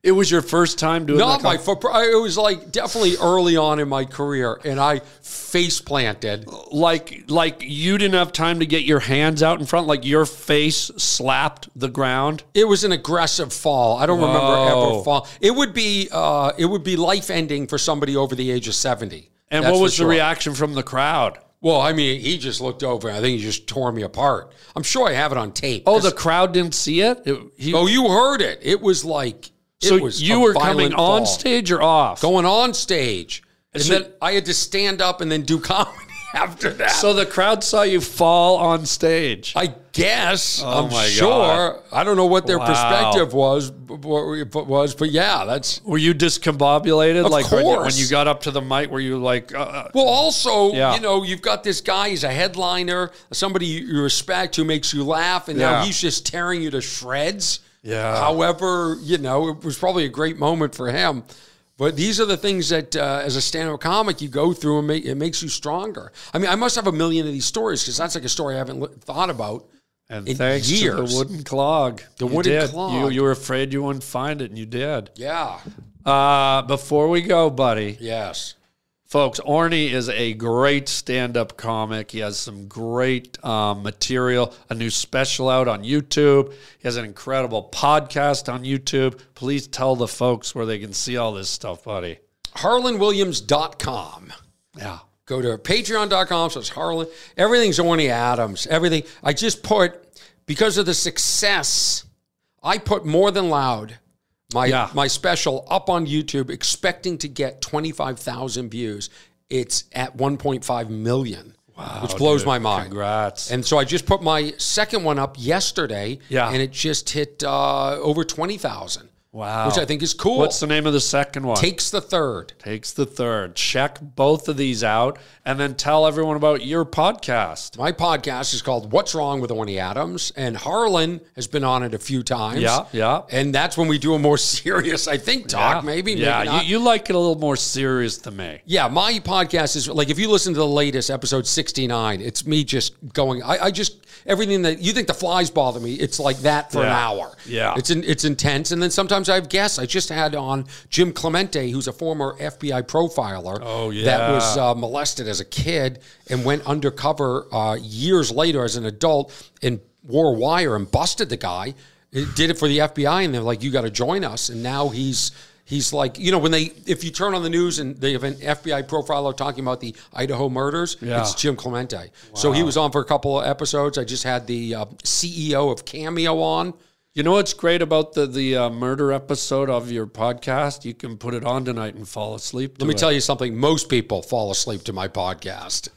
[SPEAKER 1] It was your first time doing like
[SPEAKER 2] Not my
[SPEAKER 1] a-
[SPEAKER 2] foot. It was like definitely early on in my career. And I face planted.
[SPEAKER 1] like like you didn't have time to get your hands out in front like your face slapped the ground
[SPEAKER 2] It was an aggressive fall. I don't remember
[SPEAKER 1] Whoa.
[SPEAKER 2] ever fall. It would be uh, it would be life ending for somebody over the age of seventy.
[SPEAKER 1] and
[SPEAKER 2] That's
[SPEAKER 1] what
[SPEAKER 2] for
[SPEAKER 1] was
[SPEAKER 2] sure.
[SPEAKER 1] the reaction from the crowd
[SPEAKER 2] Well, I mean, he just looked over. and I think he just tore me apart. I'm sure I have it on tape.
[SPEAKER 1] oh the crowd didn't see it, It- he-
[SPEAKER 2] oh, you heard it. It was like
[SPEAKER 1] so
[SPEAKER 2] it was
[SPEAKER 1] you
[SPEAKER 2] a
[SPEAKER 1] were coming
[SPEAKER 2] violent
[SPEAKER 1] on
[SPEAKER 2] fall.
[SPEAKER 1] stage or off
[SPEAKER 2] going on stage, and
[SPEAKER 1] So-
[SPEAKER 2] then I had to stand up and then do comedy after that.
[SPEAKER 1] so the crowd saw you fall on stage
[SPEAKER 2] I guess
[SPEAKER 1] Oh
[SPEAKER 2] I'm
[SPEAKER 1] my
[SPEAKER 2] sure. I don't know what their
[SPEAKER 1] Wow.
[SPEAKER 2] perspective was, b- b- was, but yeah, that's
[SPEAKER 1] were you discombobulated
[SPEAKER 2] Of
[SPEAKER 1] like when you, when
[SPEAKER 2] course.
[SPEAKER 1] you got up to the mic were you like uh, uh,
[SPEAKER 2] Well, also,
[SPEAKER 1] Yeah.
[SPEAKER 2] you know, you've got this guy, he's a headliner, somebody you respect who makes you laugh, and
[SPEAKER 1] Yeah.
[SPEAKER 2] now he's just tearing you to shreds.
[SPEAKER 1] Yeah.
[SPEAKER 2] However, you know, it was probably a great moment for him. But these are the things that, uh, as a stand up comic, you go through and make, it makes you stronger. I mean, I must have a million of these stories because that's like a story I haven't li- thought about.
[SPEAKER 1] and
[SPEAKER 2] in
[SPEAKER 1] thanks to
[SPEAKER 2] years.
[SPEAKER 1] the wooden clog the
[SPEAKER 2] wooden
[SPEAKER 1] did.
[SPEAKER 2] clog.
[SPEAKER 1] you, you were afraid you wouldn't find it and you did
[SPEAKER 2] Yeah.
[SPEAKER 1] uh, before we go buddy
[SPEAKER 2] Yes.
[SPEAKER 1] Folks, Orny is a great stand up comic. He has some great um, material, a new special out on YouTube. He has an incredible podcast on YouTube. Please tell the folks where they can see all this stuff, buddy.
[SPEAKER 2] HarlanWilliams.com.
[SPEAKER 1] Yeah.
[SPEAKER 2] go to patreon.com slash harlan everything's orny adams everything i just put because of the success i put more than loud my
[SPEAKER 1] Yeah.
[SPEAKER 2] my special up on youtube expecting to get 25000 views it's at 1.5 million which blows
[SPEAKER 1] dude.
[SPEAKER 2] my mind.
[SPEAKER 1] Congrats.
[SPEAKER 2] And so I just put my second one up yesterday.
[SPEAKER 1] Yeah.
[SPEAKER 2] And it just hit uh, over 20,000.
[SPEAKER 1] Wow.
[SPEAKER 2] Which I think is cool.
[SPEAKER 1] What's the name of the second one?
[SPEAKER 2] Takes the third.
[SPEAKER 1] Takes the third. Check both of these out and then tell everyone about your podcast.
[SPEAKER 2] My podcast is called What's Wrong with Orny Adams, and Harlan has been on it a few times.
[SPEAKER 1] Yeah, yeah.
[SPEAKER 2] And that's when we do a more serious, I think, talk, maybe.
[SPEAKER 1] Yeah,
[SPEAKER 2] maybe not.
[SPEAKER 1] you, you like it a little more serious than me.
[SPEAKER 2] Yeah, my podcast is like if you listen to the latest episode 69, it's me just going I, I just everything that you think the flies bother me, it's like that for an
[SPEAKER 1] Yeah.
[SPEAKER 2] hour.
[SPEAKER 1] Yeah.
[SPEAKER 2] It's in, it's intense and then sometimes I have guests. I just had on Jim Clemente who's a former FBI profiler
[SPEAKER 1] Oh,
[SPEAKER 2] that was
[SPEAKER 1] yeah.
[SPEAKER 2] uh, molested as a kid and went undercover uh, years later as an adult and wore wire and busted the guy. It did it for the FBI and they're like, you got to join us. And now he's he's like, you know, when they if you turn on the news and they have an FBI profiler talking about the Idaho murders,
[SPEAKER 1] Yeah.
[SPEAKER 2] it's Jim Clemente. So he was on for a couple of episodes. I just had the uh, CEO of Cameo on.
[SPEAKER 1] You know what's great about the the uh, murder episode of your podcast? You can put it on tonight and fall asleep.
[SPEAKER 2] Let me tell you something. Most people fall asleep to my podcast.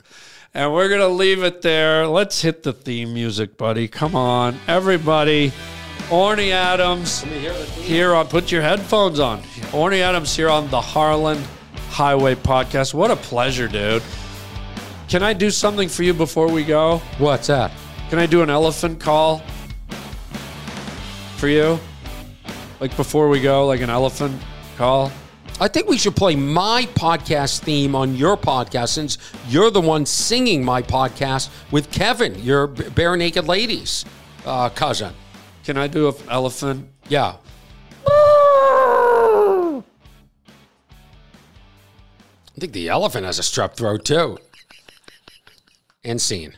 [SPEAKER 1] And we're going to leave it there. Let's hit the theme music, buddy. Come on, everybody. Orny Adams here on, put your headphones on. Orny Adams here on the Harlan Highway Podcast. What a pleasure, dude. Can I do something for you before we go?
[SPEAKER 2] What's that?
[SPEAKER 1] Can I do an elephant call for you? Like before we go, like an elephant call?
[SPEAKER 2] I think we should play my podcast theme on your podcast since you're the one singing my podcast with Kevin, your B- bare naked ladies uh, cousin.
[SPEAKER 1] Can I do an elephant?
[SPEAKER 2] Yeah. I think the elephant has a strep throat too. And scene.